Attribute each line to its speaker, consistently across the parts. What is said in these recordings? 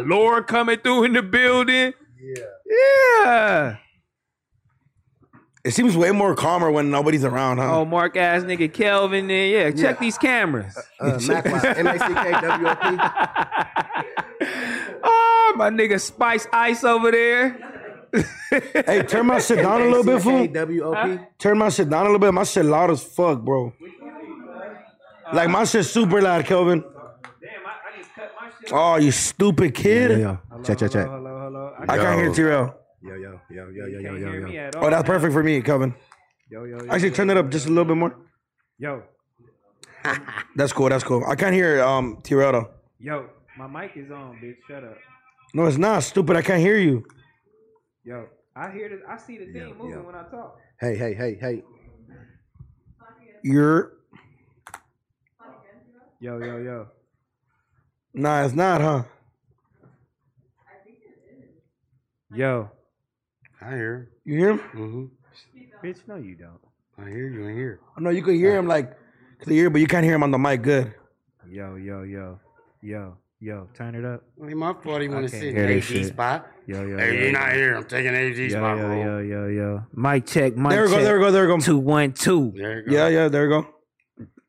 Speaker 1: Laura coming through in the building.
Speaker 2: Yeah.
Speaker 1: Yeah.
Speaker 3: It seems way more calmer when nobody's around, huh?
Speaker 1: Oh, Mark ass nigga Kelvin in. Yeah, check
Speaker 2: Yeah.
Speaker 1: these cameras.
Speaker 2: Uh, Mac was M-A-C-K-W-O-P.
Speaker 1: oh, my nigga Spice Ice over there.
Speaker 3: Hey, turn my shit down a little bit, fool.
Speaker 2: M-A-C-K-W-O-P.
Speaker 3: Turn my shit down a little bit. My shit loud as fuck, bro. Like my shit super loud, Kelvin. Oh, you stupid kid.
Speaker 2: Yeah. Check, check, check.
Speaker 1: Hello, hello. I
Speaker 3: I can't hear
Speaker 4: Yo.
Speaker 3: Terrell.
Speaker 2: Yo, yo, yo, yo, yo, yo,
Speaker 1: can't
Speaker 2: yo,
Speaker 1: hear
Speaker 2: yo.
Speaker 1: me at all.
Speaker 3: Oh, that's perfect for me, Kelvin.
Speaker 2: Yo, yo, yo.
Speaker 3: Actually, turn it up just a little bit more.
Speaker 1: Yo,
Speaker 3: That's cool. That's cool. I can't hear um Terrell though.
Speaker 1: yo, my mic is on, bitch. Shut up.
Speaker 3: No, it's not stupid. I can't hear you.
Speaker 1: Yo, I hear this. I see the thing moving
Speaker 2: yo.
Speaker 1: when I talk.
Speaker 2: Hey, hey, hey, hey.
Speaker 3: You're
Speaker 1: Yo, yo, yo.
Speaker 3: nah, it's not, huh?
Speaker 1: Yo.
Speaker 4: I hear.
Speaker 3: You hear him?
Speaker 4: Mm-hmm.
Speaker 1: Bitch, no, you don't.
Speaker 4: I hear you. I hear.
Speaker 3: No, you can hear him like clear, but you can't hear him on the mic. Good.
Speaker 1: Yo, yo, yo. Yo, yo. Turn it up.
Speaker 4: It ain't my fault. He want to sit in
Speaker 1: hear
Speaker 4: AD
Speaker 1: this shit.
Speaker 4: spot.
Speaker 1: Yo, yo,
Speaker 4: Hey,
Speaker 1: yo.
Speaker 4: you're not here. I'm taking AD
Speaker 1: yo,
Speaker 4: spot,
Speaker 1: yo,
Speaker 4: bro.
Speaker 1: yo, yo, yo. Mic check, mic
Speaker 3: There we
Speaker 1: check.
Speaker 3: go. There we go. There we go.
Speaker 1: Two, one, two.
Speaker 4: There you go.
Speaker 3: Yeah, yeah. There we go.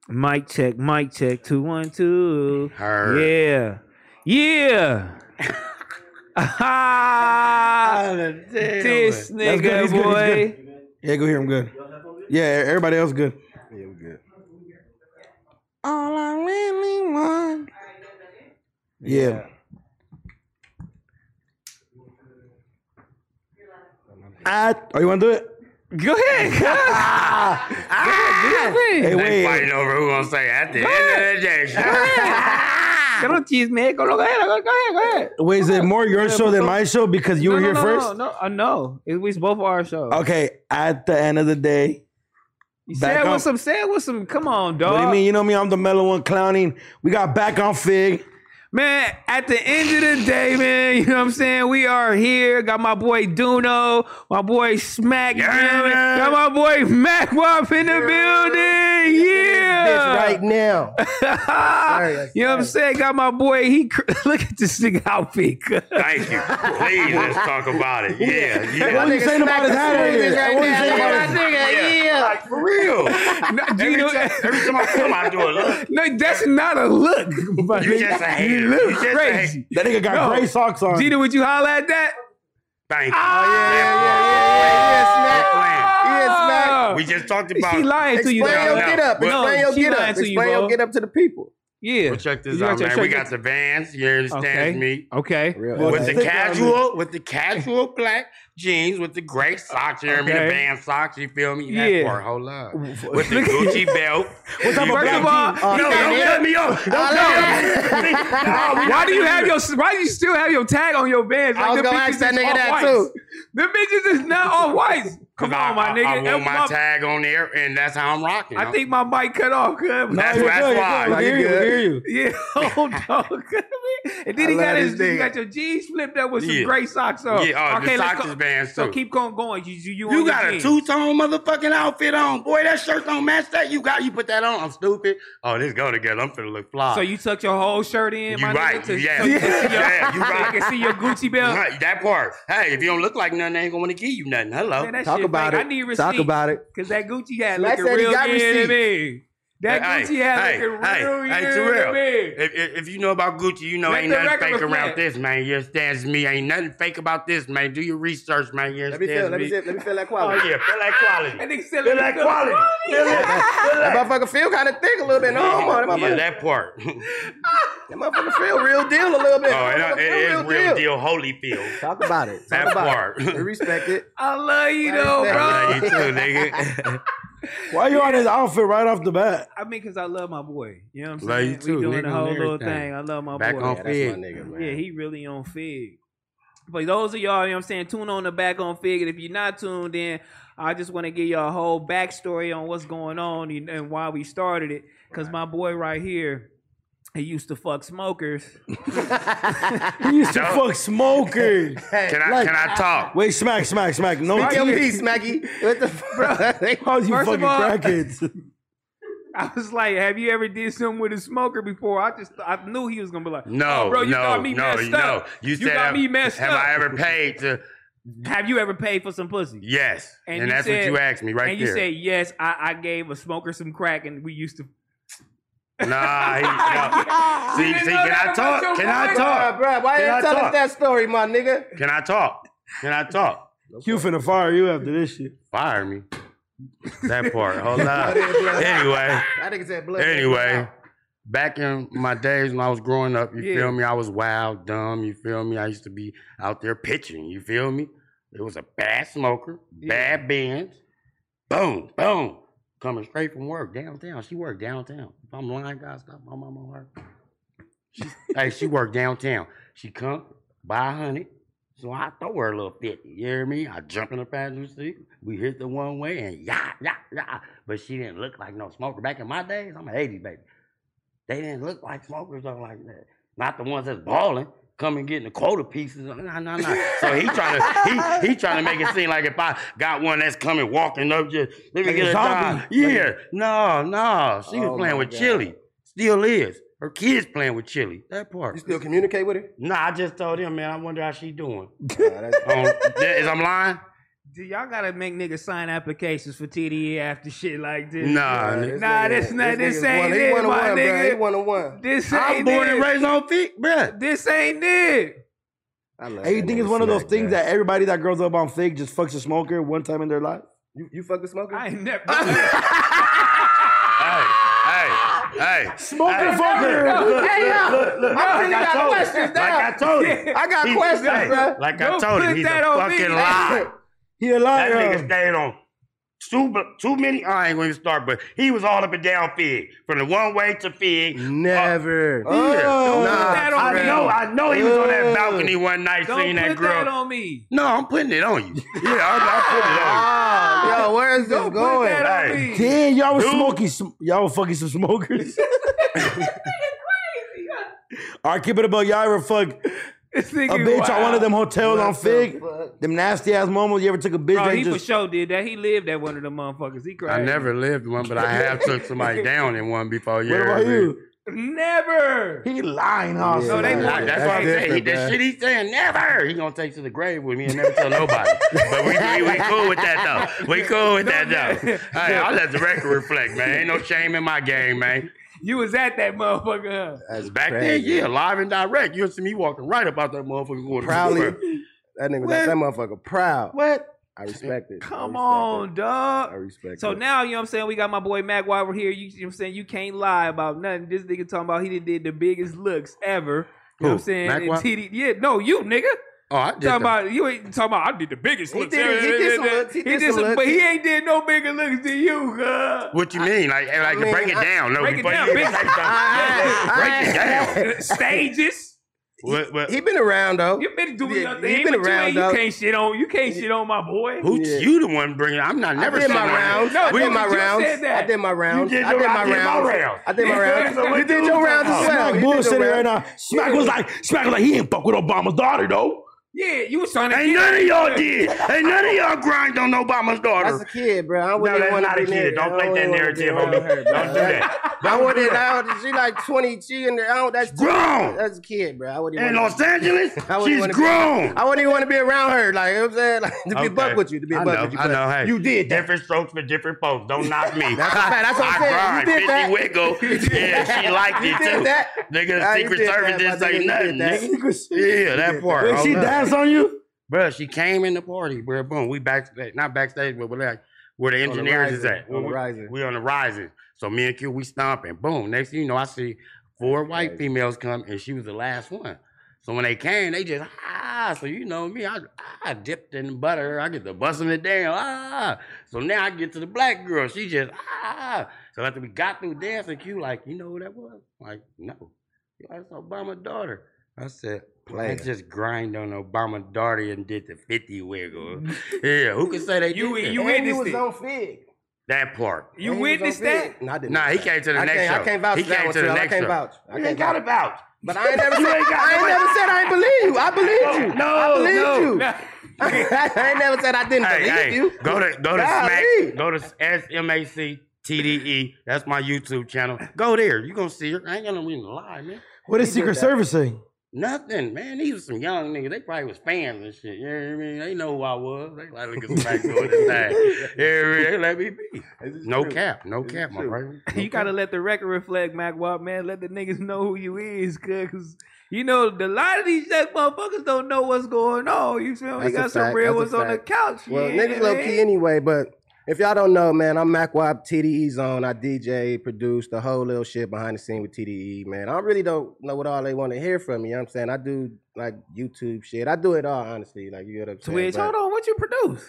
Speaker 1: Mic check, mic check. Two, one, two.
Speaker 4: Her.
Speaker 1: Yeah. Yeah. Ah, this
Speaker 3: That's good,
Speaker 1: nigga
Speaker 3: he's good, he's
Speaker 1: boy.
Speaker 3: Yeah, go hear him. Good. Yeah, e- everybody else good.
Speaker 2: Yeah, we good.
Speaker 3: All I really want. Yeah. I, oh, you want to do it?
Speaker 1: Go ahead. Ah!
Speaker 3: Hey,
Speaker 1: Go
Speaker 4: They
Speaker 3: wait.
Speaker 4: fighting over who gonna say at the end of the day.
Speaker 1: cheese, man. Go go ahead. Go go ahead. Go ahead.
Speaker 3: Wait, is it more your show than my show because you
Speaker 1: No,
Speaker 3: were
Speaker 1: no,
Speaker 3: here
Speaker 1: no,
Speaker 3: first?
Speaker 1: No, no, uh, no. It was both our shows.
Speaker 3: Okay, at the end of the day.
Speaker 1: You
Speaker 3: back
Speaker 1: Say it
Speaker 3: up.
Speaker 1: with some. Say it with some. Come on, dog.
Speaker 3: What do you mean? You know me, I'm the mellow one clowning. We got back on Fig.
Speaker 1: Man, at the end of the day, man, you know what I'm saying? We are here. Got my boy Duno, my boy Smack,
Speaker 4: Yeah,
Speaker 1: man.
Speaker 4: man.
Speaker 1: got my boy Mac Wop in the building.
Speaker 2: Bitch,
Speaker 1: Yeah.
Speaker 2: right now. Sorry,
Speaker 1: you know what I'm saying? Got my boy. He cr- look at this nigga outfit.
Speaker 4: Thank you. Please, let's talk about it. Yeah,
Speaker 3: What
Speaker 4: yeah.
Speaker 3: were you saying about his hat earlier? What were you saying about his
Speaker 4: Oh, Like, for real.
Speaker 1: No,
Speaker 4: Every
Speaker 1: Gino-
Speaker 4: time, every time I come, I do a look.
Speaker 1: no, that's not a look. my
Speaker 4: You
Speaker 1: nigga.
Speaker 4: just a hater.
Speaker 1: You look
Speaker 4: You just a
Speaker 1: crazy.
Speaker 3: That nigga got
Speaker 1: No.
Speaker 3: gray socks on.
Speaker 1: Gina, would you holler at that?
Speaker 4: Thank you.
Speaker 2: Oh,
Speaker 1: Ah, Smack.
Speaker 4: We just talked about.
Speaker 1: Oh. She lying to you.
Speaker 2: Explain your
Speaker 1: dog.
Speaker 4: No,
Speaker 2: get up.
Speaker 4: no,
Speaker 2: Explain your
Speaker 1: she
Speaker 2: get
Speaker 1: lying
Speaker 2: up.
Speaker 1: to you,
Speaker 2: Explain
Speaker 1: bro.
Speaker 2: your get up to the people.
Speaker 1: Yeah.
Speaker 4: Well, check this
Speaker 1: You got
Speaker 4: out,
Speaker 1: your
Speaker 4: man. We
Speaker 1: shirt-
Speaker 4: got the vans. You understand
Speaker 1: Okay.
Speaker 4: me?
Speaker 1: Okay.
Speaker 2: Real
Speaker 3: Well,
Speaker 4: With
Speaker 2: ass.
Speaker 4: the
Speaker 3: I think I
Speaker 4: casual, with the casual black jeans, with the gray socks, you hear me? The
Speaker 1: Okay.
Speaker 4: band socks, you feel me?
Speaker 1: Yeah.
Speaker 4: That part, hold up. With the Gucci belt. What
Speaker 3: type of
Speaker 1: First
Speaker 2: Oh,
Speaker 3: black
Speaker 1: of all,
Speaker 4: No,
Speaker 1: you
Speaker 4: don't
Speaker 1: got-
Speaker 4: cut me off. Don't cut me off. No,
Speaker 1: why do you have your why do you still have your tag on your bands?
Speaker 2: I was
Speaker 1: them
Speaker 2: gonna
Speaker 1: bitches
Speaker 2: ask that
Speaker 1: is
Speaker 2: nigga that
Speaker 1: off-whites.
Speaker 2: too.
Speaker 1: Them bitches is not all whites. Come
Speaker 4: I-
Speaker 1: on, my
Speaker 4: I-
Speaker 1: nigga.
Speaker 4: I
Speaker 1: That
Speaker 4: want my
Speaker 1: my-
Speaker 4: tag on there, and that's how I'm rocking.
Speaker 1: I think my mic cut off. Cause
Speaker 3: No,
Speaker 4: That's
Speaker 3: you're
Speaker 4: that's
Speaker 3: good, you're
Speaker 4: why.
Speaker 3: good.
Speaker 4: No,
Speaker 3: We hear
Speaker 2: you
Speaker 3: you. We
Speaker 2: good.
Speaker 3: hear you.
Speaker 1: yeah, hold on. and then
Speaker 2: I
Speaker 1: he
Speaker 2: love
Speaker 1: got his
Speaker 2: this nigga.
Speaker 1: you got your jeans flipped up with some
Speaker 4: Yeah.
Speaker 1: gray socks on.
Speaker 4: Yeah, oh, the
Speaker 1: let's
Speaker 4: socks
Speaker 1: go-
Speaker 4: is bands,
Speaker 1: So
Speaker 4: too.
Speaker 1: keep going, going. You you, you, on
Speaker 4: You
Speaker 1: your
Speaker 4: got a
Speaker 1: jeans.
Speaker 4: two tone motherfucking outfit on, boy. That shirt don't match that. You got you put that on. I'm stupid. Oh, this go together. I'm finna look fly.
Speaker 1: So you tucked your whole shirt in.
Speaker 4: You
Speaker 1: my
Speaker 4: right.
Speaker 1: Nigga, to,
Speaker 4: Yeah.
Speaker 1: So you can see your,
Speaker 4: Yeah, you
Speaker 1: so
Speaker 4: right.
Speaker 1: can see your Gucci belt.
Speaker 4: Right, that part. Hey, if you don't look like nothing, they ain't gonna give you nothing. Hello.
Speaker 1: Man, that
Speaker 2: Talk
Speaker 1: shit,
Speaker 2: about
Speaker 1: like,
Speaker 2: it.
Speaker 1: I need receipts.
Speaker 2: Talk about it.
Speaker 1: Cause that Gucci hat
Speaker 2: Smack
Speaker 1: looking
Speaker 2: said he
Speaker 1: real
Speaker 2: got
Speaker 1: good to me. That
Speaker 4: Hey,
Speaker 1: Gucci hat
Speaker 4: hey,
Speaker 1: looking
Speaker 4: hey,
Speaker 1: real
Speaker 4: hey,
Speaker 1: good to
Speaker 4: Terrell,
Speaker 1: me.
Speaker 4: If, if, if you know about Gucci, you know
Speaker 1: Let
Speaker 4: ain't
Speaker 1: the
Speaker 4: nothing
Speaker 1: record
Speaker 4: fake around
Speaker 1: reflect.
Speaker 4: this, man. You understand me? Ain't nothing fake about this, man. Do your research, man. You
Speaker 2: Let me
Speaker 4: understand
Speaker 2: feel. Let me feel. Let me feel that quality.
Speaker 4: Oh yeah, feel that quality.
Speaker 1: That nigga said
Speaker 4: Feel
Speaker 1: look
Speaker 4: that
Speaker 1: good.
Speaker 4: quality. Feel that.
Speaker 3: Oh,
Speaker 4: Feel that.
Speaker 2: That motherfucker feel kind of thick a little bit. No,
Speaker 4: Oh,
Speaker 2: that
Speaker 4: Yeah,
Speaker 2: motherfucker,
Speaker 4: that part. oh,
Speaker 2: that motherfucker feel real deal a little bit.
Speaker 4: it,
Speaker 2: That motherfucker
Speaker 4: it
Speaker 2: feel
Speaker 4: is real deal. Holyfield.
Speaker 2: Talk about it. Talk
Speaker 4: That
Speaker 2: about
Speaker 4: part.
Speaker 2: it. We respect it.
Speaker 1: I love you
Speaker 2: Right
Speaker 1: though,
Speaker 2: there.
Speaker 1: bro.
Speaker 4: I love you too, nigga.
Speaker 3: Why you on his outfit right off the bat?
Speaker 1: I mean, cause I love my boy. You know what I'm
Speaker 4: Love
Speaker 1: saying?
Speaker 4: you too,
Speaker 1: We doing
Speaker 4: nigga,
Speaker 1: the whole
Speaker 4: and
Speaker 1: little
Speaker 4: everything.
Speaker 1: thing. I love my
Speaker 4: Back
Speaker 1: boy.
Speaker 4: on Fig.
Speaker 2: nigga,
Speaker 1: Yeah, he really on Fig. But those of y'all, you know what I'm saying, tune on the back on Fig. And if you're not tuned in, I just want to give y'all a whole backstory on what's going on and, and why we started it. Because my boy right here, he used to fuck smokers.
Speaker 3: He used to
Speaker 4: Don't-
Speaker 3: fuck smokers.
Speaker 4: Can I
Speaker 3: Like-
Speaker 4: can I talk?
Speaker 3: Wait, smack, smack, smack. No
Speaker 2: Kill
Speaker 3: teeth.
Speaker 2: me, Smacky. What the fuck?
Speaker 3: How's you
Speaker 1: First of
Speaker 3: fucking
Speaker 1: all-
Speaker 3: crackheads?
Speaker 1: I was like, "Have you ever did something with a smoker before?" I just I knew he was gonna be like,
Speaker 4: No,
Speaker 1: "Oh, bro, you
Speaker 4: no,
Speaker 1: got me
Speaker 4: no,
Speaker 1: messed
Speaker 4: no.
Speaker 1: up.
Speaker 4: You,
Speaker 1: You
Speaker 4: said,
Speaker 1: got
Speaker 4: have-
Speaker 1: me messed
Speaker 4: have
Speaker 1: up."
Speaker 4: I ever paid to?
Speaker 1: Have you ever paid for some pussy?"
Speaker 4: Yes,
Speaker 1: And
Speaker 4: and,
Speaker 1: you
Speaker 4: that's
Speaker 1: said-
Speaker 4: what you asked me right
Speaker 1: and you
Speaker 4: there.
Speaker 1: said, "Yes, I, I gave a smoker some crack, and we used to."
Speaker 4: nah, he, no. see,
Speaker 1: didn't
Speaker 4: see,
Speaker 1: know
Speaker 4: can
Speaker 1: that
Speaker 4: I
Speaker 1: about
Speaker 4: talk?
Speaker 1: your
Speaker 4: Can I
Speaker 1: wife.
Speaker 4: talk?
Speaker 2: bro, why
Speaker 4: Can
Speaker 2: you
Speaker 4: I
Speaker 2: tell us
Speaker 4: talk?
Speaker 2: that story, my nigga?
Speaker 4: Can I talk? Can I talk?
Speaker 3: You finna fire you after this shit.
Speaker 4: Fire me. That part. Hold on. anyway,
Speaker 2: I think it's that blood.
Speaker 4: anyway, back in my days when I was growing up, you
Speaker 1: Yeah.
Speaker 4: feel me? I was wild, dumb. You feel me? I used to be out there pitching. You feel me? It was a bad smoker,
Speaker 1: Yeah.
Speaker 4: bad bands. Boom, boom. Coming straight from work downtown. She worked downtown. If I'm lying, guys, stop my mama heart. She, hey, she worked downtown. She come buy a hundred. So I throw her a little fifty. You hear me? I jump in the passenger seat. We hit the one way and yah yah yah. But she didn't look like no smoker. Back in my days, I'm an 80s baby. They didn't look like smokers though like that. Not the ones that's balling. Come and get in the quota pieces. No, no, no. So he trying to he he trying to make it seem like if I got one that's coming walking up, just let me
Speaker 3: Like a
Speaker 4: get a
Speaker 3: zombie.
Speaker 4: job. Yeah, no, no. She
Speaker 2: Oh
Speaker 4: was playing
Speaker 2: my
Speaker 4: with
Speaker 2: God.
Speaker 4: Chili. Still is. Her kids playing with Chili. That part.
Speaker 2: You still communicate with her?
Speaker 4: Nah, I just told him, man. I wonder how she doing.
Speaker 2: Nah, that's-
Speaker 4: Um, that- is I'm lying?
Speaker 1: Dude, y'all gotta make niggas sign applications for TDE after shit like this.
Speaker 4: Nah.
Speaker 2: this
Speaker 1: Nah,
Speaker 2: nigga-
Speaker 1: this not- this
Speaker 2: nigga's
Speaker 1: ain't
Speaker 2: one-
Speaker 1: it,
Speaker 2: He one of
Speaker 1: my
Speaker 2: one, bro.
Speaker 1: nigga.
Speaker 2: He one of one.
Speaker 1: This ain't
Speaker 4: I'm born
Speaker 1: it.
Speaker 4: and raised on feet, bruh.
Speaker 1: This ain't it.
Speaker 2: I love
Speaker 3: Hey, you
Speaker 2: that
Speaker 3: think
Speaker 2: nigga
Speaker 3: it's one of those
Speaker 2: Smack,
Speaker 3: things
Speaker 2: bro.
Speaker 3: that everybody that grows up on fake just fucks a smoker one time in their life?
Speaker 2: you, you fuck the smoker?
Speaker 1: I ain't never.
Speaker 4: Hey, hey, hey.
Speaker 3: Smoker
Speaker 4: Hey,
Speaker 3: fucker.
Speaker 4: Look, look,
Speaker 2: Hey, yo.
Speaker 4: look, look.
Speaker 2: I'm really
Speaker 4: Like I
Speaker 2: got
Speaker 4: told
Speaker 2: questions
Speaker 4: him.
Speaker 2: now.
Speaker 4: Like I told him.
Speaker 2: I got questions,
Speaker 4: hey,
Speaker 2: bro.
Speaker 4: Like I
Speaker 1: Don't
Speaker 4: told
Speaker 1: put
Speaker 4: him, he's a
Speaker 1: that on
Speaker 4: fucking
Speaker 1: me.
Speaker 4: liar.
Speaker 3: He a
Speaker 4: That
Speaker 3: liar.
Speaker 4: nigga stayed on too, bu- too many. I ain't going to start, but he was all up and down Fig. From the one way to Fig.
Speaker 5: Never.
Speaker 3: Oh,
Speaker 1: that on
Speaker 4: I
Speaker 1: me.
Speaker 4: know, I know he was on that
Speaker 3: Ugh.
Speaker 4: balcony one night
Speaker 1: Don't
Speaker 4: seeing
Speaker 1: put
Speaker 4: that girl.
Speaker 1: that on me.
Speaker 4: No, I'm putting it on you. Yeah, I'm, I'm putting it on you.
Speaker 2: Yo, where is this
Speaker 1: Don't put
Speaker 2: going?
Speaker 1: that on
Speaker 4: Hey.
Speaker 1: me.
Speaker 3: Damn, y'all was
Speaker 4: Dude.
Speaker 3: smoking. Sm- y'all was fucking some smokers. All right, keep it above. Y'all ever fuck
Speaker 1: This
Speaker 3: a
Speaker 1: nigga,
Speaker 3: bitch
Speaker 1: wow.
Speaker 3: at one of them hotels on
Speaker 2: the
Speaker 3: Fig?
Speaker 2: fuck?
Speaker 3: Them nasty ass moments. You ever took a bitch
Speaker 1: Bro,
Speaker 3: and
Speaker 1: he for
Speaker 3: just
Speaker 1: sure did that. He lived at one of them motherfuckers. He cried.
Speaker 4: I never lived one, but I have took somebody down in one before.
Speaker 3: What about you?
Speaker 1: Never.
Speaker 3: He lying, huh?
Speaker 1: No, they
Speaker 3: son?
Speaker 1: lying.
Speaker 4: that's, what I'm saying. He, that shit he's saying, never. He gonna take to the grave with me and never tell nobody. but we, we we cool with that though. We cool with that though. Hey, I'll let the record reflect, man. Ain't no shame in my game, man.
Speaker 1: You was at that motherfucker. huh?
Speaker 2: That's
Speaker 4: Back then,
Speaker 2: crazy.
Speaker 4: yeah, live and direct. You'll see me walking right about that motherfucker going to work.
Speaker 2: Proudly. That nigga got
Speaker 4: What?
Speaker 2: that motherfucker proud.
Speaker 4: What?
Speaker 2: I respect it. I
Speaker 1: Come
Speaker 2: respect
Speaker 1: on,
Speaker 2: it.
Speaker 1: dog.
Speaker 2: I respect
Speaker 1: So
Speaker 2: it.
Speaker 1: now, you know what I'm saying? We got my boy Mac Wyver here. You, you know what I'm saying? You can't lie about nothing. This nigga talking about he done did the biggest looks ever. You know what I'm
Speaker 4: Who?
Speaker 1: saying?
Speaker 4: Mac
Speaker 1: And
Speaker 4: Wy-
Speaker 1: TD yeah, no, you nigga.
Speaker 4: Oh, I did
Speaker 1: Talking
Speaker 4: that.
Speaker 1: about you ain't talking about I did the biggest
Speaker 2: He
Speaker 1: looks.
Speaker 2: did it. He did some looks. He did some looks.
Speaker 1: but he ain't did no bigger looks than you, huh?
Speaker 4: What you mean? Like, eh, like
Speaker 2: mean,
Speaker 4: break it
Speaker 2: I-
Speaker 4: down. No,
Speaker 1: break it
Speaker 4: before
Speaker 1: down,
Speaker 4: you even
Speaker 1: bitch.
Speaker 4: say something, break it down.
Speaker 1: Stages.
Speaker 4: What, what,
Speaker 2: He been around though.
Speaker 1: You been doing
Speaker 2: Yeah,
Speaker 1: your thing,
Speaker 2: he been
Speaker 1: but you,
Speaker 2: around,
Speaker 1: ain't-
Speaker 2: dog.
Speaker 1: you can't shit on you can't shit on my boy.
Speaker 4: Who
Speaker 2: Yeah.
Speaker 4: you the one bringing? I'm not never
Speaker 2: I did
Speaker 4: seen
Speaker 2: my
Speaker 4: one.
Speaker 2: rounds.
Speaker 1: No,
Speaker 2: I
Speaker 1: you-
Speaker 2: did my
Speaker 1: you said
Speaker 2: rounds.
Speaker 1: that.
Speaker 2: I did my rounds.
Speaker 4: You did
Speaker 2: I
Speaker 4: your-
Speaker 2: did
Speaker 4: I
Speaker 2: my
Speaker 4: did my
Speaker 2: rounds.
Speaker 4: rounds.
Speaker 2: I did my rounds.
Speaker 4: So what
Speaker 2: You
Speaker 4: you
Speaker 2: did your
Speaker 4: was
Speaker 2: rounds as
Speaker 4: talking
Speaker 2: well.
Speaker 3: Smack
Speaker 2: You did
Speaker 3: bullshitting
Speaker 2: your
Speaker 3: right
Speaker 2: rounds.
Speaker 3: now. Smack was like, Smack was like, he didn't fuck with Obama's daughter though.
Speaker 1: Yeah, you was trying to
Speaker 4: Ain't
Speaker 1: get
Speaker 4: none of y'all did. Ain't none of y'all grind on Obama's
Speaker 2: That's
Speaker 4: daughter.
Speaker 2: a kid, bro. I
Speaker 4: No,
Speaker 2: wouldn't
Speaker 4: that's
Speaker 2: want
Speaker 4: not
Speaker 2: to Oh,
Speaker 4: a
Speaker 2: be near.
Speaker 4: kid. Don't play that narrative, homie. Don't do that.
Speaker 2: I wouldn't. I would, she like twenty. She in there. I don't. That's
Speaker 4: Grown.
Speaker 2: That's a kid, bro. I wouldn't.
Speaker 4: In
Speaker 2: even wanna-
Speaker 4: Los Angeles,
Speaker 2: I wouldn't
Speaker 4: she's
Speaker 2: wanna be-
Speaker 4: grown.
Speaker 2: I wouldn't even want to be around her. Like you know what I'm saying, like, to be
Speaker 4: Okay.
Speaker 2: buck with you, to be
Speaker 4: I
Speaker 2: buck
Speaker 4: know,
Speaker 2: with you.
Speaker 4: I
Speaker 2: but
Speaker 4: know. Hey,
Speaker 2: you did that.
Speaker 4: different strokes for different folks. Don't knock me.
Speaker 2: That's a fact. That's what I'm
Speaker 4: I
Speaker 2: saying. You did that.
Speaker 4: grind. 50 wiggle. Yeah, she liked
Speaker 2: You
Speaker 4: it
Speaker 2: did
Speaker 4: too.
Speaker 2: that.
Speaker 4: Nigga,
Speaker 2: Ah, you
Speaker 4: Secret
Speaker 2: did that,
Speaker 4: Service
Speaker 2: my
Speaker 4: didn't
Speaker 2: nigga. You
Speaker 4: say
Speaker 2: did
Speaker 4: nothing.
Speaker 2: that.
Speaker 4: nigga.
Speaker 3: Secret
Speaker 4: Yeah, that part.
Speaker 3: Wait,
Speaker 4: Hold
Speaker 3: she
Speaker 4: up.
Speaker 3: dance on you?
Speaker 4: Bruh, she came in the party, bruh. Boom, we backstage, not backstage, but we're like where the
Speaker 2: On the
Speaker 4: engineers is
Speaker 2: riser,
Speaker 4: at.
Speaker 2: on the
Speaker 4: we,
Speaker 2: riser.
Speaker 4: we on the rising. So me and Q, we stomping. Boom. Next thing you know, I see four white
Speaker 2: crazy.
Speaker 4: females come, and she was the last one. So when they came, they just ah. So you know me, I I dipped in butter. I get the busting it down ah. So now I get to the black girl. She just ah. So after we got through dancing, Q like, you know who that was? like, no, Yo, that's Obama's daughter. I said,
Speaker 2: Player.
Speaker 4: I just grind on Obama daughter and did the 50 wiggle. yeah, who can say they
Speaker 1: You- you-
Speaker 4: did that?
Speaker 2: And you
Speaker 1: witnessed
Speaker 2: was
Speaker 1: it.
Speaker 2: on fig.
Speaker 4: that part?
Speaker 1: you
Speaker 2: And he was on
Speaker 1: witnessed that?
Speaker 2: Fig. No, I didn't.
Speaker 4: Nah, he came to the
Speaker 2: I
Speaker 4: next
Speaker 2: can't,
Speaker 4: show.
Speaker 2: I can't vouch
Speaker 4: he
Speaker 2: for that
Speaker 4: came
Speaker 2: one,
Speaker 4: to the
Speaker 2: Trill. I
Speaker 4: next
Speaker 2: can't
Speaker 4: show.
Speaker 2: vouch. I
Speaker 4: You
Speaker 2: can't
Speaker 4: ain't got
Speaker 2: vouch.
Speaker 4: about.
Speaker 2: But I ain't never said.
Speaker 4: ain't got
Speaker 2: I ain't
Speaker 4: nobody-
Speaker 2: never said I ain't believe you. I believe you.
Speaker 4: No,
Speaker 2: I believe
Speaker 4: no.
Speaker 2: you. I ain't never said I didn't
Speaker 4: Hey,
Speaker 2: believe
Speaker 4: hey,
Speaker 2: you.
Speaker 4: go to go to
Speaker 2: Golly.
Speaker 4: smack go to SMAC TDE. E. That's my YouTube channel. Go there. you going to see her. I ain't going to even lie, man.
Speaker 3: What did
Speaker 2: He did
Speaker 3: Secret
Speaker 2: that.
Speaker 3: Service say?
Speaker 4: Nothing, man. These was some young niggas. They probably was fans and shit. You know what I mean? They know who I was. They like, look at somebody doing this thing. Yeah, they let me be. No cap. No
Speaker 2: It's
Speaker 4: cap, my
Speaker 2: true.
Speaker 4: brother. No
Speaker 1: You gotta
Speaker 4: cap.
Speaker 1: let the record reflect, Mac Wop, man. Let the niggas know who you is, cuz. 'cause, You know, the lot of these young motherfuckers don't know what's going on. You feel me?
Speaker 2: That's a
Speaker 1: got some
Speaker 2: fact,
Speaker 1: real ones
Speaker 2: that's a
Speaker 1: on the
Speaker 2: fact.
Speaker 1: couch.
Speaker 2: Well,
Speaker 1: yeah,
Speaker 2: niggas low
Speaker 1: man.
Speaker 2: key anyway, but if y'all don't know, man, I'm Mac Wop, TDE Zone. I DJ, produce the whole little shit behind the scene with TDE, man. I really don't know what all they want to hear from me. You know what I'm saying? I do like YouTube shit. I do it all, honestly. Like, you get what I'm saying?
Speaker 1: Twitch,
Speaker 2: But
Speaker 1: hold on, what you produce?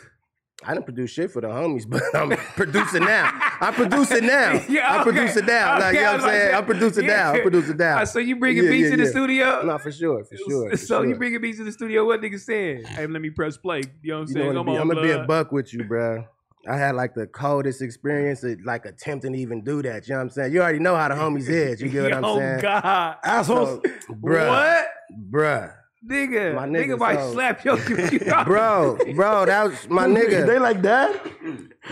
Speaker 2: I didn't produce shit for the homies, but I'm producing now. I'm producing now.
Speaker 1: Yeah,
Speaker 2: I'm
Speaker 1: okay.
Speaker 2: producing now. Like,
Speaker 1: Okay,
Speaker 2: you know what
Speaker 1: I was
Speaker 2: I'm
Speaker 1: like
Speaker 2: saying?
Speaker 1: that.
Speaker 2: I'm producing now. I'm
Speaker 1: Yeah.
Speaker 2: producing now.
Speaker 1: Ah, so you bringing
Speaker 2: Yeah,
Speaker 1: beats
Speaker 2: yeah,
Speaker 1: in the
Speaker 2: yeah.
Speaker 1: studio?
Speaker 2: No, for sure, for sure. for
Speaker 1: so
Speaker 2: sure.
Speaker 1: you bringing beats in the studio? What nigga saying? Hey, let me press play. You know what I'm
Speaker 2: You
Speaker 1: saying?
Speaker 2: know,
Speaker 1: Come
Speaker 2: what it be.
Speaker 1: on,
Speaker 2: I'm gonna be a
Speaker 1: blood.
Speaker 2: buck with you, bruh. I had like the coldest experience at like attempting to even do that. You know what I'm saying? You already know how the homies is. You get what
Speaker 1: Yo,
Speaker 2: I'm saying?
Speaker 1: Oh, God,
Speaker 3: Assholes.
Speaker 2: So, bruh,
Speaker 1: what?
Speaker 2: bruh,
Speaker 1: Nigga,
Speaker 2: My
Speaker 1: nigga,
Speaker 2: nigga,
Speaker 1: might
Speaker 2: so-
Speaker 1: slap your computer.
Speaker 2: bro, bro. That was my
Speaker 3: They
Speaker 2: nigga,
Speaker 3: like that?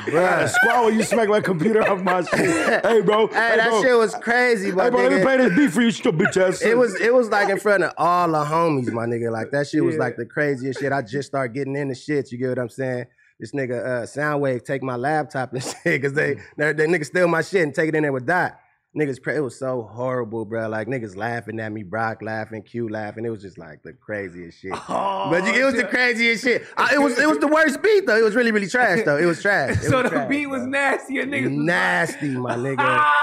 Speaker 2: bruh.
Speaker 3: Squad when you smack my computer off my shit. Hey, bro.
Speaker 2: Hey, that
Speaker 3: bro.
Speaker 2: shit was crazy, my
Speaker 3: Hey, bro, let me
Speaker 2: nigga.
Speaker 3: play this beat for you, stupid bitch ass.
Speaker 2: It was it was like in front of all the homies, my nigga. Like that shit was
Speaker 1: Yeah.
Speaker 2: like the craziest shit. I just started getting into shit. You get what I'm saying? This nigga uh, Soundwave take my laptop and shit because
Speaker 1: Mm.
Speaker 2: they they they niggas steal my shit and take it in there with Dot. Niggas, pra- it was so horrible, bro. Like niggas laughing at me, Brock laughing, Q laughing. It was just like the craziest shit.
Speaker 1: Oh,
Speaker 2: but you- it was the
Speaker 1: yeah.
Speaker 2: craziest shit. I, it was it was the worst beat though. It was really really trash though. It was trash. It
Speaker 1: So the
Speaker 2: trash,
Speaker 1: beat was
Speaker 2: bro.
Speaker 1: nasty. and niggas was
Speaker 2: nasty, my nigga.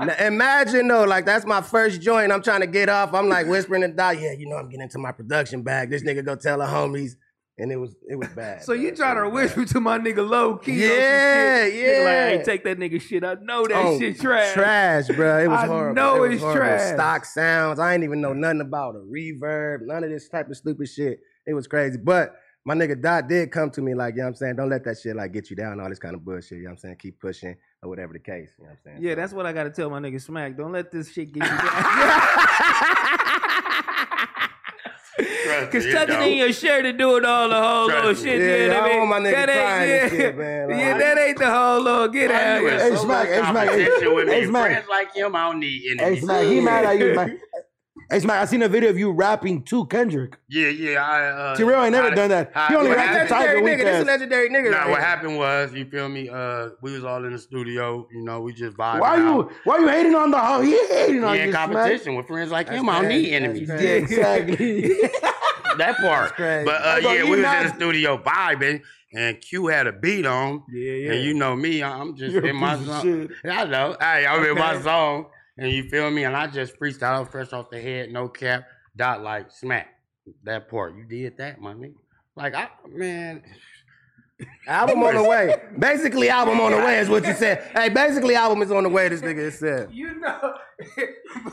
Speaker 1: Ah!
Speaker 2: Now, imagine though, like that's my first joint. I'm trying to get off. I'm like whispering to Doc, yeah, you know, I'm getting into my production bag. This nigga go tell the homies, and it was it was bad.
Speaker 1: So you
Speaker 2: bro.
Speaker 1: trying to whisper to my nigga low key? on some
Speaker 2: Yeah,
Speaker 1: shit. Nigga like,
Speaker 2: yeah.
Speaker 1: hey, take that nigga shit. I know that
Speaker 2: Oh,
Speaker 1: shit trash.
Speaker 2: Trash, bro. It was
Speaker 1: I
Speaker 2: horrible.
Speaker 1: know
Speaker 2: It was
Speaker 1: it's
Speaker 2: horrible.
Speaker 1: trash.
Speaker 2: Stock sounds. I ain't even know nothing about a reverb. None of this type of stupid shit. It was crazy, but. My nigga Dot did come to me like, you know what I'm saying? Don't let that shit like get you down, all this kind of bullshit. You know what I'm saying? Keep pushing or whatever the case. You know what I'm saying?
Speaker 1: Yeah,
Speaker 2: So-
Speaker 1: that's what I gotta tell my nigga Smack. Don't let this shit get you down.
Speaker 4: Trust
Speaker 1: Cause
Speaker 4: me, it
Speaker 1: tucking
Speaker 4: don't.
Speaker 1: in your shirt and doing all the whole little
Speaker 4: Trust me.
Speaker 1: shit.
Speaker 2: Yeah,
Speaker 1: you know
Speaker 2: yeah,
Speaker 1: what
Speaker 2: I
Speaker 1: mean?
Speaker 2: want my nigga
Speaker 1: that ain't,
Speaker 2: crying
Speaker 1: yeah.
Speaker 2: and shit, man. Like-
Speaker 1: yeah, that ain't the whole little get
Speaker 4: Why
Speaker 1: out.
Speaker 4: you in
Speaker 1: here.
Speaker 3: Hey,
Speaker 4: so
Speaker 3: Smack,
Speaker 4: much
Speaker 3: hey, Smack, hey,
Speaker 4: competition with me?
Speaker 3: hey, Smack.
Speaker 4: Friends like him, I don't need
Speaker 3: Hey,
Speaker 4: enemies.
Speaker 3: Smack, he mad at you, Smack. Hey, Smack, I seen a video of you rapping to Kendrick.
Speaker 4: Yeah, yeah. I, uh,
Speaker 3: Terrell ain't never
Speaker 4: I-
Speaker 3: done that.
Speaker 4: I-
Speaker 3: He only
Speaker 4: what
Speaker 3: rapped to
Speaker 4: happened-
Speaker 3: Tiger weak
Speaker 2: This is
Speaker 3: ass.
Speaker 2: legendary nigga.
Speaker 4: Nah,
Speaker 2: right
Speaker 4: what
Speaker 2: here.
Speaker 4: happened was, you feel me? Uh, we was all in the studio. You know, we just vibing.
Speaker 3: Why
Speaker 4: out.
Speaker 3: you, why you hating on the hoe? He hating on
Speaker 4: We in
Speaker 3: you,
Speaker 4: competition
Speaker 3: Smack.
Speaker 4: with friends like
Speaker 2: That's
Speaker 4: him? I don't
Speaker 2: crazy.
Speaker 4: need enemies.
Speaker 2: That's
Speaker 3: Yeah, exactly.
Speaker 4: That part.
Speaker 2: crazy.
Speaker 4: But uh,
Speaker 3: That's all
Speaker 4: yeah,
Speaker 3: you
Speaker 4: we was
Speaker 3: not-
Speaker 4: in the studio vibing, and Q had a beat on,
Speaker 1: Yeah, yeah.
Speaker 4: and you know me, I- I'm just
Speaker 3: You're a
Speaker 4: in my
Speaker 3: piece of
Speaker 4: zone.
Speaker 3: shit.
Speaker 4: I know. Hey, I'm in my
Speaker 1: Okay.
Speaker 4: zone, and you feel me? And I just freestyle fresh off the head, no cap, dot like smack. That part, you did that, my nigga. Like I man,
Speaker 2: Album on the way. Basically, album on the way is what you said. Hey, basically, album is on the way. This nigga is said.
Speaker 1: You know,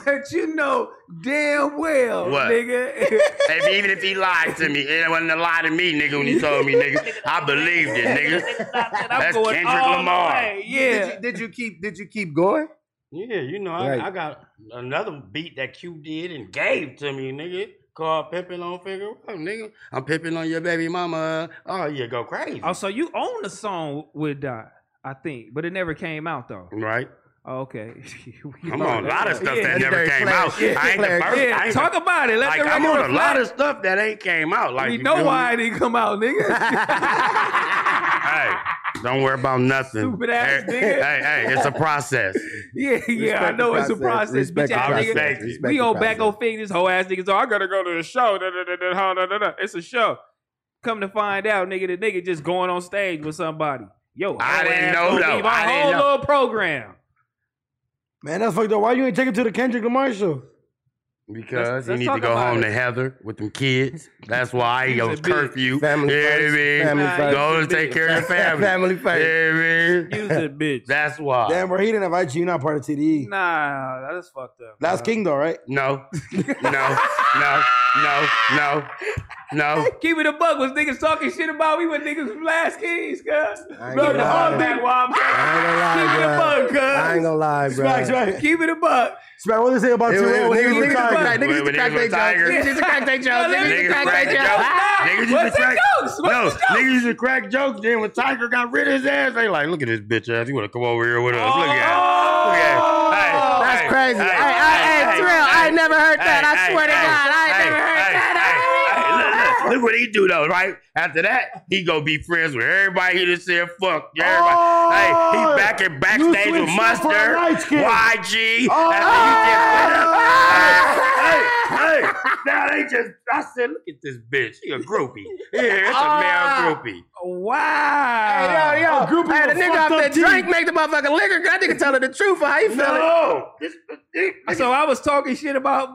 Speaker 1: but you know damn well,
Speaker 4: What?
Speaker 1: nigga.
Speaker 4: if, even if he lied to me, it wasn't a lie to me, nigga. When he told me, nigga, I believed it, nigga.
Speaker 1: I'm
Speaker 4: That's
Speaker 1: going
Speaker 4: Kendrick
Speaker 1: all the
Speaker 4: Lamar.
Speaker 1: way.
Speaker 2: Did
Speaker 1: Yeah.
Speaker 2: you, did you keep? Did you keep going?
Speaker 4: Yeah, you know, I,
Speaker 2: Right.
Speaker 4: I got another beat that Q did and gave to me, nigga. Called Pippin on Figure Row, nigga. I'm pipping on your baby mama. Oh, yeah, go crazy.
Speaker 1: Also, you own the song with Dot, I think, but it never came out though. Oh,
Speaker 4: Right?
Speaker 1: Okay.
Speaker 4: I'm on a lot of stuff
Speaker 1: Yeah.
Speaker 4: that never
Speaker 2: Legendary
Speaker 4: came
Speaker 2: player.
Speaker 4: out.
Speaker 2: Yeah.
Speaker 4: I ain't the
Speaker 2: Player.
Speaker 4: first. I
Speaker 1: Yeah,
Speaker 4: ain't
Speaker 1: talk
Speaker 4: the,
Speaker 1: about it. Let
Speaker 4: like,
Speaker 1: the
Speaker 4: I'm
Speaker 1: record
Speaker 4: on a lot
Speaker 1: reflect.
Speaker 4: of stuff that ain't came out. Like,
Speaker 1: we
Speaker 4: you
Speaker 1: know
Speaker 4: feel
Speaker 1: why it
Speaker 4: me?
Speaker 1: didn't come out, nigga.
Speaker 4: Hey, don't worry about nothing.
Speaker 1: Stupid ass
Speaker 4: hey,
Speaker 1: nigga.
Speaker 4: Hey, hey, it's a process.
Speaker 1: yeah, yeah, I
Speaker 2: Respect the
Speaker 1: know it's a process.
Speaker 2: Respect
Speaker 1: Bitch
Speaker 2: the
Speaker 1: ass
Speaker 4: process.
Speaker 1: nigga.
Speaker 4: Respect
Speaker 2: Respect
Speaker 1: We
Speaker 2: the
Speaker 1: on back
Speaker 2: process.
Speaker 1: on fig. This whole ass niggas. Oh, I gotta go to the show. Da, da, da, da, da, da, da, da. It's a show. Come to find out, nigga, the nigga just going on stage with somebody. Yo,
Speaker 4: I
Speaker 1: whole
Speaker 4: didn't
Speaker 1: ass
Speaker 4: know,
Speaker 1: gonna
Speaker 4: though.
Speaker 1: leave our
Speaker 4: I didn't
Speaker 1: whole
Speaker 4: know.
Speaker 1: little program.
Speaker 3: Man, that's fucked up. Why you ain't take him to the Kendrick Lamar show?
Speaker 1: Let's-
Speaker 4: Because you
Speaker 1: let's
Speaker 4: need to
Speaker 1: talk
Speaker 4: go
Speaker 1: about
Speaker 4: home
Speaker 1: it.
Speaker 4: to Heather with them kids. That's why
Speaker 1: He's
Speaker 4: I
Speaker 1: a
Speaker 4: was
Speaker 1: big
Speaker 4: curfew.
Speaker 2: family
Speaker 4: you know what I
Speaker 2: first,
Speaker 4: mean?
Speaker 2: family
Speaker 1: Nah,
Speaker 2: first.
Speaker 4: Go and take care of your family.
Speaker 2: Family
Speaker 4: You know
Speaker 2: first.
Speaker 4: what I mean?
Speaker 1: Use it, bitch.
Speaker 4: That's why.
Speaker 3: Damn, bro, he didn't invite you. You're not part of E. TDE.
Speaker 1: nah, that's fucked up.
Speaker 3: Last King, though, right?
Speaker 4: No, no, no, no, no. No.
Speaker 1: Keep it a buck. Was niggas talking shit about me when niggas from Last Kings, cuz?
Speaker 2: I ain't
Speaker 1: Bro,
Speaker 2: gonna
Speaker 1: the
Speaker 2: lie.
Speaker 1: all back while I'm
Speaker 2: I ain't
Speaker 1: Keep it a buck,
Speaker 2: gonna lie, bro. I ain't gonna lie, bro.
Speaker 3: Smack, smack.
Speaker 1: Keep it a buck.
Speaker 3: Smack, what they say about
Speaker 2: It was-
Speaker 3: Terrell when he
Speaker 2: niggas-
Speaker 3: was
Speaker 2: niggas
Speaker 3: retired?
Speaker 2: crack- niggas
Speaker 4: When- when
Speaker 2: to crack
Speaker 4: he was
Speaker 2: they
Speaker 4: tired.
Speaker 2: jokes.
Speaker 4: Niggas used to crack they jokes.
Speaker 1: Niggas
Speaker 4: Niggas used to
Speaker 1: crack they
Speaker 4: crack they
Speaker 1: jokes.
Speaker 4: jokes. Niggas used to
Speaker 1: What's the
Speaker 4: crack-
Speaker 1: jokes? What's
Speaker 4: No,
Speaker 1: the jokes?
Speaker 4: niggas used to crack jokes. Then when Tiger got rid of his ass, they like, look at this bitch ass. He want to come over here with us. Look at him.
Speaker 1: Oh,
Speaker 4: Look at him. Hey,
Speaker 2: That's
Speaker 4: hey,
Speaker 2: crazy.
Speaker 4: hey,
Speaker 2: Hey, I, hey,
Speaker 4: hey,
Speaker 2: Terrell, I ain't
Speaker 4: hey,
Speaker 2: never heard that. I
Speaker 4: hey,
Speaker 2: swear to
Speaker 4: hey,
Speaker 2: God, I ain't
Speaker 4: hey,
Speaker 2: never
Speaker 4: hey,
Speaker 2: heard that.
Speaker 4: hey, hey, Look, look, look what he do though, right? After that, he go be friends with everybody. He just said fuck everybody.
Speaker 3: Oh,
Speaker 4: hey, he back in backstage
Speaker 3: switched
Speaker 4: with
Speaker 3: up for a
Speaker 4: Mustard,
Speaker 3: light skin.
Speaker 4: YG.
Speaker 3: Oh.
Speaker 4: after he just went up. Hey, hey, hey, now they just. I said, look at this bitch. She a groupie. Yeah,
Speaker 3: Oh.
Speaker 4: it's a male groupie.
Speaker 1: Wow.
Speaker 2: Hey, yo,
Speaker 3: A group
Speaker 2: yo,
Speaker 3: of
Speaker 2: hey, the
Speaker 3: little
Speaker 2: nigga
Speaker 3: fucked
Speaker 2: off
Speaker 3: up
Speaker 2: that
Speaker 3: teeth.
Speaker 2: drink make the motherfucker liquor. That nigga telling the truth for how he
Speaker 3: Oh.
Speaker 2: feeling.
Speaker 4: No, this, this,
Speaker 1: So I was talking shit about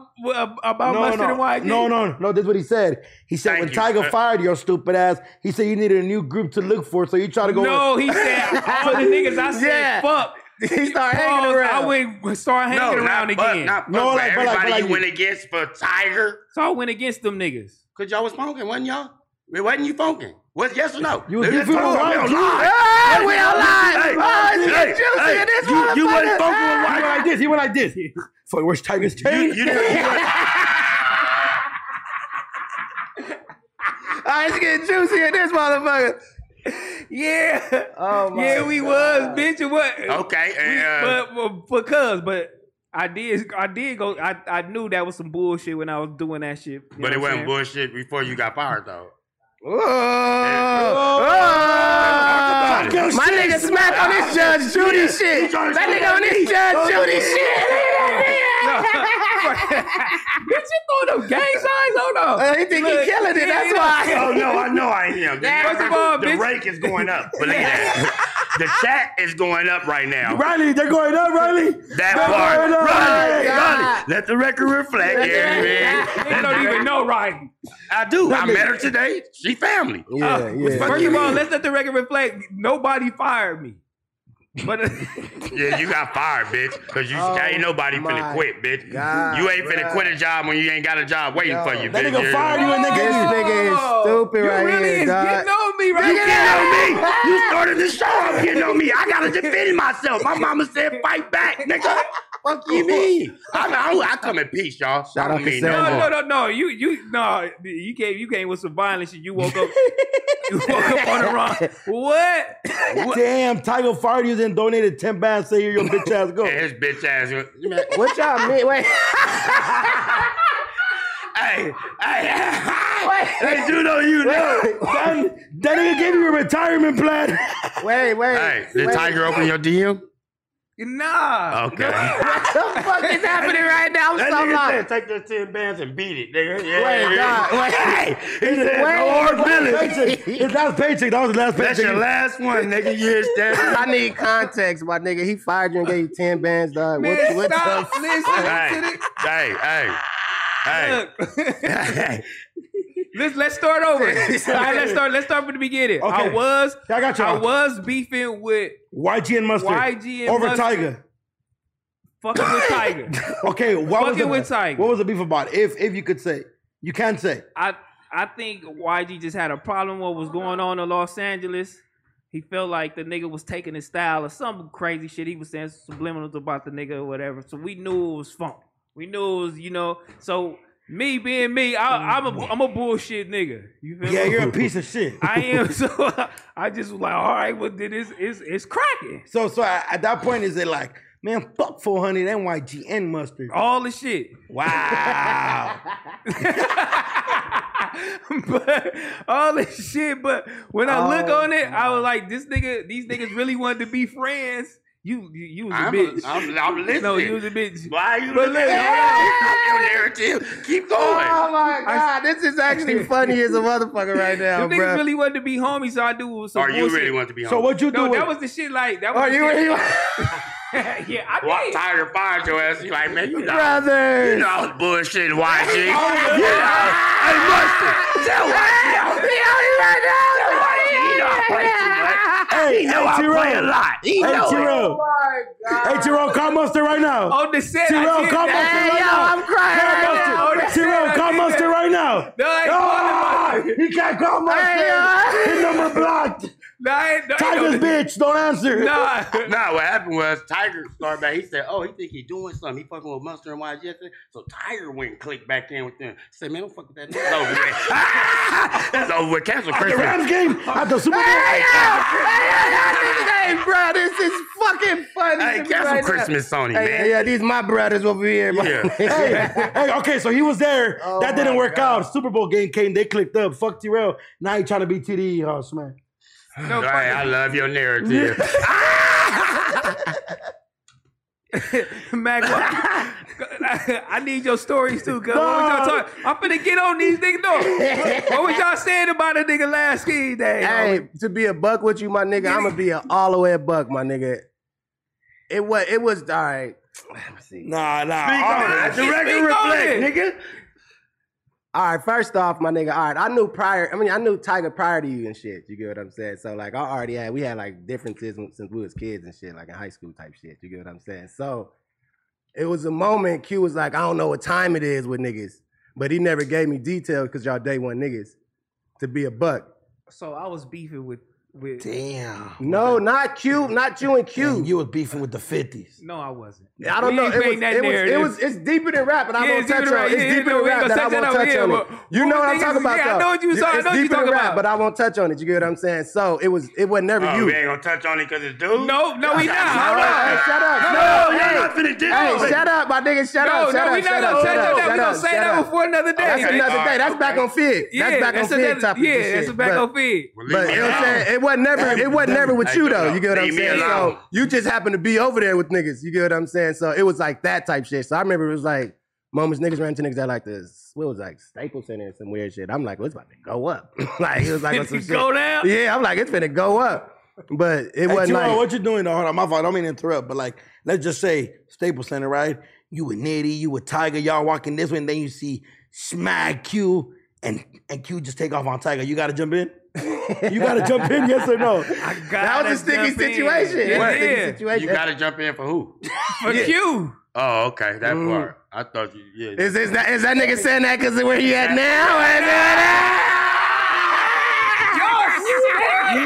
Speaker 1: about
Speaker 3: No,
Speaker 1: Mustard
Speaker 3: no,
Speaker 1: and YG.
Speaker 3: no, no, no. This is what he said. He said
Speaker 4: Thank
Speaker 3: when
Speaker 4: you.
Speaker 3: Tiger
Speaker 4: Uh,
Speaker 3: fired your stupid ass, he said you needed a new group to look for, so you try to go.
Speaker 1: No, he said all the niggas I said
Speaker 2: Yeah.
Speaker 1: fuck.
Speaker 2: He started
Speaker 1: Pause,
Speaker 2: hanging
Speaker 1: I
Speaker 2: around.
Speaker 1: went start hanging
Speaker 4: no,
Speaker 1: around
Speaker 4: not, but,
Speaker 1: again.
Speaker 4: not but,
Speaker 3: No,
Speaker 4: but
Speaker 3: like- but like-
Speaker 4: everybody
Speaker 3: but like
Speaker 4: you
Speaker 3: you-
Speaker 4: went against for Tiger.
Speaker 1: so I went against them niggas.
Speaker 4: Cause y'all was funking, wasn't y'all? It wasn't you funking. Was yes or no?
Speaker 3: You was
Speaker 4: Let's
Speaker 3: giving
Speaker 4: talk.
Speaker 3: a
Speaker 4: We
Speaker 3: right
Speaker 4: don't
Speaker 3: to-
Speaker 4: lie.
Speaker 2: Hey, we don't lie.
Speaker 3: Ah,
Speaker 2: Oh, it's getting juicy in this
Speaker 4: you, you
Speaker 2: motherfucker.
Speaker 4: wasn't funking with
Speaker 3: He Ah. went
Speaker 4: white.
Speaker 3: like this. He went like this. Fuck, where's Tiger's
Speaker 4: You,
Speaker 3: chain?
Speaker 4: you, didn't- you wasn't-
Speaker 2: Oh, it's getting juicy in this motherfucker.
Speaker 1: Yeah.
Speaker 2: Oh my
Speaker 1: yeah,
Speaker 4: uh,
Speaker 1: we was bitch. and What?
Speaker 4: okay,
Speaker 1: We-
Speaker 4: and, uh,
Speaker 1: but, but because but I did I did go I, I knew that was some bullshit when I was doing that shit. you know
Speaker 4: but it
Speaker 1: what I'm
Speaker 4: wasn't bullshit before you got fired though.
Speaker 2: Whoa. Whoa.
Speaker 3: Ah.
Speaker 4: Talk
Speaker 2: My nigga smack on this Judge Judy shit.
Speaker 4: trying to
Speaker 2: That nigga on this Judge Judy shit.
Speaker 1: Bitch, you throwing them gang signs? Hold on.
Speaker 2: Uh, he think he
Speaker 1: Look,
Speaker 2: killing it.
Speaker 1: yeah,
Speaker 2: That's
Speaker 1: yeah.
Speaker 2: why.
Speaker 4: Oh no, I know I am. The-
Speaker 1: First of all,
Speaker 4: the
Speaker 1: bitch-
Speaker 4: rake is going up. But look at that. The chat is going up right Oh, now.
Speaker 3: Riley, they're going up, Riley.
Speaker 4: That
Speaker 3: They're
Speaker 4: part.
Speaker 3: going up, Riley.
Speaker 4: Riley, Riley, let the record reflect.
Speaker 2: Let the
Speaker 4: Yeah,
Speaker 2: record-
Speaker 1: Nigga
Speaker 4: man.
Speaker 1: don't even know Ryan.
Speaker 4: I do. I
Speaker 3: nigga-
Speaker 4: met her today. She family.
Speaker 1: Uh,
Speaker 2: Yeah, yeah.
Speaker 1: First
Speaker 4: you
Speaker 1: of all,
Speaker 4: mean?
Speaker 1: let's let the record reflect. Nobody fired me. But
Speaker 4: Yeah, you got fired, bitch. Cause you
Speaker 2: Oh,
Speaker 4: ain't nobody
Speaker 2: my
Speaker 4: finna quit, bitch.
Speaker 2: God,
Speaker 4: you ain't finna
Speaker 2: bruh.
Speaker 4: quit a job when you ain't got a job waiting
Speaker 2: Yo,
Speaker 4: for you,
Speaker 3: that
Speaker 4: bitch.
Speaker 3: nigga
Speaker 4: Yeah.
Speaker 3: fired you and they
Speaker 2: This
Speaker 3: gave you.
Speaker 2: nigga is stupid
Speaker 1: you
Speaker 2: right
Speaker 1: really
Speaker 2: here,
Speaker 1: is
Speaker 2: dog.
Speaker 1: getting on me right
Speaker 4: You
Speaker 1: now.
Speaker 4: getting on me? You started the show. I'm getting on me. I gotta defend myself. My mama said, "Fight back, nigga." Fuck you mean? I, I, I come in peace, y'all.
Speaker 2: Shout
Speaker 4: I
Speaker 2: out
Speaker 4: don't
Speaker 2: to
Speaker 4: mean
Speaker 2: Selma.
Speaker 4: no
Speaker 1: No,
Speaker 4: more.
Speaker 1: no, no, no. You, you, no. You came, you came with some violence. and You woke up, you woke up on the wrong. What?
Speaker 3: Damn, Tiger fired you, then donated ten bands. Say here, your bitch ass go.
Speaker 4: And his bitch ass. went, "Man,
Speaker 2: What y'all mean? Wait.
Speaker 4: Hey, hey, hey, do know you know.
Speaker 3: that, that nigga gave you a retirement plan.
Speaker 2: Wait, wait.
Speaker 4: Hey, did
Speaker 2: wait.
Speaker 4: Tiger open your DM?
Speaker 1: Nah.
Speaker 4: Okay.
Speaker 2: What the fuck is happening right now? I'm
Speaker 4: That
Speaker 2: so
Speaker 4: nigga
Speaker 2: lost.
Speaker 4: said, take those 10 bands and beat it, nigga. Yeah,
Speaker 2: Wait,
Speaker 4: yeah.
Speaker 2: God,
Speaker 4: Hey,
Speaker 2: wait.
Speaker 4: he said,
Speaker 2: Wait,
Speaker 4: Lord willing.
Speaker 3: Paycheck. His last paycheck. That was the last
Speaker 4: That's your
Speaker 3: paycheck.
Speaker 4: last one, nigga. Yes, that.
Speaker 2: I need context, my nigga. He fired you and gave you 10 bands, dog.
Speaker 1: Man,
Speaker 2: What, what the
Speaker 1: stop.
Speaker 2: f-
Speaker 1: Listen
Speaker 4: Hey, hey, hey, hey.
Speaker 1: to the. Look.
Speaker 4: Hey,
Speaker 1: Let's let's start over. All right, let's start. Let's start from the beginning. I
Speaker 3: Okay.
Speaker 1: was
Speaker 3: I got
Speaker 1: I
Speaker 3: you.
Speaker 1: was beefing with
Speaker 3: YG and Mustard.
Speaker 1: YG and
Speaker 3: over
Speaker 1: Mustard.
Speaker 3: Tiger.
Speaker 1: fucking with Tiger.
Speaker 3: Okay, what was
Speaker 1: Fucking
Speaker 3: the,
Speaker 1: with Tiger.
Speaker 3: What was the beef about? If if you could say, you can say.
Speaker 1: I I think YG just had a problem with what was going on in Los Angeles. He felt like the nigga was taking his style or some crazy shit. He was saying subliminals about the nigga or whatever. So we knew it was funk. We knew it was, you know. So me being me, I, I'm a I'm a bullshit nigga. You feel
Speaker 3: Yeah,
Speaker 1: me?
Speaker 3: you're a piece of shit.
Speaker 1: I am. So I just was like, all right, well then it's it's it's cracking.
Speaker 3: So so at at that point, is it like, man, fuck 400 and YG and Mustard?
Speaker 1: All the shit.
Speaker 3: Wow.
Speaker 1: but all this shit. But when I look
Speaker 2: Oh,
Speaker 1: on it, I was like, this nigga, these niggas really wanted to be friends. You, you, you was a
Speaker 4: I'm,
Speaker 1: bitch.
Speaker 4: I'm, I'm listening.
Speaker 1: no, you was a bitch.
Speaker 4: Why you
Speaker 1: But
Speaker 4: but
Speaker 1: look-
Speaker 4: listening? Hold on. Keep your narrative. Keep going.
Speaker 2: Oh my God, this is actually funny as a motherfucker right now,
Speaker 1: Them niggas
Speaker 2: bro.
Speaker 1: really wanted to be homies, so I do was some
Speaker 4: Or you
Speaker 1: bullshit.
Speaker 4: really want to be on?
Speaker 3: So what you
Speaker 1: No,
Speaker 3: do?
Speaker 1: that was the shit. Like that was.
Speaker 2: Are
Speaker 1: the
Speaker 2: Oh, you
Speaker 1: shit-
Speaker 2: really?
Speaker 1: yeah, I
Speaker 4: Why
Speaker 1: did.
Speaker 4: Tiger fired your ass? You like, man, you know, you
Speaker 2: Brothers.
Speaker 4: know, I was bullshitting YG. you know, I must tell YG I was
Speaker 3: Hey,
Speaker 4: He know
Speaker 3: hey,
Speaker 4: I play a
Speaker 3: Tyrell.
Speaker 4: lot. He
Speaker 3: Hey,
Speaker 4: know it.
Speaker 3: Tyrell. Hey, Tyrell, call Mustard right now.
Speaker 1: On the set, I
Speaker 3: Tyrell,
Speaker 1: did
Speaker 3: call
Speaker 1: that.
Speaker 3: Mustard
Speaker 2: Hey,
Speaker 3: right
Speaker 2: yo,
Speaker 3: now.
Speaker 2: I'm crying
Speaker 3: Call
Speaker 2: right
Speaker 3: Mustard.
Speaker 2: now.
Speaker 1: Oh, that's it.
Speaker 3: Tyrell,
Speaker 1: I
Speaker 3: call
Speaker 1: did that.
Speaker 3: Mustard right now.
Speaker 1: No, I ain't calling sorry.
Speaker 3: He can't call my
Speaker 1: Hey,
Speaker 3: phone.
Speaker 1: yo.
Speaker 3: His number blocked.
Speaker 1: Nah, I ain't- I
Speaker 3: Tiger's
Speaker 1: ain't know-
Speaker 3: bitch, don't answer.
Speaker 1: Nah.
Speaker 4: Nah, what happened was Tiger started back. He said, "Oh, he think he doing something. He fucking with Monster and Wise yesterday." So Tiger went and clicked back in with them. He said, "Man, don't fuck with that. That's over with. That's over with. Cancel
Speaker 3: At the
Speaker 4: Christmas."
Speaker 3: Rams game, at the Super Bowl.
Speaker 2: Hey, bro, this is fucking funny.
Speaker 4: Hey,
Speaker 2: to me
Speaker 4: cancel
Speaker 2: right now.
Speaker 4: Christmas, Sony
Speaker 2: Hey,
Speaker 4: man.
Speaker 2: yeah, yeah, these my brothers over here. bro.
Speaker 4: Yeah.
Speaker 3: hey, hey, okay, so he was there.
Speaker 2: Oh
Speaker 3: that didn't
Speaker 2: my
Speaker 3: work
Speaker 2: God.
Speaker 3: out. Super Bowl game came, they clicked up. Fuck Terrell. Now he trying to be TDE Hoss, man.
Speaker 1: No
Speaker 4: All right, I love your narrative.
Speaker 1: fucking Mac. what- I need your stories too, cuz. What was y'all talking? I'm finna get on these niggas. No. What was y'all saying about a nigga last ski day?
Speaker 2: Hey, to be a buck with you, my nigga, I'm gonna be an all the way a buck, my nigga. It was, it was all right.
Speaker 3: Nah,
Speaker 1: on
Speaker 3: nah.
Speaker 1: it.
Speaker 3: Alright,
Speaker 1: Speak on it.
Speaker 3: nigga.
Speaker 2: All right, first off, my nigga, all right, I knew prior, I mean, I knew Tiger prior to you and shit. You get what I'm saying? So, like, I already had, we had like differences when- since we was kids and shit, like in high school type shit. You get what I'm saying? So, it was a moment Q was like, I don't know what time it is with niggas, but he never gave me details because y'all day one niggas to be a buck.
Speaker 1: So I was beefing with with.
Speaker 3: Damn.
Speaker 2: No, not Q, not you and Q.
Speaker 3: And you was beefing with the 50s.
Speaker 1: No, I wasn't.
Speaker 2: I don't
Speaker 1: We
Speaker 2: know.
Speaker 1: ain't
Speaker 2: It was,
Speaker 1: bring that
Speaker 2: it, was, it
Speaker 1: narrative.
Speaker 2: was- it's deeper than rap, and I
Speaker 1: Yeah,
Speaker 2: won't
Speaker 1: it's
Speaker 2: touch
Speaker 1: deeper
Speaker 2: on it.
Speaker 1: than-
Speaker 2: It's
Speaker 1: yeah,
Speaker 2: deeper
Speaker 1: no,
Speaker 2: than
Speaker 1: we ain't gonna
Speaker 2: rap that I
Speaker 1: touch that
Speaker 2: won't
Speaker 1: over
Speaker 2: touch
Speaker 1: here,
Speaker 2: on
Speaker 1: but what
Speaker 2: it. You know
Speaker 1: we
Speaker 2: what I'm
Speaker 1: think is-
Speaker 2: talking about,
Speaker 1: yeah, I
Speaker 2: though.
Speaker 1: know what you was- I
Speaker 2: It's
Speaker 1: know what you
Speaker 2: deeper than
Speaker 1: talking
Speaker 2: rap,
Speaker 1: about.
Speaker 2: but I won't touch on it. You get what I'm saying? So it was, it was never
Speaker 4: oh,
Speaker 2: you.
Speaker 4: we ain't gonna touch on it because it's dude.
Speaker 1: No, no, we not.
Speaker 2: All
Speaker 1: Hold
Speaker 2: right,
Speaker 1: on.
Speaker 2: hey, shut up.
Speaker 4: no,
Speaker 2: No,
Speaker 4: y'all
Speaker 2: hey.
Speaker 4: not finna do
Speaker 2: Hey, shut up, my nigga. Shut
Speaker 1: No,
Speaker 2: up. Shut
Speaker 1: no,
Speaker 2: up.
Speaker 1: we not
Speaker 2: shut
Speaker 1: gonna
Speaker 2: up,
Speaker 1: say
Speaker 2: shut
Speaker 1: that.
Speaker 2: up,
Speaker 1: We
Speaker 2: shut
Speaker 1: gonna
Speaker 2: up,
Speaker 1: say
Speaker 2: shut
Speaker 1: that
Speaker 2: up.
Speaker 1: before another day.
Speaker 2: That's
Speaker 4: Okay.
Speaker 2: another
Speaker 4: All
Speaker 2: day.
Speaker 4: right,
Speaker 2: That's back
Speaker 4: okay.
Speaker 2: on Fig.
Speaker 1: Yeah,
Speaker 2: that's back
Speaker 1: that's
Speaker 2: on
Speaker 1: another,
Speaker 2: Fig topic.
Speaker 1: Yeah,
Speaker 2: and shit.
Speaker 1: that's a back
Speaker 2: But-
Speaker 1: on feed.
Speaker 4: Well, leave
Speaker 2: But
Speaker 4: me
Speaker 2: you know what I'm
Speaker 4: alone.
Speaker 2: saying? It wasn't never it wasn't never with
Speaker 4: Hey,
Speaker 2: you
Speaker 4: leave
Speaker 2: though.
Speaker 4: me
Speaker 2: You get what I'm
Speaker 4: alone.
Speaker 2: saying?
Speaker 4: Leave me
Speaker 2: So
Speaker 4: alone.
Speaker 2: you just happened to be over there with niggas. You get what I'm saying? So it was like that type shit. So I remember it was like moments niggas ran to niggas that like this. What was it, like Staples Center and some weird shit. I'm like, well, it's about to go up. like it was like on some
Speaker 1: Did
Speaker 2: shit.
Speaker 1: you go down?
Speaker 2: Yeah, I'm like, it's gonna go up. But it
Speaker 3: Hey,
Speaker 2: wasn't
Speaker 3: Terrell,
Speaker 2: like
Speaker 3: what you doing? though? Hold on, my fault. I don't mean to interrupt, but like, let's just say Staples Center, right? You with Nitty, you with Tiger, y'all walking this way, and then you see Smack Q and and Q just take off on Tiger. You gotta jump in. You gotta jump in, yes or no?
Speaker 1: I got
Speaker 2: that was a sticky situation. It was a sticky
Speaker 1: Yeah, yeah.
Speaker 2: situation.
Speaker 4: You gotta jump in for who?
Speaker 1: For you.
Speaker 4: Oh, okay, that part. I thought you. Yeah.
Speaker 2: Mm. Is, is that is that nigga saying that because of where he at now?
Speaker 4: yeah.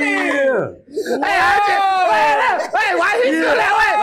Speaker 2: Hey, I just, wait, wait, why he feel that way?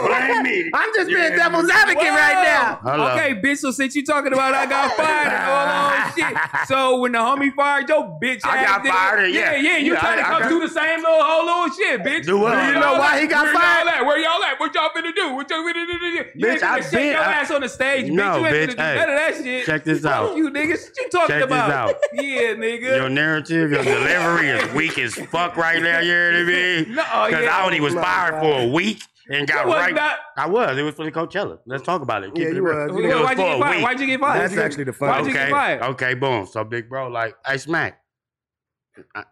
Speaker 4: Blame me.
Speaker 2: I'm just
Speaker 4: Yeah.
Speaker 2: being devil's advocate right now.
Speaker 4: Hello.
Speaker 1: Okay, bitch. So since you talking about I got fired and all that shit, so when the homie fired your bitch,
Speaker 4: I
Speaker 1: ass
Speaker 4: got
Speaker 1: nigga-
Speaker 4: fired, and
Speaker 1: yeah,
Speaker 4: yeah.
Speaker 1: you
Speaker 4: Yeah,
Speaker 1: trying to
Speaker 4: I- I
Speaker 1: come
Speaker 4: got-
Speaker 1: through the same little whole little shit, bitch.
Speaker 4: Do what?
Speaker 1: Where
Speaker 4: Do you
Speaker 1: y'all
Speaker 2: know why
Speaker 1: at?
Speaker 2: he got
Speaker 1: Where y'all
Speaker 2: fired?
Speaker 1: at? Where y'all at? What y'all finna do? What y'all finna do? You ain't
Speaker 4: Bitch, I
Speaker 1: finna shake
Speaker 4: been-
Speaker 1: your
Speaker 4: I-
Speaker 1: ass on the stage, bitch.
Speaker 4: No,
Speaker 1: you ain't
Speaker 4: bitch,
Speaker 1: finna do
Speaker 4: hey.
Speaker 1: none of that shit.
Speaker 4: Check this
Speaker 1: Fuck
Speaker 4: out.
Speaker 1: you niggas. What you talking
Speaker 4: Check this
Speaker 1: about?
Speaker 4: out.
Speaker 1: Yeah, nigga.
Speaker 4: Your narrative, your delivery is weak as fuck right now. You hear me?
Speaker 1: No, oh,
Speaker 4: Because
Speaker 1: yeah.
Speaker 4: I only was fired for a week and got
Speaker 1: was
Speaker 4: right.
Speaker 1: not-
Speaker 4: I was. It was for the Coachella. Let's talk about it. Keep
Speaker 2: Yeah,
Speaker 4: it
Speaker 2: you
Speaker 4: real.
Speaker 2: was.
Speaker 4: It
Speaker 2: You
Speaker 1: Why-
Speaker 2: was
Speaker 1: Why'd you
Speaker 4: for
Speaker 1: get
Speaker 4: a
Speaker 1: fired?
Speaker 4: week.
Speaker 1: Why'd you get fired?
Speaker 2: That's actually the
Speaker 1: Why'd
Speaker 2: funny.
Speaker 1: you
Speaker 4: okay.
Speaker 1: get fired?
Speaker 4: Okay, boom. So, big bro, like, hey, Smack, I-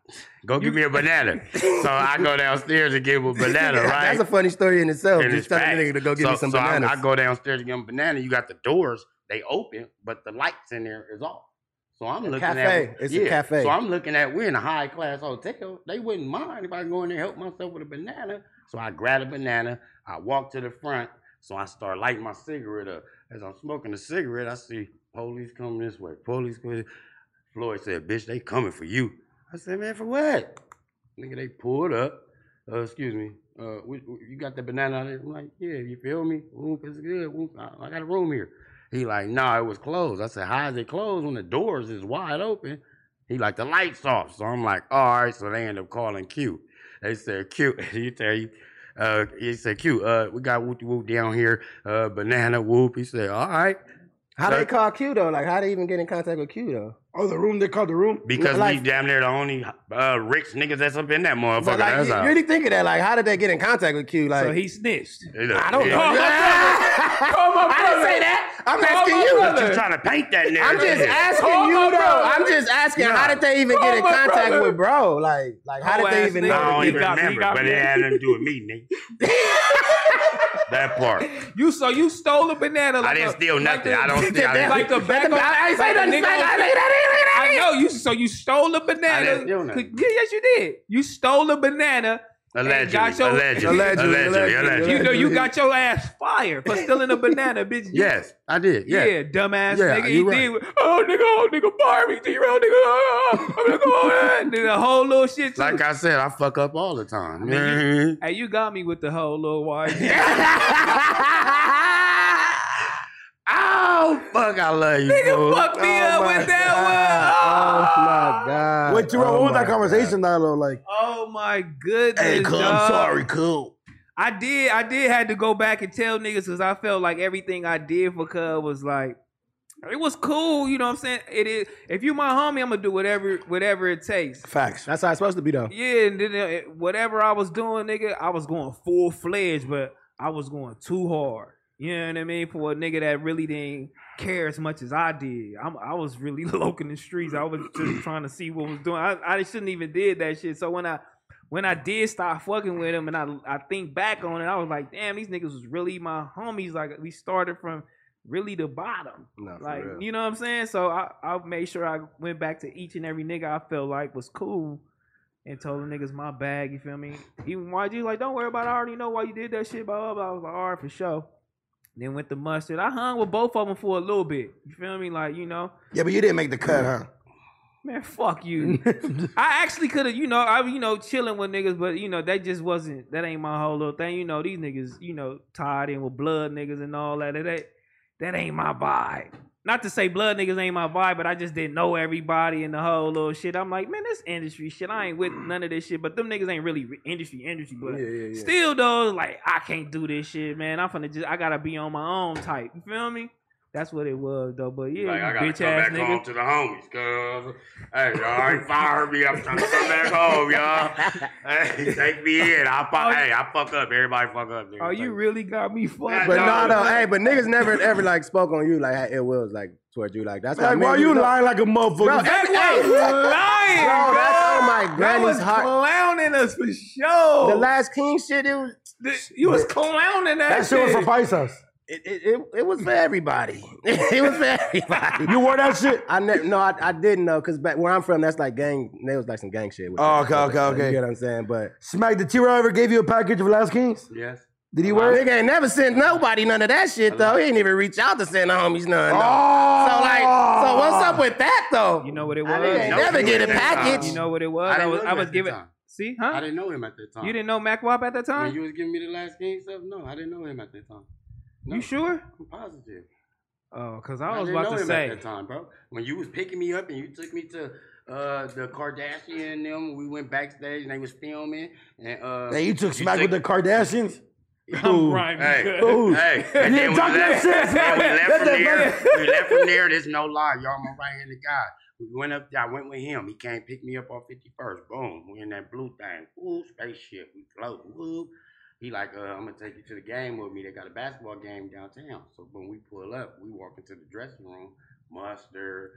Speaker 4: go give me a banana. so I go downstairs and give him a banana, right?
Speaker 2: That's a funny story in itself.
Speaker 4: And
Speaker 2: Just
Speaker 4: it's
Speaker 2: telling a
Speaker 4: facts.
Speaker 2: nigga to go give
Speaker 4: so,
Speaker 2: me some
Speaker 4: so I-
Speaker 2: bananas.
Speaker 4: I, go downstairs to get him a banana. You got the doors, they open, but the lights in there is off. So I'm looking
Speaker 2: cafe.
Speaker 4: at
Speaker 2: It's a cafe.
Speaker 4: So I'm looking at we're in a high class hotel. They wouldn't mind if I go in there and help myself with a banana. So I grab a banana. I walk to the front. So I start lighting my cigarette up. As I'm smoking a cigarette, I see police coming this way. Police coming. Floyd said, "Bitch, they coming for you." I said, "Man, for what?" Nigga, they pulled up. Uh, excuse me. Uh, we, we- you got the banana out there? I'm like, yeah. You feel me? Whoop, it's good. Whoop, I, I got a room here. He like, nah, it was closed. I said, how is it closed when the doors is wide open? He like, the lights off. So I'm like, all right. So they end up calling Q. They said, Q, you tell you. Uh, he said, Q, uh, we got whoop whoop down here, uh, banana whoop. He said, all right,
Speaker 2: how they call Q though? Like how they even get in contact with Q though?
Speaker 3: Oh, the room, they called the room?
Speaker 4: because
Speaker 2: Like-
Speaker 4: we damn near the only uh, rich niggas that's up in that motherfucker.
Speaker 2: But like,
Speaker 4: that's
Speaker 2: you
Speaker 4: all.
Speaker 2: really think of that? Like how did they get in contact with Q? Like
Speaker 1: So he snitched.
Speaker 2: I don't know.
Speaker 1: Call my brother. Call my
Speaker 2: I didn't
Speaker 1: brother.
Speaker 2: say that. I'm
Speaker 1: Call
Speaker 2: asking
Speaker 1: my
Speaker 2: you.
Speaker 1: brother.
Speaker 4: You trying to paint that narrative?
Speaker 2: I'm just asking
Speaker 1: Call my
Speaker 2: you though.
Speaker 1: brother.
Speaker 2: I'm just asking
Speaker 4: Nah.
Speaker 2: how did they even
Speaker 1: Call
Speaker 2: get in
Speaker 1: my
Speaker 2: contact
Speaker 1: brother.
Speaker 2: with bro? Like like how
Speaker 1: Whole
Speaker 2: did they
Speaker 1: ass
Speaker 2: even
Speaker 1: nigga.
Speaker 4: I
Speaker 2: know?
Speaker 4: don't
Speaker 1: He
Speaker 4: even
Speaker 1: got me, he
Speaker 4: remember,
Speaker 1: got
Speaker 4: but
Speaker 1: me.
Speaker 4: it had nothing to do with me, nigga. that part.
Speaker 1: You so you stole a banana. Like
Speaker 4: didn't
Speaker 1: a-
Speaker 4: steal
Speaker 1: like
Speaker 4: nothing.
Speaker 1: the-
Speaker 4: I don't steal- I
Speaker 1: Like the
Speaker 2: didn't-
Speaker 1: back. of-
Speaker 2: I ain't say
Speaker 1: like the
Speaker 2: nothing.
Speaker 1: nigga
Speaker 2: I ain't say
Speaker 1: on- I
Speaker 2: nothing.
Speaker 1: know you. So you stole a banana.
Speaker 4: I didn't steal nothing.
Speaker 1: Yeah, yes, you did. You stole a banana
Speaker 4: Allegedly,
Speaker 1: got your-
Speaker 4: allegedly,
Speaker 3: Allegedly,
Speaker 4: allegedly, allegedly,
Speaker 3: allegedly,
Speaker 1: You know you got your ass fired for stealing a banana, bitch. You-
Speaker 4: Yes, I did.
Speaker 1: Yeah,
Speaker 4: Yeah.
Speaker 1: dumbass
Speaker 4: Yeah,
Speaker 1: nigga. He
Speaker 4: you right.
Speaker 1: did. with- Oh, nigga, oh, nigga, fire me, three round, nigga. Oh, I'm gonna go in. Did the whole little shit. Too.
Speaker 4: Like I said, I fuck up all the time.
Speaker 1: hey, you got me with the whole little wire.
Speaker 4: oh fuck! I love you,
Speaker 1: nigga,
Speaker 4: fool.
Speaker 1: fuck me up
Speaker 3: my
Speaker 1: with that one.
Speaker 2: Oh my god.
Speaker 3: Wait, Terrell, what was
Speaker 2: Oh
Speaker 3: that
Speaker 2: my
Speaker 3: conversation dialogue like?
Speaker 1: Oh, my goodness.
Speaker 3: Hey, cuz, I'm
Speaker 1: dog.
Speaker 3: sorry, cool.
Speaker 1: I did. I did had to go back and tell niggas because I felt like everything I did for Cub was like it was cool. You know what I'm saying? It is. If you my homie, I'm gonna do whatever whatever it takes.
Speaker 3: Facts.
Speaker 2: That's how it's supposed to be though.
Speaker 1: Yeah, and then uh, whatever I was doing, nigga, I was going full fledged, but I was going too hard. You know what I mean? For a nigga that really didn't care as much as I did, I'm, I was really loking the streets. I was just trying to see what was doing. I, I shouldn't even did that shit. So when I when I did start fucking with him, and I I think back on it, I was like, damn, these niggas was really my homies. Like we started from really the bottom.
Speaker 2: No, for
Speaker 1: Like,
Speaker 2: real.
Speaker 1: you know what I'm saying? So I, I made sure I went back to each and every nigga I felt like was cool and told them niggas my bag, you feel me? Even YG, like, don't worry about it. I already know why you did that shit, blah, blah, blah. I was like, all right, for sure. Then went to Mustard. I hung with both of them for a little bit. You feel me? Like, you know,
Speaker 3: Yeah, but you didn't make the cut, huh?
Speaker 1: man, fuck you. I actually could have, you know, I you know chilling with niggas, but you know that just wasn't that ain't my whole little thing. You know these niggas, you know, tied in with blood niggas and all that. That ain't- that ain't my vibe. Not to say blood niggas ain't my vibe, but I just didn't know everybody and the whole little shit. I'm like, man, this industry shit. I ain't with none of this shit. But them niggas ain't really re- industry industry, but still though, like I can't do this shit, man. I'm finna just I gotta be on my own type. You feel me? That's what it was though. But yeah,
Speaker 4: Like, I gotta
Speaker 1: you bitch
Speaker 4: come
Speaker 1: ass
Speaker 4: back
Speaker 1: nigga.
Speaker 4: home to the homies, cuz. Hey, y'all already fired me. I'm trying to come back home, y'all. Hey, take me in. I fuck,
Speaker 1: Oh,
Speaker 4: hey, I fuck up. Everybody fuck up. nigga.
Speaker 1: Oh, you
Speaker 4: Like,
Speaker 1: really got me fucked.
Speaker 2: But
Speaker 4: No,
Speaker 2: no, no,
Speaker 4: but-
Speaker 2: hey, but niggas never ever like spoke on you like how it was like towards you like that's why
Speaker 3: Like,
Speaker 2: me
Speaker 3: why
Speaker 2: and
Speaker 3: you
Speaker 2: know-
Speaker 3: lying like a motherfucker?
Speaker 2: Bro,
Speaker 1: That was lying,
Speaker 2: Bro, that's
Speaker 1: bro.
Speaker 2: on my
Speaker 1: That was
Speaker 2: granny's heart.
Speaker 1: clowning us for
Speaker 2: The
Speaker 1: sure.
Speaker 2: last king shit, it was
Speaker 1: Th- you was clowning that,
Speaker 3: that shit was for Paisas.
Speaker 2: it, it, it, it was for everybody. it was for everybody.
Speaker 3: You wore that shit?
Speaker 2: I ne- no, I, I didn't know because back where I'm from, that's like gang. There was like some gang shit. with
Speaker 3: Oh,
Speaker 2: that.
Speaker 3: okay, okay,
Speaker 2: Like,
Speaker 3: okay.
Speaker 2: You get what I'm saying? But
Speaker 3: Smack, did T-Raw ever gave you a package of Last Kings?
Speaker 4: Yes.
Speaker 3: Did he wear it?
Speaker 2: nigga ain't never sent nobody none of that shit though. He ain't even reach out to send the homies none.
Speaker 3: Oh!
Speaker 2: though. So like, so what's up with that though?
Speaker 1: You know what it
Speaker 2: I didn't
Speaker 1: was?
Speaker 4: know-
Speaker 2: never
Speaker 4: you
Speaker 2: get a
Speaker 4: at that
Speaker 2: package.
Speaker 4: time.
Speaker 1: You know what it was?
Speaker 4: I
Speaker 1: I,
Speaker 4: didn't
Speaker 1: was
Speaker 4: know
Speaker 1: I
Speaker 4: you
Speaker 1: was
Speaker 4: at that
Speaker 1: giving.
Speaker 4: time.
Speaker 1: See,
Speaker 4: I
Speaker 1: huh?
Speaker 4: didn't know him at that time.
Speaker 1: You didn't know Mac Wop at that
Speaker 4: When
Speaker 1: time?
Speaker 4: you was giving me the last game stuff? No, I didn't know him at that time. No,
Speaker 1: You sure?
Speaker 4: I'm positive.
Speaker 1: Oh, cause
Speaker 4: I,
Speaker 1: I was
Speaker 4: didn't
Speaker 1: about
Speaker 4: know
Speaker 1: to
Speaker 4: him
Speaker 1: say.
Speaker 4: at that time, bro. When you was picking me up and you took me to uh, the Kardashian and them, we went backstage and they was filming and uh,
Speaker 3: Hey, you took
Speaker 4: You
Speaker 3: Smack
Speaker 4: took-
Speaker 3: with the Kardashians?
Speaker 1: I'm
Speaker 3: Ooh.
Speaker 1: grimy.
Speaker 4: Hey,
Speaker 3: Ooh.
Speaker 4: hey, and
Speaker 3: Yeah,
Speaker 4: then we
Speaker 3: talk that
Speaker 4: left,
Speaker 3: shit,
Speaker 4: then
Speaker 3: man.
Speaker 4: we left
Speaker 3: That's
Speaker 4: from
Speaker 3: that
Speaker 4: there.
Speaker 3: fucking-
Speaker 4: We left from there. There's no lie, y'all. My right hand guy. We went up. there, I went with him. He came pick me up on 51st. Boom. We in that blue thing. Ooh, spaceship. We float. Woo. He like, uh, I'm gonna take you to the game with me. They got a basketball game downtown. So when we pull up, we walk into the dressing room. Mustard,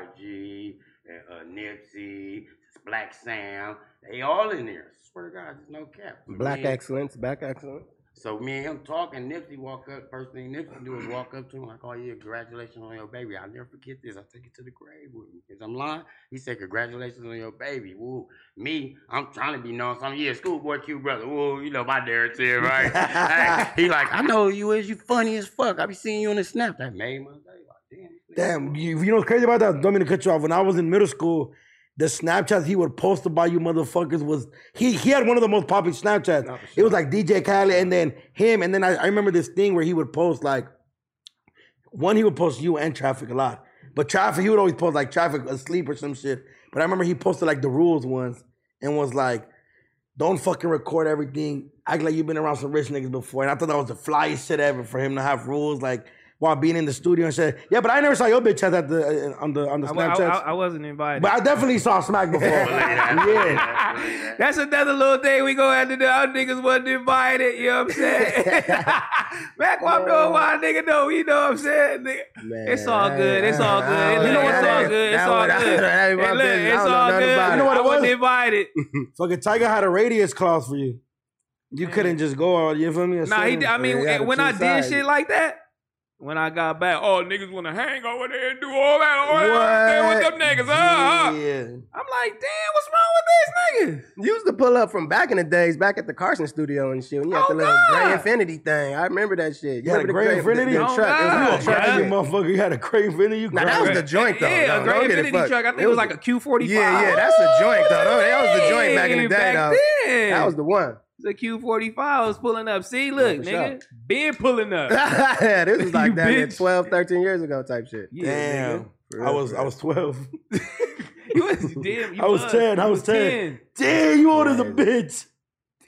Speaker 4: YG, and, uh, Nipsey, Black Sam. They all in there. Swear to God, there's no cap. So
Speaker 2: Black
Speaker 4: me and-
Speaker 2: excellence, black excellence.
Speaker 4: so me and him talking, Nipsey walk up. First thing Nipsey do is walk up to him like, "Oh yeah, congratulations on your baby. I'll never forget this. I'll take it to the grave with me." Cause I'm lying. He said, "Congratulations on your baby." Woo. Me, I'm trying to be known. So I'm yeah, schoolboy cute brother. Woo. You know my narrative, right? hey, he like, I know who you is. You funny as fuck. I be seeing you on the snap. That made my day. Like, damn. this nigga
Speaker 3: Damn,
Speaker 4: funny.
Speaker 3: you, you know what's crazy about that? Don't mean to cut you off. When I was in middle school, the Snapchats he would post about you motherfuckers was he he had one of the most popular Snapchats.
Speaker 2: Not for
Speaker 3: It
Speaker 2: sure.
Speaker 3: was like DJ Khaled and then him, and then I, I remember this thing where he would post like one, he would post you and traffic a lot. But traffic, he would always post like traffic asleep or some shit. But I remember he posted like the rules once and was like, don't fucking record everything. Act like you've been around some rich niggas before. And I thought that was the flyest shit ever for him to have rules like while being in the studio and shit. Yeah, but I never saw your bitch at the on the on the
Speaker 1: I, wa- I-
Speaker 3: Snapchat.
Speaker 1: I- I wasn't invited.
Speaker 3: but I definitely saw Smack before. yeah.
Speaker 4: Yeah.
Speaker 1: That's another little thing we gonna have to do. Our niggas wasn't invited, you know what I'm saying? Mac Wop know why nigga know, you know what I'm saying? Nigga.
Speaker 2: Man,
Speaker 1: It's all
Speaker 2: I-
Speaker 1: good. It's
Speaker 2: I-
Speaker 1: all
Speaker 2: I
Speaker 1: good.
Speaker 2: don't
Speaker 1: It-
Speaker 2: know
Speaker 1: it's
Speaker 2: what
Speaker 1: all
Speaker 2: that is.
Speaker 1: good. It's
Speaker 2: That
Speaker 1: all
Speaker 2: what-
Speaker 1: good.
Speaker 2: that ain't my
Speaker 1: Hey, look,
Speaker 2: business. I
Speaker 1: it's
Speaker 2: don't know
Speaker 1: all
Speaker 2: nothing
Speaker 1: good.
Speaker 2: about
Speaker 1: You
Speaker 2: it.
Speaker 1: know what
Speaker 3: it
Speaker 1: I wasn't
Speaker 3: was?
Speaker 1: invited.
Speaker 3: Fucking Tiger had a radius clause for you. You couldn't just go out, you feel me?
Speaker 1: nah, he, I mean,
Speaker 2: Yeah, you gotta
Speaker 1: when I
Speaker 2: choose
Speaker 1: did
Speaker 2: sides.
Speaker 1: shit like that, When I got back, oh niggas want to hang over there and do all that, all that with them niggas. ah, huh, huh.
Speaker 3: Yeah.
Speaker 1: I'm like, damn, what's wrong with these niggas?
Speaker 2: You used to pull up from back in the days, back at the Carson studio and shit. When you had
Speaker 1: Oh,
Speaker 2: the little
Speaker 1: God.
Speaker 2: gray infinity thing. I remember that shit. You
Speaker 3: had a
Speaker 2: remember the
Speaker 3: Gray Infinity?
Speaker 2: The, the
Speaker 1: Oh,
Speaker 2: truck. It
Speaker 1: God.
Speaker 2: was
Speaker 3: You
Speaker 2: a
Speaker 3: a
Speaker 1: Yeah.
Speaker 2: truck.
Speaker 3: crazy motherfucker. You had a crave in it. You
Speaker 2: Now, that was
Speaker 3: crazy.
Speaker 2: the joint though.
Speaker 1: Yeah,
Speaker 2: No,
Speaker 1: a Grand
Speaker 2: don't get it
Speaker 1: Infinity
Speaker 2: fucked.
Speaker 1: truck. I think it
Speaker 2: It
Speaker 1: was
Speaker 2: was-
Speaker 1: like a Q45.
Speaker 2: Yeah, yeah, that's a joint though. No, that was the joint back in the day,
Speaker 1: Back
Speaker 2: though.
Speaker 1: Then.
Speaker 2: That was the one.
Speaker 1: the Q45 was pulling up. See, look,
Speaker 2: for
Speaker 1: nigga, been pulling up.
Speaker 2: yeah, this was
Speaker 1: You
Speaker 2: like that yeah,
Speaker 1: bitch.
Speaker 2: 12, 13 years ago type shit.
Speaker 1: Yeah,
Speaker 3: Damn.
Speaker 1: nigga.
Speaker 2: For
Speaker 3: I
Speaker 2: real,
Speaker 3: was
Speaker 2: for
Speaker 3: I
Speaker 2: real.
Speaker 3: was twelve.
Speaker 1: You was damn. You
Speaker 3: I was 10, I
Speaker 1: you
Speaker 3: was 10. Damn, you old as a
Speaker 2: Man.
Speaker 3: bitch.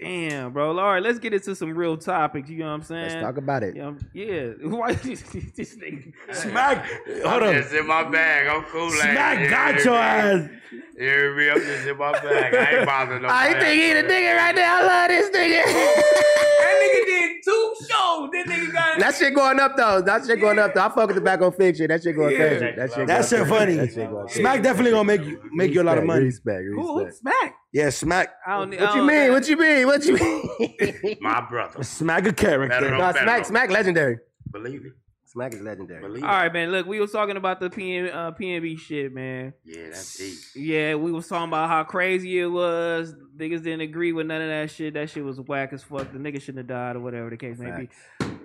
Speaker 1: Damn, bro. All right, let's get into some real topics. You know what I'm saying?
Speaker 2: Let's talk about it.
Speaker 1: Yeah, I'm- yeah. Why this nigga?
Speaker 3: Smack. Hold
Speaker 4: I'm
Speaker 3: on.
Speaker 4: just in my bag. I'm cool. like,
Speaker 3: Smack
Speaker 4: you
Speaker 3: got
Speaker 4: hear
Speaker 3: your
Speaker 4: me?
Speaker 3: ass.
Speaker 4: You hear me? I'm just in my bag. I ain't bothering nobody.
Speaker 2: nigga right now. I love this nigga.
Speaker 1: That nigga did two shows. That nigga got
Speaker 2: that shit going up though. That shit going up though. I fuck with the back on fiction. That shit going
Speaker 1: Yeah.
Speaker 2: crazy. That shit.
Speaker 3: That shit
Speaker 2: going
Speaker 3: funny.
Speaker 2: crazy. That shit going
Speaker 3: Smack definitely gonna make you make you a lot of money.
Speaker 2: Respect,
Speaker 1: Who? Oh,
Speaker 2: respect.
Speaker 1: Smack.
Speaker 3: Yeah, smack.
Speaker 1: I don't.
Speaker 2: What you mean? What you mean? What you mean?
Speaker 4: My brother.
Speaker 3: Smack a
Speaker 4: Better
Speaker 3: character.
Speaker 4: hope.
Speaker 2: nah, smack, smack, legendary.
Speaker 4: Believe it.
Speaker 2: Smack is legendary.
Speaker 4: Believe
Speaker 1: All
Speaker 4: it.
Speaker 1: right, man. Look, we was talking about the PN, uh, PNB shit, man.
Speaker 4: Yeah, that's deep.
Speaker 1: Yeah, we was talking about how crazy it was. Niggas didn't agree with none of that shit. That shit was whack as fuck. The nigga shouldn't have died or whatever the case may be.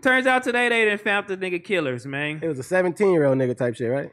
Speaker 1: Turns out today they didn't found the nigga killers, man.
Speaker 2: It was a 17 year old nigga type shit, right?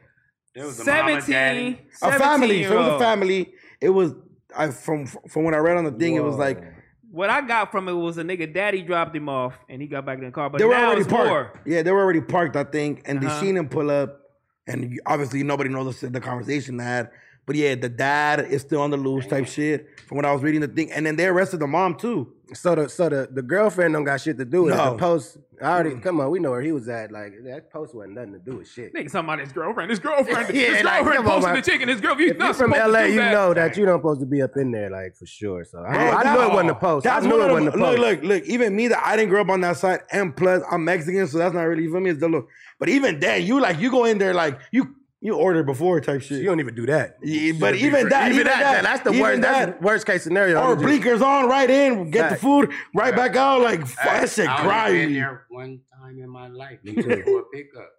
Speaker 4: It was the mama, daddy.
Speaker 1: 17,
Speaker 3: A family. So it was a
Speaker 1: 17-year-old.
Speaker 3: family. It was I from from what I read on the thing. It was
Speaker 2: Whoa.
Speaker 3: like
Speaker 1: What I got from it was a nigga daddy dropped him off and he got back in the car. But
Speaker 3: they were
Speaker 1: now
Speaker 3: already
Speaker 1: it's
Speaker 3: parked.
Speaker 1: more.
Speaker 3: Yeah, they were already parked. I think, and
Speaker 1: Uh-huh.
Speaker 3: they seen him pull up, and you- obviously nobody knows the, the conversation they had. But yeah, the dad is still on the loose type shit. From what I was reading the thing, and then they arrested the mom too.
Speaker 2: So the so the, the girlfriend don't got shit to do with it.
Speaker 3: No. Mm.
Speaker 2: The post I already come on, we know where he was at. Like that post wasn't nothing to do with shit.
Speaker 1: Nigga talking about his girlfriend. His girlfriend.
Speaker 2: Yeah,
Speaker 1: his
Speaker 2: like,
Speaker 1: girlfriend
Speaker 2: come on,
Speaker 1: posting
Speaker 2: man.
Speaker 1: the chicken. His girlfriend.
Speaker 2: If you're from LA, you know that you don't supposed to be up in there, like for sure. So I,
Speaker 3: Bro,
Speaker 2: I
Speaker 3: that-
Speaker 2: knew it wasn't a post. I
Speaker 3: That's
Speaker 2: knew
Speaker 3: one
Speaker 2: it
Speaker 3: of
Speaker 2: wasn't a
Speaker 3: them.
Speaker 2: post.
Speaker 3: Look, look, look. Even me, that I didn't grow up on that side, and plus I'm Mexican, so that's not really for me. It's the look. But even then, you like you go in there like you you order before type shit.
Speaker 2: You don't even do that.
Speaker 3: Yeah, but even that, even that,
Speaker 2: that's the
Speaker 3: even
Speaker 2: worst. That's
Speaker 3: that.
Speaker 2: the worst case
Speaker 3: Or
Speaker 2: scenario. I'm just-
Speaker 3: blinkers on, right in, get the
Speaker 2: Fact.
Speaker 3: food, right back out. Like fuck, that shit
Speaker 4: I only been
Speaker 3: grimy.
Speaker 4: there one time in my life. for a pickup.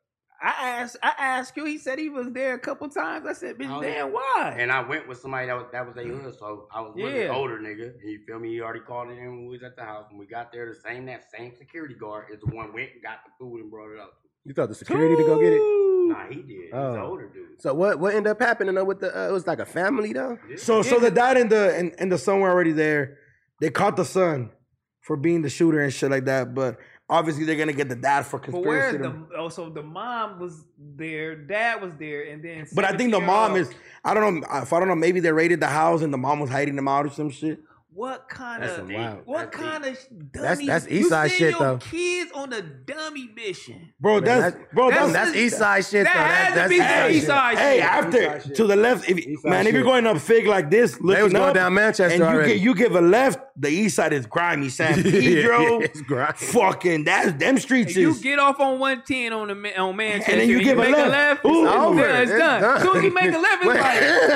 Speaker 1: I asked. I asked you. He said he was there a couple times. I said,
Speaker 4: I
Speaker 1: bitch,
Speaker 4: was-
Speaker 1: damn, why?
Speaker 4: Oh, And I went with somebody that was that was a hood, so I was with
Speaker 1: Yeah.
Speaker 4: an older nigga. And you feel me? He already called it in when we was at the house. When we got there, the same that same security guard is the one went and got the food and brought it up.
Speaker 2: you thought the security to go get it.
Speaker 4: Nah, he did. He's an
Speaker 2: Oh.
Speaker 4: older dude.
Speaker 2: So what what ended up happening though with the uh, it was like a family though.
Speaker 4: Yeah.
Speaker 3: So, so the dad and the and, and the son were already there. They caught the son for being the shooter and shit like that. But obviously, they're gonna get the dad for
Speaker 1: But where
Speaker 3: conspiracy.
Speaker 1: the oh, so the mom was there, dad was there, and then.
Speaker 3: But I think the
Speaker 1: 17-year-old
Speaker 3: mom is. I don't know. If I don't know, maybe they raided the house and the mom was hiding them out or some shit.
Speaker 1: What kind
Speaker 4: That's
Speaker 1: of
Speaker 4: some wild-
Speaker 1: what
Speaker 4: that's
Speaker 1: kind of
Speaker 2: That's-
Speaker 1: dummy?
Speaker 2: that's
Speaker 1: you
Speaker 2: East Side
Speaker 1: send
Speaker 2: shit,
Speaker 1: your
Speaker 2: though.
Speaker 1: Kids on a dummy mission.
Speaker 3: Bro,
Speaker 2: Man,
Speaker 3: that's,
Speaker 2: that's-
Speaker 3: bro,
Speaker 1: that's
Speaker 3: that's,
Speaker 2: Damn, that's east side shit
Speaker 1: That
Speaker 2: though.
Speaker 1: had to
Speaker 2: that's
Speaker 1: be
Speaker 2: East
Speaker 1: that
Speaker 2: Side
Speaker 1: east
Speaker 2: shit.
Speaker 1: side
Speaker 3: Hey,
Speaker 1: shit.
Speaker 3: after
Speaker 2: shit.
Speaker 3: to the left, if,
Speaker 2: East side
Speaker 3: man, if you're
Speaker 2: shit.
Speaker 3: going up fig like this,
Speaker 2: They was
Speaker 3: looking
Speaker 2: going
Speaker 3: up,
Speaker 2: down Manchester
Speaker 3: and you
Speaker 2: already.
Speaker 3: get, you give a left, the east side is grimy, San Pedro,
Speaker 2: it's grimy.
Speaker 3: fucking that's them streets
Speaker 1: If you
Speaker 3: is.
Speaker 1: get off on one ten on the ma- on Manchester,
Speaker 3: you give a
Speaker 1: make
Speaker 3: left.
Speaker 1: it's
Speaker 3: Ooh,
Speaker 1: over.
Speaker 2: over.
Speaker 1: It's,
Speaker 2: It's
Speaker 1: done.
Speaker 2: done.
Speaker 1: As soon as you make a left, it's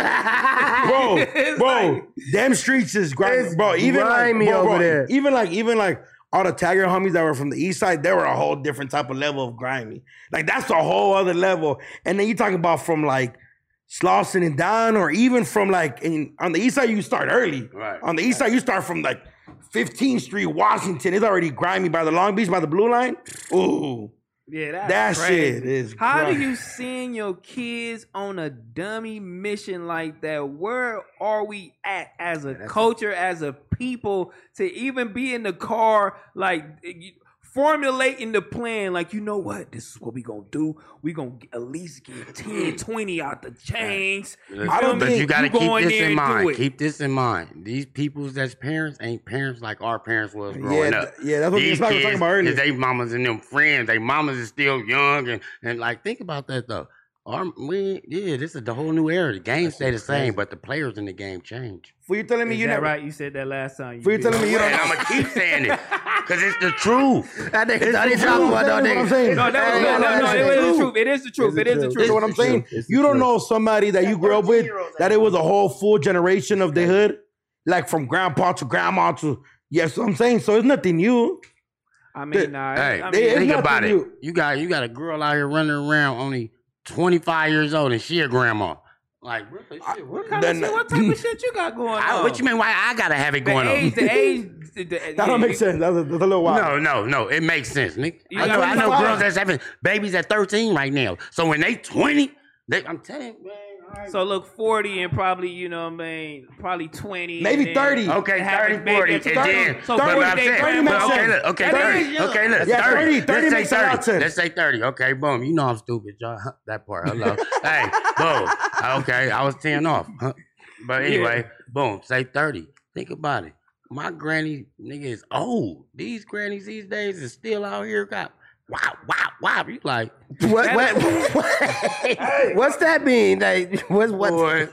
Speaker 1: like
Speaker 3: bro,
Speaker 1: It's
Speaker 3: bro,
Speaker 1: like-
Speaker 3: them streets is grimy,
Speaker 2: It's
Speaker 3: bro. Even
Speaker 2: grimy
Speaker 3: like, bro,
Speaker 2: over
Speaker 3: bro,
Speaker 2: there.
Speaker 3: even like, even like all the tagger homies that were from the east side, they were a whole different type of level of grimy. Like that's a whole other level. And then you talking about from like Slauson and down, or even from like in on the east side, you start early.
Speaker 4: Right.
Speaker 3: On the east side, you start from like 15th Street, Washington. It's already grimy by the Long Beach, by the Blue Line. Ooh,
Speaker 1: yeah, that's
Speaker 3: that
Speaker 1: crazy.
Speaker 3: shit is.
Speaker 1: How do
Speaker 3: grimy.
Speaker 1: you send your kids on a dummy mission like that? Where are we at as a
Speaker 2: that's-
Speaker 1: culture, as a people, to even be in the car, like eh, you- formulating the plan? Like, you know what? This is what we gonna do. We gonna at least get 10, 20 out the chains.
Speaker 3: I don't
Speaker 4: but
Speaker 3: think
Speaker 4: you gotta
Speaker 1: you go in
Speaker 4: keep this
Speaker 1: there
Speaker 4: in
Speaker 1: and do it.
Speaker 4: mind. Keep this in mind. These people's that's parents ain't parents like our parents was
Speaker 3: Yeah,
Speaker 4: growing
Speaker 3: th-
Speaker 4: up.
Speaker 3: yeah, that's what we was
Speaker 4: These
Speaker 3: talking
Speaker 4: kids,
Speaker 3: about earlier.
Speaker 4: is they mamas and them friends. They mamas is still young and, and like think about that though. Our, we yeah, this is the whole new era. The game stay the same, but the players in the game change.
Speaker 3: For you telling me
Speaker 1: Is
Speaker 3: you
Speaker 1: that
Speaker 3: never.
Speaker 1: right? You said that last time.
Speaker 3: For you
Speaker 1: did.
Speaker 3: telling me you
Speaker 4: And
Speaker 3: don't.
Speaker 4: I'm gonna keep saying it because it's the truth.
Speaker 2: That nigga thought he
Speaker 3: It's
Speaker 2: dropped
Speaker 3: true.
Speaker 2: one on
Speaker 3: That's what I'm saying.
Speaker 2: nigga.
Speaker 1: No, that was, no, no, no, it is the truth. It is the truth. It is the
Speaker 3: You know
Speaker 1: truth.
Speaker 3: what I'm saying?
Speaker 2: It's the
Speaker 3: You don't
Speaker 2: truth.
Speaker 3: know somebody that you grew up with that it was a whole full generation of the hood, like from grandpa to grandma to yes. I'm saying so. It's nothing new.
Speaker 1: I
Speaker 3: They-
Speaker 1: mean, nah,
Speaker 4: Hey,
Speaker 1: I mean,
Speaker 3: they-
Speaker 4: think
Speaker 3: nothing
Speaker 4: about it.
Speaker 3: new.
Speaker 4: You got you got a girl out here running around only 25 years old and she a grandma. Like, what, the shit, what kind
Speaker 1: kind
Speaker 4: of,
Speaker 1: of shit, what type of shit you got going
Speaker 4: I,
Speaker 1: on?
Speaker 4: what you mean? Why I gotta have it
Speaker 1: The
Speaker 4: going
Speaker 1: age,
Speaker 4: on?
Speaker 1: the age, the, the,
Speaker 3: That don't make sense. That's a, that's a little wild.
Speaker 4: No, no, no. It makes sense, nigga.
Speaker 1: You
Speaker 4: I know,
Speaker 1: got
Speaker 4: I know
Speaker 1: 25.
Speaker 4: girls that's having babies at 13 right now. So when they 20, they, I'm telling you, man. all right.
Speaker 1: So look, forty and probably you know what I mean, probably twenty,
Speaker 3: Maybe
Speaker 1: and then-
Speaker 3: 30.
Speaker 4: Okay,
Speaker 1: Have a
Speaker 4: 30,
Speaker 1: baby
Speaker 4: 40, and
Speaker 1: at
Speaker 4: then,
Speaker 1: 30.
Speaker 4: so
Speaker 1: So
Speaker 4: but
Speaker 1: 40
Speaker 4: what I'm
Speaker 1: days,
Speaker 4: saying,
Speaker 3: 30
Speaker 4: but
Speaker 3: makes
Speaker 4: okay,
Speaker 3: sense.
Speaker 4: look, okay,
Speaker 1: That
Speaker 4: 30,
Speaker 1: is young.
Speaker 4: okay, look,
Speaker 3: Yeah,
Speaker 4: 30,
Speaker 3: 30, 30
Speaker 4: let's say
Speaker 3: makes a lot
Speaker 4: 30,
Speaker 3: of sense.
Speaker 4: let's say 30, okay, boom, you know I'm stupid, y'all, that part, hello, hey, boom, okay, I was 10 off, huh? but anyway, boom, say 30, think about it, my granny, nigga, is old, these grannies these days is still out here, got, wow, wow, wow, you like,
Speaker 2: What, what, what- what's that mean? Like, what's what?
Speaker 4: boy,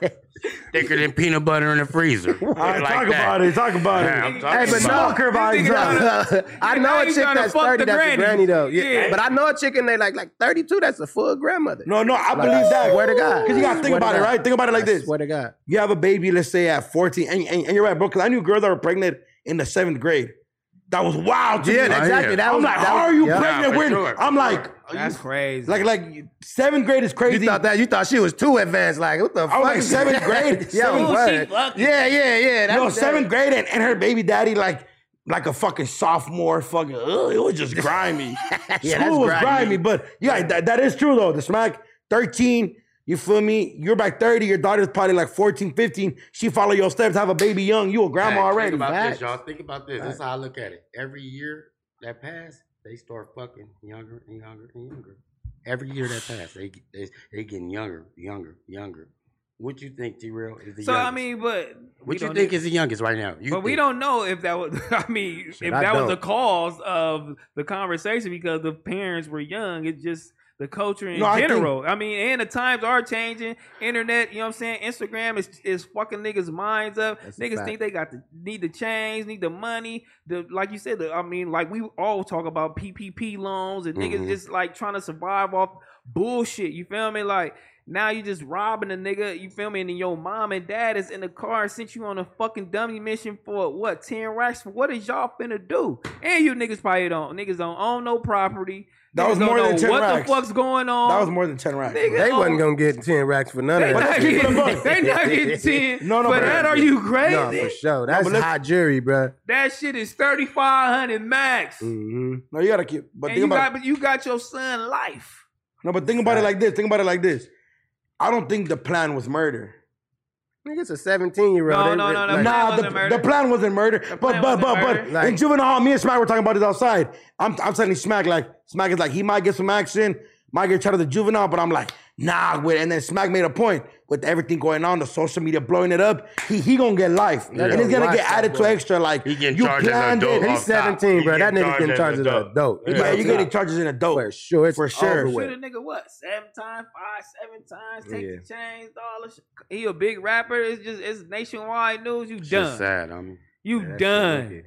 Speaker 4: thicker than peanut butter in the freezer,
Speaker 3: All right,
Speaker 4: Like
Speaker 3: talk
Speaker 4: that.
Speaker 3: about it. Talk about
Speaker 4: Yeah, I'm
Speaker 3: it.
Speaker 4: talking
Speaker 2: Hey, but no.
Speaker 3: Talk about
Speaker 1: This
Speaker 3: it.
Speaker 1: nigga
Speaker 3: bro.
Speaker 2: I
Speaker 1: Nigga,
Speaker 2: know
Speaker 1: now
Speaker 2: a
Speaker 1: you
Speaker 2: chick
Speaker 1: tryna
Speaker 2: that's
Speaker 1: fuck
Speaker 2: 30
Speaker 1: the
Speaker 2: that's
Speaker 1: granny.
Speaker 2: a granny though. Yeah.
Speaker 1: Yeah.
Speaker 2: But I know a chicken they like like 32 that's a full grandmother.
Speaker 3: No, no, I
Speaker 2: Like,
Speaker 3: believe that.
Speaker 2: Swear to God.
Speaker 3: Because you gotta think
Speaker 2: Swear to
Speaker 3: about it,
Speaker 2: God.
Speaker 3: right? Think about it like
Speaker 2: I
Speaker 3: this.
Speaker 2: Swear to God.
Speaker 3: you have a baby, let's say at 14, and, and, and you're right, bro, because I knew girls that were pregnant in the seventh grade. That was wild to
Speaker 2: Yeah,
Speaker 3: me.
Speaker 4: that-
Speaker 2: exactly.
Speaker 4: yeah.
Speaker 2: That
Speaker 3: I'm
Speaker 2: was,
Speaker 3: like,
Speaker 2: that
Speaker 3: how are
Speaker 2: was-
Speaker 3: you
Speaker 2: yeah.
Speaker 3: pregnant
Speaker 4: for
Speaker 3: with?
Speaker 4: sure, for
Speaker 3: I'm like,
Speaker 1: That's crazy.
Speaker 3: like, like seventh grade is crazy.
Speaker 2: You thought that you thought she was too advanced. Like, what the
Speaker 3: I
Speaker 2: fuck?
Speaker 3: was like seventh grade.
Speaker 2: Yo,
Speaker 1: Ooh, she
Speaker 2: what?
Speaker 1: fucking-
Speaker 2: yeah, yeah, yeah. That
Speaker 3: no,
Speaker 2: was that.
Speaker 3: seventh grade, and, and her baby daddy like like a fucking sophomore. Fucking, ugh, it was just grimy.
Speaker 2: Yeah, that's
Speaker 3: School was grimy.
Speaker 2: grimy.
Speaker 3: but yeah, that, that is true though. The smack thirteen. You feel me? You're back 30. Your daughter's probably like 14, 15. She follow your steps, have a baby young. You a grandma
Speaker 4: Hey,
Speaker 3: already.
Speaker 4: Think about
Speaker 2: Facts.
Speaker 4: this, y'all. Think about this. This is how I look at it. Every year that pass, they start fucking younger and younger and younger. Every year that pass, they get- they, they getting younger, younger, younger. What you think, T-Real, is the
Speaker 1: so
Speaker 4: youngest?
Speaker 1: I mean, but we
Speaker 4: what you
Speaker 1: don't
Speaker 4: think
Speaker 1: know-
Speaker 4: is the youngest right now? You
Speaker 1: but we
Speaker 4: think-
Speaker 1: don't know if that was. I mean, if
Speaker 2: I
Speaker 1: that was
Speaker 2: don't.
Speaker 1: the cause of the conversation because the parents were young. It's just the culture in
Speaker 3: No, I think-
Speaker 1: general. I mean, and the times are changing. Internet, you know what I'm saying? Instagram is is fucking niggas' minds up.
Speaker 2: That's a
Speaker 1: niggas
Speaker 2: fact.
Speaker 1: think they got the need the change, need the money. The like you said, the, I mean, like we all talk about PPP loans and
Speaker 4: Mhm.
Speaker 2: Mm-hmm.
Speaker 1: niggas just like trying to survive off bullshit. You feel me? Like now you just robbing a nigga, you feel me? And then your mom and dad is in the car and sent you on a fucking dummy mission for what, 10 racks? What is y'all finna do? And you niggas probably don't. Niggas don't own no property.
Speaker 3: That
Speaker 1: Niggas
Speaker 3: was
Speaker 1: don't
Speaker 3: more than
Speaker 1: know
Speaker 3: 10
Speaker 1: What
Speaker 3: racks.
Speaker 1: the fuck's going on?
Speaker 3: That was more than 10 racks.
Speaker 1: Nigga,
Speaker 2: They
Speaker 1: oh,
Speaker 2: wasn't gonna get 10 racks for none
Speaker 1: They
Speaker 2: of
Speaker 1: not,
Speaker 2: that.
Speaker 3: But keep it a
Speaker 1: getting,
Speaker 3: buck.
Speaker 1: they not getting 10.
Speaker 3: No, no,
Speaker 1: for
Speaker 3: but-
Speaker 1: that, are you crazy?
Speaker 2: No, for sure. That's
Speaker 3: but let's-
Speaker 2: high jury, bro.
Speaker 1: That shit is 3,500 max.
Speaker 2: hmm
Speaker 3: No, you gotta keep. Mm. But
Speaker 1: and
Speaker 3: think
Speaker 1: you
Speaker 3: about
Speaker 1: got, but you got your son life.
Speaker 3: no, but think about it like this. Think about it like this. I don't think the plan was murder.
Speaker 2: Nigga, it's a 17 year old.
Speaker 1: No, no, no, no,
Speaker 2: Like,
Speaker 1: no.
Speaker 3: nah,
Speaker 1: wasn't
Speaker 3: the,
Speaker 1: murder.
Speaker 3: the plan wasn't murder. But
Speaker 1: plan
Speaker 3: but
Speaker 1: wasn't
Speaker 3: but but
Speaker 1: murder.
Speaker 2: Like-
Speaker 3: in juvenile hall, me and Smack were talking about this outside. I'm I'm telling Smack like Smack is like he might get some action, might get shot at the juvenile, but I'm like nah. With and then Smack made a point with everything going on, the social media blowing it up. He he gonna get life,
Speaker 2: Yeah.
Speaker 3: and it's gonna
Speaker 2: Watch
Speaker 3: get
Speaker 2: that
Speaker 3: added to
Speaker 2: boy.
Speaker 3: extra. Like
Speaker 4: He getting
Speaker 3: you
Speaker 4: charged as an
Speaker 3: planned
Speaker 4: adult.
Speaker 3: it.
Speaker 2: He's
Speaker 4: off top.
Speaker 2: 17,
Speaker 4: He
Speaker 2: bro. That
Speaker 4: getting
Speaker 2: nigga getting charged as an adult. He
Speaker 3: Yeah, you
Speaker 2: getting charged.
Speaker 3: getting charged as an adult.
Speaker 2: For sure. It's
Speaker 3: For sure.
Speaker 2: over
Speaker 1: Shoot a
Speaker 2: with.
Speaker 1: nigga what seven times, five, seven times, take
Speaker 2: Yeah.
Speaker 1: the chains, all the shit. He a big rapper. It's just it's nationwide news. You
Speaker 4: Shit
Speaker 1: done.
Speaker 4: sad, I mean.
Speaker 1: You
Speaker 2: Yeah, that shit
Speaker 1: done.
Speaker 2: wicked.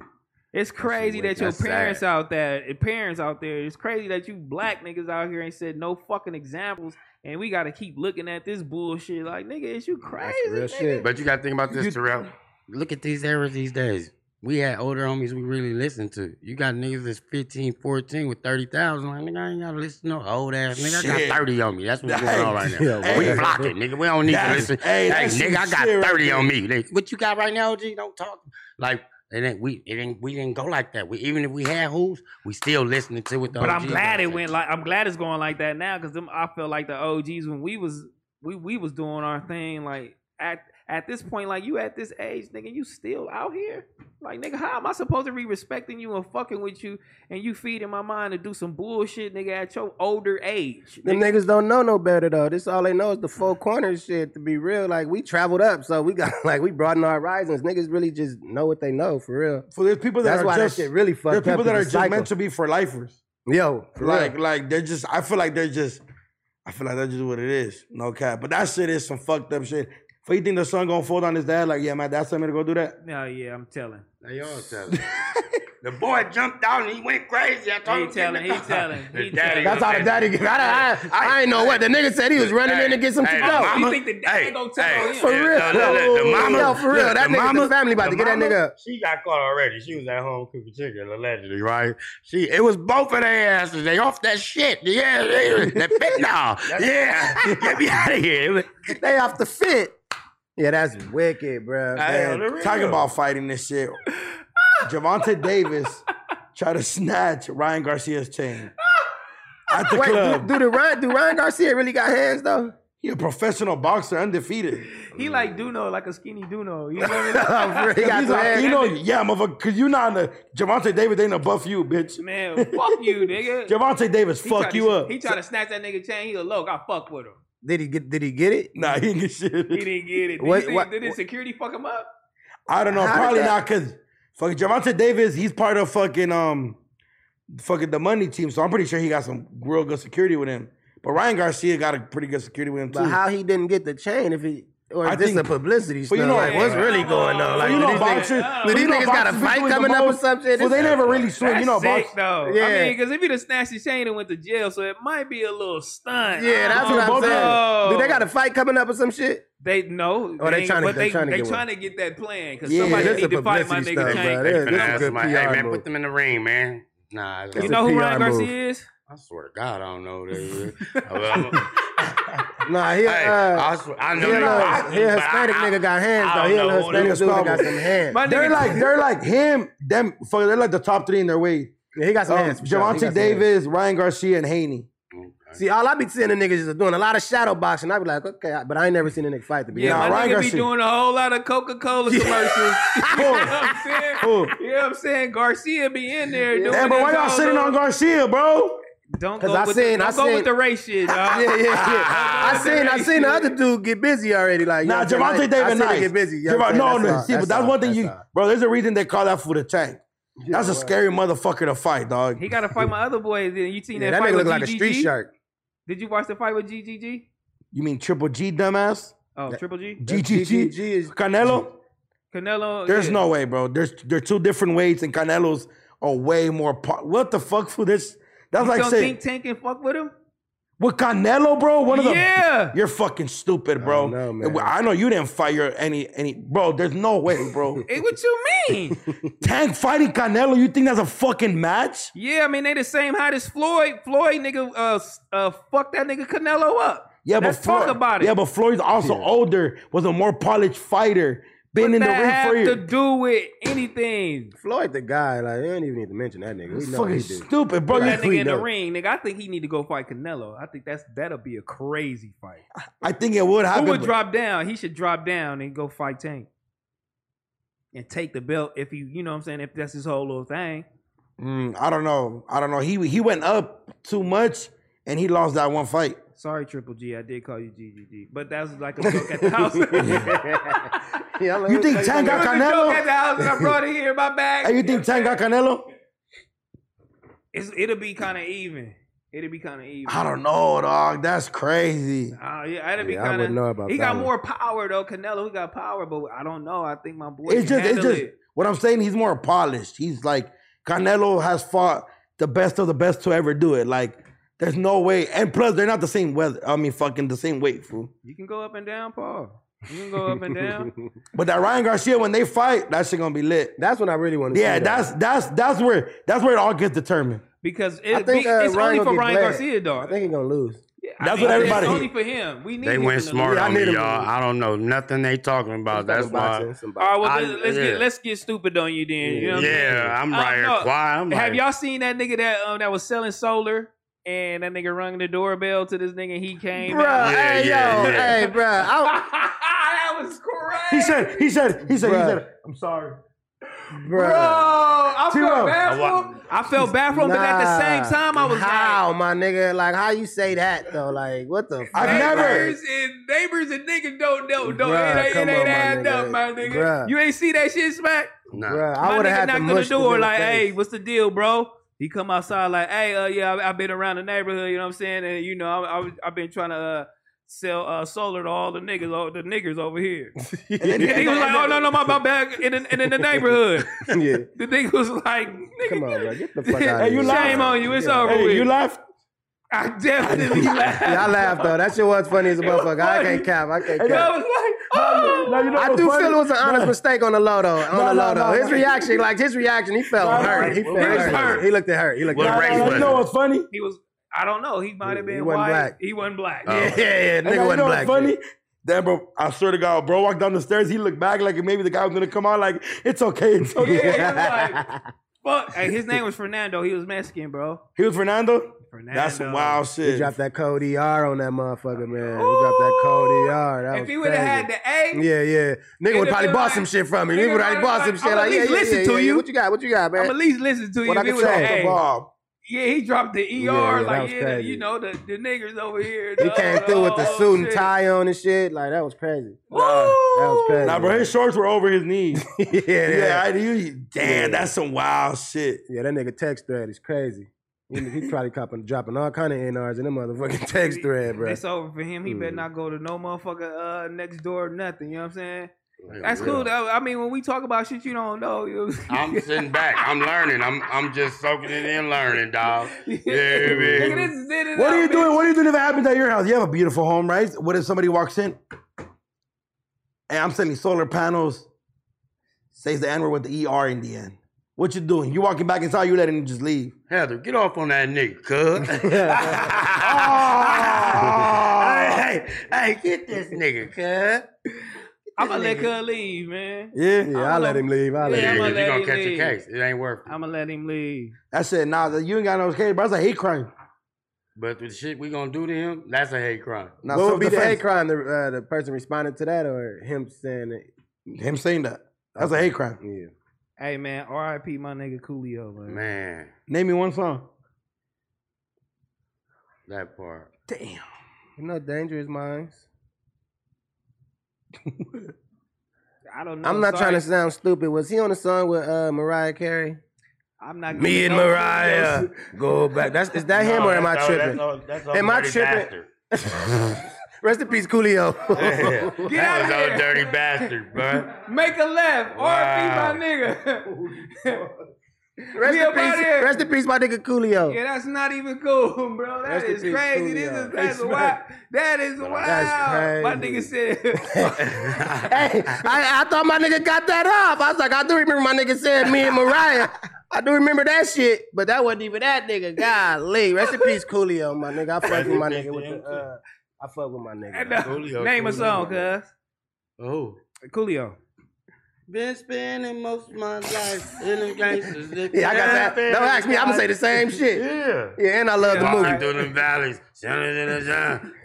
Speaker 1: It's crazy that
Speaker 4: wicked.
Speaker 1: your
Speaker 4: That's sad.
Speaker 1: parents out there, eh, parents out there. It's crazy that you black niggas out here ain't said no fucking examples, and we gotta keep looking at this bullshit. Like nigga, is you crazy?
Speaker 2: real
Speaker 1: nigga?
Speaker 2: shit.
Speaker 4: But you got to think about this,
Speaker 3: You-
Speaker 4: Terrell. Look at these errors these days. We had older homies we really listened to. You got niggas that's 15, 14 with 30,000. Like, nigga, I ain't got to listen to no old ass nigga. I
Speaker 3: Shit.
Speaker 4: got 30 on me. That's what's going on right now.
Speaker 2: Yeah,
Speaker 4: we
Speaker 3: Hey.
Speaker 2: word.
Speaker 4: block it, nigga. We don't need to
Speaker 3: That's-
Speaker 4: listen.
Speaker 3: hey,
Speaker 4: Hey,
Speaker 3: that's
Speaker 4: nigga, I got
Speaker 3: sincere right
Speaker 4: 30 on
Speaker 3: there.
Speaker 4: me. Like, what you got right now, OG? Don't talk. Like, it ain't, we it ain't, we didn't go like that. We, even if we had who's, we still listening to it. the
Speaker 1: But I'm
Speaker 4: OGs
Speaker 1: glad it
Speaker 4: out
Speaker 1: went
Speaker 4: there.
Speaker 1: like I'm glad it's going like that now because them I feel like the OGs when we was we we was doing our thing like at at this point like you at this age nigga you still out here like nigga how am I supposed to be respecting you and fucking with you and you feeding my mind to do some bullshit nigga at your older age
Speaker 2: Them
Speaker 1: nigga.
Speaker 2: niggas don't know no better though. This all they know is the four corners shit. To be real, like we traveled up, so we got like we broadened our horizons. Niggas really just know what they know for real.
Speaker 3: For there's people that
Speaker 2: That's
Speaker 3: are
Speaker 2: why
Speaker 3: just
Speaker 2: that shit really fucked
Speaker 3: there are
Speaker 2: up.
Speaker 3: people that
Speaker 2: is
Speaker 3: are
Speaker 2: the
Speaker 3: just
Speaker 2: cycle.
Speaker 3: meant to be for lifers.
Speaker 2: yo, for real.
Speaker 3: Like, like they're just. I feel like they're just. I feel like that's just what it is. No cap. But that shit is some fucked up shit. For you think the son gonna fold on his dad? Like, yeah, my dad sent me to go do that.
Speaker 1: no yeah I'm telling
Speaker 4: They all tell it. The boy jumped out and he went crazy. I told
Speaker 1: He
Speaker 4: him to
Speaker 1: telling,
Speaker 4: get in the
Speaker 1: he
Speaker 4: car.
Speaker 1: telling,
Speaker 4: The
Speaker 1: he
Speaker 4: daddy
Speaker 1: telling.
Speaker 4: was
Speaker 2: That's how the
Speaker 4: at-
Speaker 2: daddy get. I, I, I, ain't know what the nigga said. He was running in to get some
Speaker 4: Hey,
Speaker 2: Chipotle.
Speaker 4: mama-
Speaker 1: You think the dad gonna tell him?
Speaker 2: For real.
Speaker 4: No, no, no, the mama,
Speaker 2: Yo, for real.
Speaker 4: look,
Speaker 2: That
Speaker 4: the
Speaker 2: nigga, the
Speaker 4: mama-
Speaker 2: family about
Speaker 4: the
Speaker 2: to get that
Speaker 4: mama,
Speaker 2: nigga up.
Speaker 4: She got caught already. She was at home cooking chicken, allegedly, right? She, it was both of their asses. They off that shit. Yeah, yeah, that fentanyl. yeah, get me out of here. It was-
Speaker 2: They off the fit. Yeah, that's wicked, bro.
Speaker 4: Hey,
Speaker 2: Man,
Speaker 4: the real.
Speaker 3: Talking about fighting this shit. Javante Davis tried to snatch Ryan Garcia's chain at the
Speaker 2: Wait, do,
Speaker 3: club.
Speaker 2: do the Ryan, do Ryan Garcia really got hands though?
Speaker 3: He a professional boxer, undefeated.
Speaker 1: He like Duno, like a skinny Duno. You know what
Speaker 2: For real,
Speaker 1: I
Speaker 2: he got
Speaker 3: He's
Speaker 2: some
Speaker 3: like,
Speaker 2: hands.
Speaker 3: you know, yeah, motherfucker, cause you not in the Javante Davis ain't above you, bitch.
Speaker 1: mean? Man, fuck you, nigga.
Speaker 3: Javante Davis,
Speaker 1: He
Speaker 3: fuck
Speaker 1: tried
Speaker 3: you
Speaker 1: to,
Speaker 3: up.
Speaker 1: He tried to snatch that nigga chain. He a low. I fuck with him.
Speaker 2: Did he get? Did he get it?
Speaker 3: nah, he ain't get shit.
Speaker 1: He didn't get it. Did,
Speaker 2: What-
Speaker 1: you think-
Speaker 2: what-
Speaker 1: did his
Speaker 2: what-
Speaker 1: security fuck him up?
Speaker 3: I don't know.
Speaker 2: How did
Speaker 3: probably
Speaker 2: that-
Speaker 3: not because fucking Javante Davis, he's part of fucking um fucking the money team. So I'm pretty sure he got some real good security with him. But Ryan Garcia got a pretty good security with him too.
Speaker 2: But how he didn't get the chain if he or
Speaker 3: I
Speaker 2: is this
Speaker 3: think-
Speaker 2: a publicity
Speaker 3: But
Speaker 2: stuff?
Speaker 3: you know-
Speaker 2: like, what's
Speaker 3: Yeah.
Speaker 2: really going on? Like,
Speaker 3: you
Speaker 2: do
Speaker 3: know
Speaker 2: these
Speaker 3: boxers,
Speaker 1: do
Speaker 2: niggas, do
Speaker 3: you
Speaker 2: these
Speaker 3: know
Speaker 2: niggas got a
Speaker 3: boxers be
Speaker 2: fight
Speaker 3: doing the
Speaker 2: coming up or
Speaker 3: most-
Speaker 2: some shit?
Speaker 3: Well,
Speaker 2: This-
Speaker 3: they never really swing.
Speaker 1: That's
Speaker 3: You know,
Speaker 1: sick,
Speaker 3: box.
Speaker 1: though. I
Speaker 2: Yeah.
Speaker 1: mean, because if he done snatched his chain and went to jail, so it might be a little stunt.
Speaker 2: yeah, that's what I'm
Speaker 3: both
Speaker 2: saying.
Speaker 1: know.
Speaker 2: Do they got a fight coming up or some shit?
Speaker 1: They no.
Speaker 2: Oh, they
Speaker 1: ain't-
Speaker 2: tryna-
Speaker 1: but
Speaker 2: they
Speaker 1: they
Speaker 2: tryna
Speaker 1: they
Speaker 2: get one.
Speaker 1: trying to get that plan because
Speaker 3: Yeah,
Speaker 1: somebody
Speaker 2: that's
Speaker 1: need
Speaker 2: a
Speaker 1: to fight my
Speaker 2: publicity
Speaker 1: nigga
Speaker 2: stunt,
Speaker 1: chain.
Speaker 2: bruh. Yeah,
Speaker 4: Finna
Speaker 2: this is
Speaker 4: ask
Speaker 2: good
Speaker 4: my-
Speaker 2: PR
Speaker 4: hey, man,
Speaker 2: move.
Speaker 4: put them in the ring, man. Nah, it's
Speaker 2: It's
Speaker 1: You
Speaker 2: a
Speaker 1: know who
Speaker 2: PR
Speaker 1: Ryan
Speaker 2: move.
Speaker 1: Garcia is?
Speaker 4: I swear to God, I don't know. Dude. I,
Speaker 2: Nah, he.
Speaker 4: hey,
Speaker 2: uh,
Speaker 4: I, swear, I
Speaker 2: He
Speaker 4: know.
Speaker 2: a
Speaker 4: they
Speaker 2: little-
Speaker 4: boxing,
Speaker 2: he a
Speaker 4: but
Speaker 2: Hispanic
Speaker 4: I, I,
Speaker 2: nigga got hands
Speaker 4: I
Speaker 2: though. He a
Speaker 4: don't
Speaker 2: little
Speaker 4: know.
Speaker 2: Hispanic
Speaker 3: Niggas
Speaker 2: dude that
Speaker 3: problem.
Speaker 2: got some hands.
Speaker 1: My
Speaker 3: They're
Speaker 1: nigga-
Speaker 3: like they're like him. Them fuck, they're like the top three in their way.
Speaker 2: Yeah, he got some
Speaker 3: Um,
Speaker 2: hands. for sure. He got some
Speaker 3: Javante
Speaker 2: hands.
Speaker 3: Davis, Ryan Garcia, and Haney.
Speaker 2: See, all I be seeing the niggas is doing a lot of shadow boxing. I be like, okay, I- but I ain't never seen a nigga fight to be
Speaker 1: Yeah,
Speaker 3: Nah,
Speaker 2: honest.
Speaker 1: my
Speaker 3: Ryan
Speaker 1: nigga
Speaker 3: Garcia.
Speaker 1: be doing a whole lot of Coca Cola commercials. you know what I'm saying? You
Speaker 3: Cool.
Speaker 1: know what I'm saying? Garcia be in there doing
Speaker 3: Damn, but why
Speaker 1: his
Speaker 3: y'all
Speaker 1: whole
Speaker 3: sitting on
Speaker 1: little-
Speaker 3: Garcia, bro?
Speaker 1: Don't
Speaker 2: 'Cause
Speaker 1: go,
Speaker 2: I
Speaker 1: with,
Speaker 2: seen-
Speaker 1: the,
Speaker 2: I
Speaker 1: don't go
Speaker 2: seen-
Speaker 1: with the race shit, dog.
Speaker 2: Yeah, yeah, yeah. I seen, I seen the other dude get busy already. Like, you know
Speaker 3: Nah,
Speaker 2: what I'm
Speaker 3: Javante
Speaker 2: saying? I- I
Speaker 3: Davis
Speaker 2: seen him
Speaker 3: nice.
Speaker 2: get busy. you know
Speaker 3: Javon-
Speaker 2: what I'm
Speaker 3: no,
Speaker 2: saying?
Speaker 3: no.
Speaker 2: all,
Speaker 3: see, but that's
Speaker 2: all,
Speaker 3: one thing you,
Speaker 2: that's all.
Speaker 3: bro. There's a reason they call that food a tank. That's a scary motherfucker to fight, dog.
Speaker 1: He got to fight my other boy. Then you seen
Speaker 2: Yeah,
Speaker 1: that,
Speaker 2: that
Speaker 1: fight
Speaker 2: nigga
Speaker 1: with
Speaker 2: look like a
Speaker 1: GGG?
Speaker 2: street shark.
Speaker 1: Did you watch the fight with GGG?
Speaker 3: You mean Triple G, dumbass?
Speaker 1: Oh, Triple G,
Speaker 2: That
Speaker 3: GGG
Speaker 2: GGG is-
Speaker 3: Canelo?
Speaker 1: Canelo.
Speaker 3: There's
Speaker 1: yeah.
Speaker 3: no way, bro. There's there are two different weights, and Canelo's are way more. Po- what the fuck for this? That's
Speaker 1: You
Speaker 3: like
Speaker 1: don't
Speaker 3: saying
Speaker 1: think Tank can fuck with him?
Speaker 3: with Canelo, bro. One of the
Speaker 1: yeah.
Speaker 3: You're fucking stupid, bro.
Speaker 2: don't know,
Speaker 3: And
Speaker 2: man.
Speaker 3: w- I know you didn't fight your any any bro. There's no way, bro.
Speaker 1: Hey, what you mean?
Speaker 3: Tank fighting Canelo. You think that's a fucking match?
Speaker 1: yeah, I mean they the same height as Floyd. Floyd nigga, uh, s- uh, fuck that nigga Canelo up.
Speaker 3: Yeah,
Speaker 1: Let's
Speaker 3: but Floyd,
Speaker 1: talk about it.
Speaker 3: Yeah, but Floyd's also older, was a more polished fighter, been
Speaker 1: what
Speaker 3: in the
Speaker 1: that have
Speaker 3: ring for
Speaker 1: to
Speaker 3: years.
Speaker 1: do with anything?
Speaker 2: Floyd, the guy, like, they don't even need to mention that nigga. We know what
Speaker 3: Fucking
Speaker 2: he do.
Speaker 3: stupid, bro.
Speaker 1: That
Speaker 3: You-
Speaker 1: nigga in the
Speaker 2: know.
Speaker 1: ring, nigga. I think he need to go fight Canelo. I think that's that'll be a crazy fight.
Speaker 3: I think it would happen.
Speaker 1: Who would
Speaker 3: but-
Speaker 1: drop down? He should drop down and go fight Tank. And take the belt if you you know what I'm saying, if that's his whole little thing.
Speaker 3: Mm, I don't know. I don't know. He he went up too much, and he lost that one fight.
Speaker 1: Sorry, Triple G, I did call you GGG. But that was like a joke at the house. It was
Speaker 2: Yeah, I love
Speaker 3: You think
Speaker 2: it.
Speaker 3: Tank got
Speaker 1: a
Speaker 3: Canelo?
Speaker 1: joke at the house and I brought it here in my bag.
Speaker 3: Hey, you think Tank got Canelo?
Speaker 1: It's, it'll be kind of even. It'll be kind of even.
Speaker 3: I don't know, dog. That's crazy.
Speaker 1: Uh, yeah, it'd be
Speaker 2: Yeah, I
Speaker 1: kind
Speaker 2: wouldn't know about
Speaker 1: He
Speaker 2: that
Speaker 1: got
Speaker 2: one.
Speaker 1: more power though. Canelo, he got power, but I don't know. I think my boy can
Speaker 3: It's just, it's
Speaker 1: handle
Speaker 3: just
Speaker 1: it.
Speaker 3: what I'm saying. He's more polished. He's like Canelo has fought the best of the best to ever do it. Like there's no way. And plus, they're not the same weather. I mean, fucking the same weight, fool.
Speaker 1: You can go up and down, Paul. You can go up and down.
Speaker 3: But that Ryan Garcia, when they fight, that shit gonna be lit.
Speaker 2: That's when I really want to
Speaker 3: Yeah,
Speaker 2: see. that.
Speaker 3: that's that's that's where that's where it all gets determined.
Speaker 1: Because
Speaker 2: I
Speaker 1: it,
Speaker 2: think
Speaker 1: be,
Speaker 2: uh,
Speaker 1: it's only
Speaker 2: Ryan gonna
Speaker 1: for
Speaker 2: get
Speaker 1: Ryan
Speaker 2: bled.
Speaker 1: Garcia, though.
Speaker 2: I think he's gonna lose.
Speaker 1: Yeah,
Speaker 3: That's what everybody-
Speaker 1: It's only for him. We need
Speaker 4: They
Speaker 1: him
Speaker 4: went
Speaker 1: to
Speaker 4: smart
Speaker 1: lose.
Speaker 2: Yeah, I
Speaker 4: on
Speaker 2: need
Speaker 4: me,
Speaker 2: him to
Speaker 4: y'all.
Speaker 2: lose.
Speaker 4: I don't know nothing they talking about. Oh, That's Oh, why.
Speaker 1: All right, well,
Speaker 4: I-
Speaker 1: then let's
Speaker 4: yeah.
Speaker 1: get let's get stupid on you then. You know what I'm saying?
Speaker 4: Yeah, I'm
Speaker 1: I don't
Speaker 4: right here
Speaker 1: know.
Speaker 4: quiet. I'm
Speaker 1: Have
Speaker 4: like,
Speaker 1: y'all seen that nigga that um, that was selling solar and that nigga rung the doorbell to this nigga? And he came.
Speaker 2: Bro,
Speaker 1: out?
Speaker 4: Yeah,
Speaker 2: hey
Speaker 4: yeah,
Speaker 2: yo,
Speaker 4: yeah.
Speaker 2: hey bro, I,
Speaker 1: that was crazy.
Speaker 3: He said, he said, he said, he
Speaker 2: Bruh.
Speaker 3: said, I'm sorry.
Speaker 2: bro.
Speaker 1: Bro, I
Speaker 3: T-Rob.
Speaker 1: felt bad
Speaker 4: I
Speaker 1: for
Speaker 4: wa-
Speaker 1: him. I felt bad for him, but at the
Speaker 2: Nah.
Speaker 1: same time, I was
Speaker 2: how, my nigga? Like, how you say that though? Like, what the?
Speaker 3: I've
Speaker 1: like,
Speaker 2: fuck,
Speaker 3: never-
Speaker 2: like?
Speaker 1: neighbors and neighbors and niggas don't know. Don't,
Speaker 2: Bruh,
Speaker 1: it ain't,
Speaker 2: come
Speaker 1: it ain't
Speaker 2: on, my
Speaker 1: adding
Speaker 2: nigga.
Speaker 1: up, my nigga.
Speaker 2: Bruh.
Speaker 1: You ain't see that shit, smack.
Speaker 4: nah.
Speaker 2: Bruh, I
Speaker 1: My
Speaker 2: would
Speaker 1: nigga
Speaker 2: have had to
Speaker 1: knocked on the
Speaker 2: mush
Speaker 1: door
Speaker 2: nigga
Speaker 1: like,
Speaker 2: face.
Speaker 1: "Hey, what's the deal, bro?" He come outside like, "Hey, uh, yeah, I've been around the neighborhood. You know what I'm saying? And you know, I've I, I've been trying to uh, sell uh, solar to all the niggas, all the niggers over here.
Speaker 3: then-
Speaker 1: And he was like, oh no, no, my, my bag in the, in the neighborhood.
Speaker 2: yeah.
Speaker 1: The nigga was like, nigga,
Speaker 2: Come on, bro. Get the fuck out of
Speaker 3: Hey,
Speaker 2: here.
Speaker 3: you lying.
Speaker 1: shame on you, it's over
Speaker 3: Hey,
Speaker 1: with.
Speaker 3: you laughed.
Speaker 1: I definitely laughed.
Speaker 2: Yeah, I laughed though. That shit was funny as a motherfucker. I can't cap. I can't
Speaker 1: I
Speaker 2: cap.
Speaker 1: was like, oh.
Speaker 3: Now, you know
Speaker 2: I
Speaker 3: what's
Speaker 2: do
Speaker 3: funny?
Speaker 2: feel it was an honest mistake on the low though. On
Speaker 3: No, no,
Speaker 2: the low
Speaker 3: no,
Speaker 2: though. His
Speaker 3: no.
Speaker 2: reaction, like his reaction, he felt
Speaker 3: No, no,
Speaker 2: hurt. He
Speaker 3: he
Speaker 2: felt
Speaker 3: was
Speaker 1: hurt.
Speaker 2: hurt. He looked at her. He looked
Speaker 4: What
Speaker 2: at
Speaker 3: Nah,
Speaker 2: her.
Speaker 4: race
Speaker 3: nah,
Speaker 4: was
Speaker 3: you
Speaker 4: it?
Speaker 3: know what's funny?
Speaker 1: He was, I don't know. He might have
Speaker 2: He
Speaker 1: been
Speaker 2: wasn't
Speaker 1: white.
Speaker 2: black.
Speaker 1: He wasn't black.
Speaker 4: Oh.
Speaker 2: Yeah, yeah, yeah.
Speaker 3: And now
Speaker 2: Nigga
Speaker 3: you know
Speaker 2: wasn't
Speaker 3: what's
Speaker 2: black.
Speaker 3: funny?
Speaker 2: yet.
Speaker 3: Damn, bro, I swear to God, bro walked down the stairs. He looked back like maybe the guy was gonna come out like, it's okay, it's okay.
Speaker 1: Yeah, he was like, fuck. Hey, his name was Fernando. He was Mexican, bro.
Speaker 3: He was Fernando?
Speaker 1: Fernando.
Speaker 3: That's some wild shit.
Speaker 2: He dropped that code ER on that motherfucker, man. He dropped that
Speaker 1: Ooh.
Speaker 2: code ER. That
Speaker 1: If
Speaker 2: was
Speaker 1: he would have had
Speaker 2: crazy.
Speaker 1: the A,
Speaker 2: Yeah, yeah. Nigga
Speaker 1: It'd
Speaker 2: would probably
Speaker 1: been
Speaker 2: bought
Speaker 1: like-
Speaker 2: some shit from him.
Speaker 1: nigga
Speaker 2: He would
Speaker 1: would've
Speaker 2: probably bought some
Speaker 1: like,
Speaker 2: shit.
Speaker 1: I'ma
Speaker 2: Like,
Speaker 1: at
Speaker 2: yeah,
Speaker 1: least
Speaker 2: yeah,
Speaker 1: listen
Speaker 2: yeah,
Speaker 1: to
Speaker 2: yeah.
Speaker 1: you.
Speaker 2: What you got? What you got,
Speaker 1: I'm
Speaker 2: man?
Speaker 1: at least listen to you.
Speaker 2: What I
Speaker 1: If he
Speaker 2: can
Speaker 1: would have
Speaker 2: say.
Speaker 1: had A.
Speaker 3: Bob.
Speaker 1: Yeah, he dropped the ER.
Speaker 2: yeah, that
Speaker 1: like,
Speaker 2: was
Speaker 1: yeah, the,
Speaker 2: crazy.
Speaker 1: you know, the, the niggers over here.
Speaker 2: He
Speaker 1: dog,
Speaker 2: came through with the
Speaker 1: oh,
Speaker 2: suit and
Speaker 1: shit.
Speaker 2: tie on and shit. Like that was crazy.
Speaker 1: Woo!
Speaker 2: That was crazy.
Speaker 3: Nah, bro, his shorts were over his knees.
Speaker 2: yeah,
Speaker 3: yeah,
Speaker 2: yeah.
Speaker 3: I knew. Damn, that's some wild shit.
Speaker 2: Yeah, that nigga text thread is crazy. He, he probably copping, dropping all kind of NRs in that motherfucking text thread, bro.
Speaker 1: It's over for him. He better
Speaker 2: Mm.
Speaker 1: not go to no motherfucker uh, next door, nothing. You know what I'm saying?
Speaker 4: Yeah,
Speaker 1: That's
Speaker 4: real.
Speaker 1: cool. Though. I mean, when we talk about shit you don't know, you know
Speaker 4: I'm sitting back. I'm learning. I'm I'm just soaking it in, learning, dog. Yeah,
Speaker 1: Nigga,
Speaker 4: man.
Speaker 1: this is it and
Speaker 3: What
Speaker 1: out,
Speaker 3: are you
Speaker 1: bitch.
Speaker 3: doing? What are you doing if it happens at your house? You have a beautiful home, right? What if somebody walks in? And I'm sending solar panels, says the N word with the ER in the end. What you doing? You walking back inside, you letting him just leave.
Speaker 4: Heather, get off on that nigga, cuz.
Speaker 3: Ah.
Speaker 4: hey, hey, hey, get this nigga, cuz.
Speaker 1: I'm gonna let her leave, man.
Speaker 3: Yeah.
Speaker 2: yeah, I let him leave. I let
Speaker 1: Yeah,
Speaker 4: Yeah,
Speaker 2: him.
Speaker 1: I'ma
Speaker 4: you
Speaker 1: let
Speaker 2: leave.
Speaker 4: gonna
Speaker 1: it
Speaker 4: catch a
Speaker 1: leave.
Speaker 4: case. It ain't worth it.
Speaker 1: I'm gonna let him leave.
Speaker 3: I said, nah, that- you ain't got no escape, bro. That's a hate crime.
Speaker 4: But the shit we gonna do to him, that's a hate crime.
Speaker 3: Not
Speaker 2: what would be the
Speaker 3: self-defense.
Speaker 2: hate crime? The, uh, the person responding to that or him saying it?
Speaker 3: Him saying that. That's a hate crime.
Speaker 2: Yeah.
Speaker 1: Hey man, R.I.P. my nigga Coolio, man.
Speaker 4: Man,
Speaker 3: Name me one song.
Speaker 4: that part.
Speaker 3: Damn.
Speaker 2: You know, dangerous minds.
Speaker 1: I don't know.
Speaker 2: I'm not
Speaker 1: sorry.
Speaker 2: trying to sound stupid. Was he on the song with uh, Mariah Carey?
Speaker 1: I'm not.
Speaker 2: Me
Speaker 1: getting
Speaker 2: and
Speaker 1: no
Speaker 2: Mariah
Speaker 1: kudos.
Speaker 2: go back. That's is that him
Speaker 4: No,
Speaker 2: or am I
Speaker 4: that's all-
Speaker 2: tripping?
Speaker 4: that's all- that's
Speaker 2: Am I
Speaker 4: all dirty
Speaker 2: tripping?
Speaker 4: bastard.
Speaker 2: Rest in peace, Coolio.
Speaker 4: Yeah.
Speaker 1: Get
Speaker 4: that
Speaker 1: out
Speaker 4: was
Speaker 1: of
Speaker 4: all
Speaker 1: here.
Speaker 4: dirty bastard, bro.
Speaker 1: Make a left.
Speaker 4: Wow.
Speaker 1: R.I.P. my nigga.
Speaker 2: Rest
Speaker 1: We
Speaker 2: in
Speaker 1: up outta
Speaker 2: peace.
Speaker 1: here.
Speaker 2: Rest in peace, my nigga Coolio.
Speaker 1: yeah, that's not even cool, bro. That
Speaker 2: Rest in
Speaker 1: is
Speaker 2: peace,
Speaker 1: crazy. This
Speaker 2: Coolio.
Speaker 1: is that's
Speaker 2: Hey,
Speaker 1: wild. That is wild. My
Speaker 2: crazy.
Speaker 1: nigga said.
Speaker 2: hey, I, I thought my nigga got that off. I was like, I do remember my nigga said me and Mariah. I do remember that shit, but that wasn't even that nigga. Golly, rest in peace, Coolio, my nigga. I fuck with my nigga with the. Uh, I fuck with my nigga.
Speaker 1: No,
Speaker 4: Coolio,
Speaker 1: Name a
Speaker 4: Coolio.
Speaker 1: song, cuz.
Speaker 4: oh.
Speaker 1: Coolio.
Speaker 4: Been spending most of my life in the gangsters.
Speaker 2: Yeah, I got that. Don't ask me. I'm gonna say the same shit.
Speaker 4: Yeah.
Speaker 2: Yeah, and I love the
Speaker 4: Walking
Speaker 2: movie.
Speaker 4: through them valleys. Rest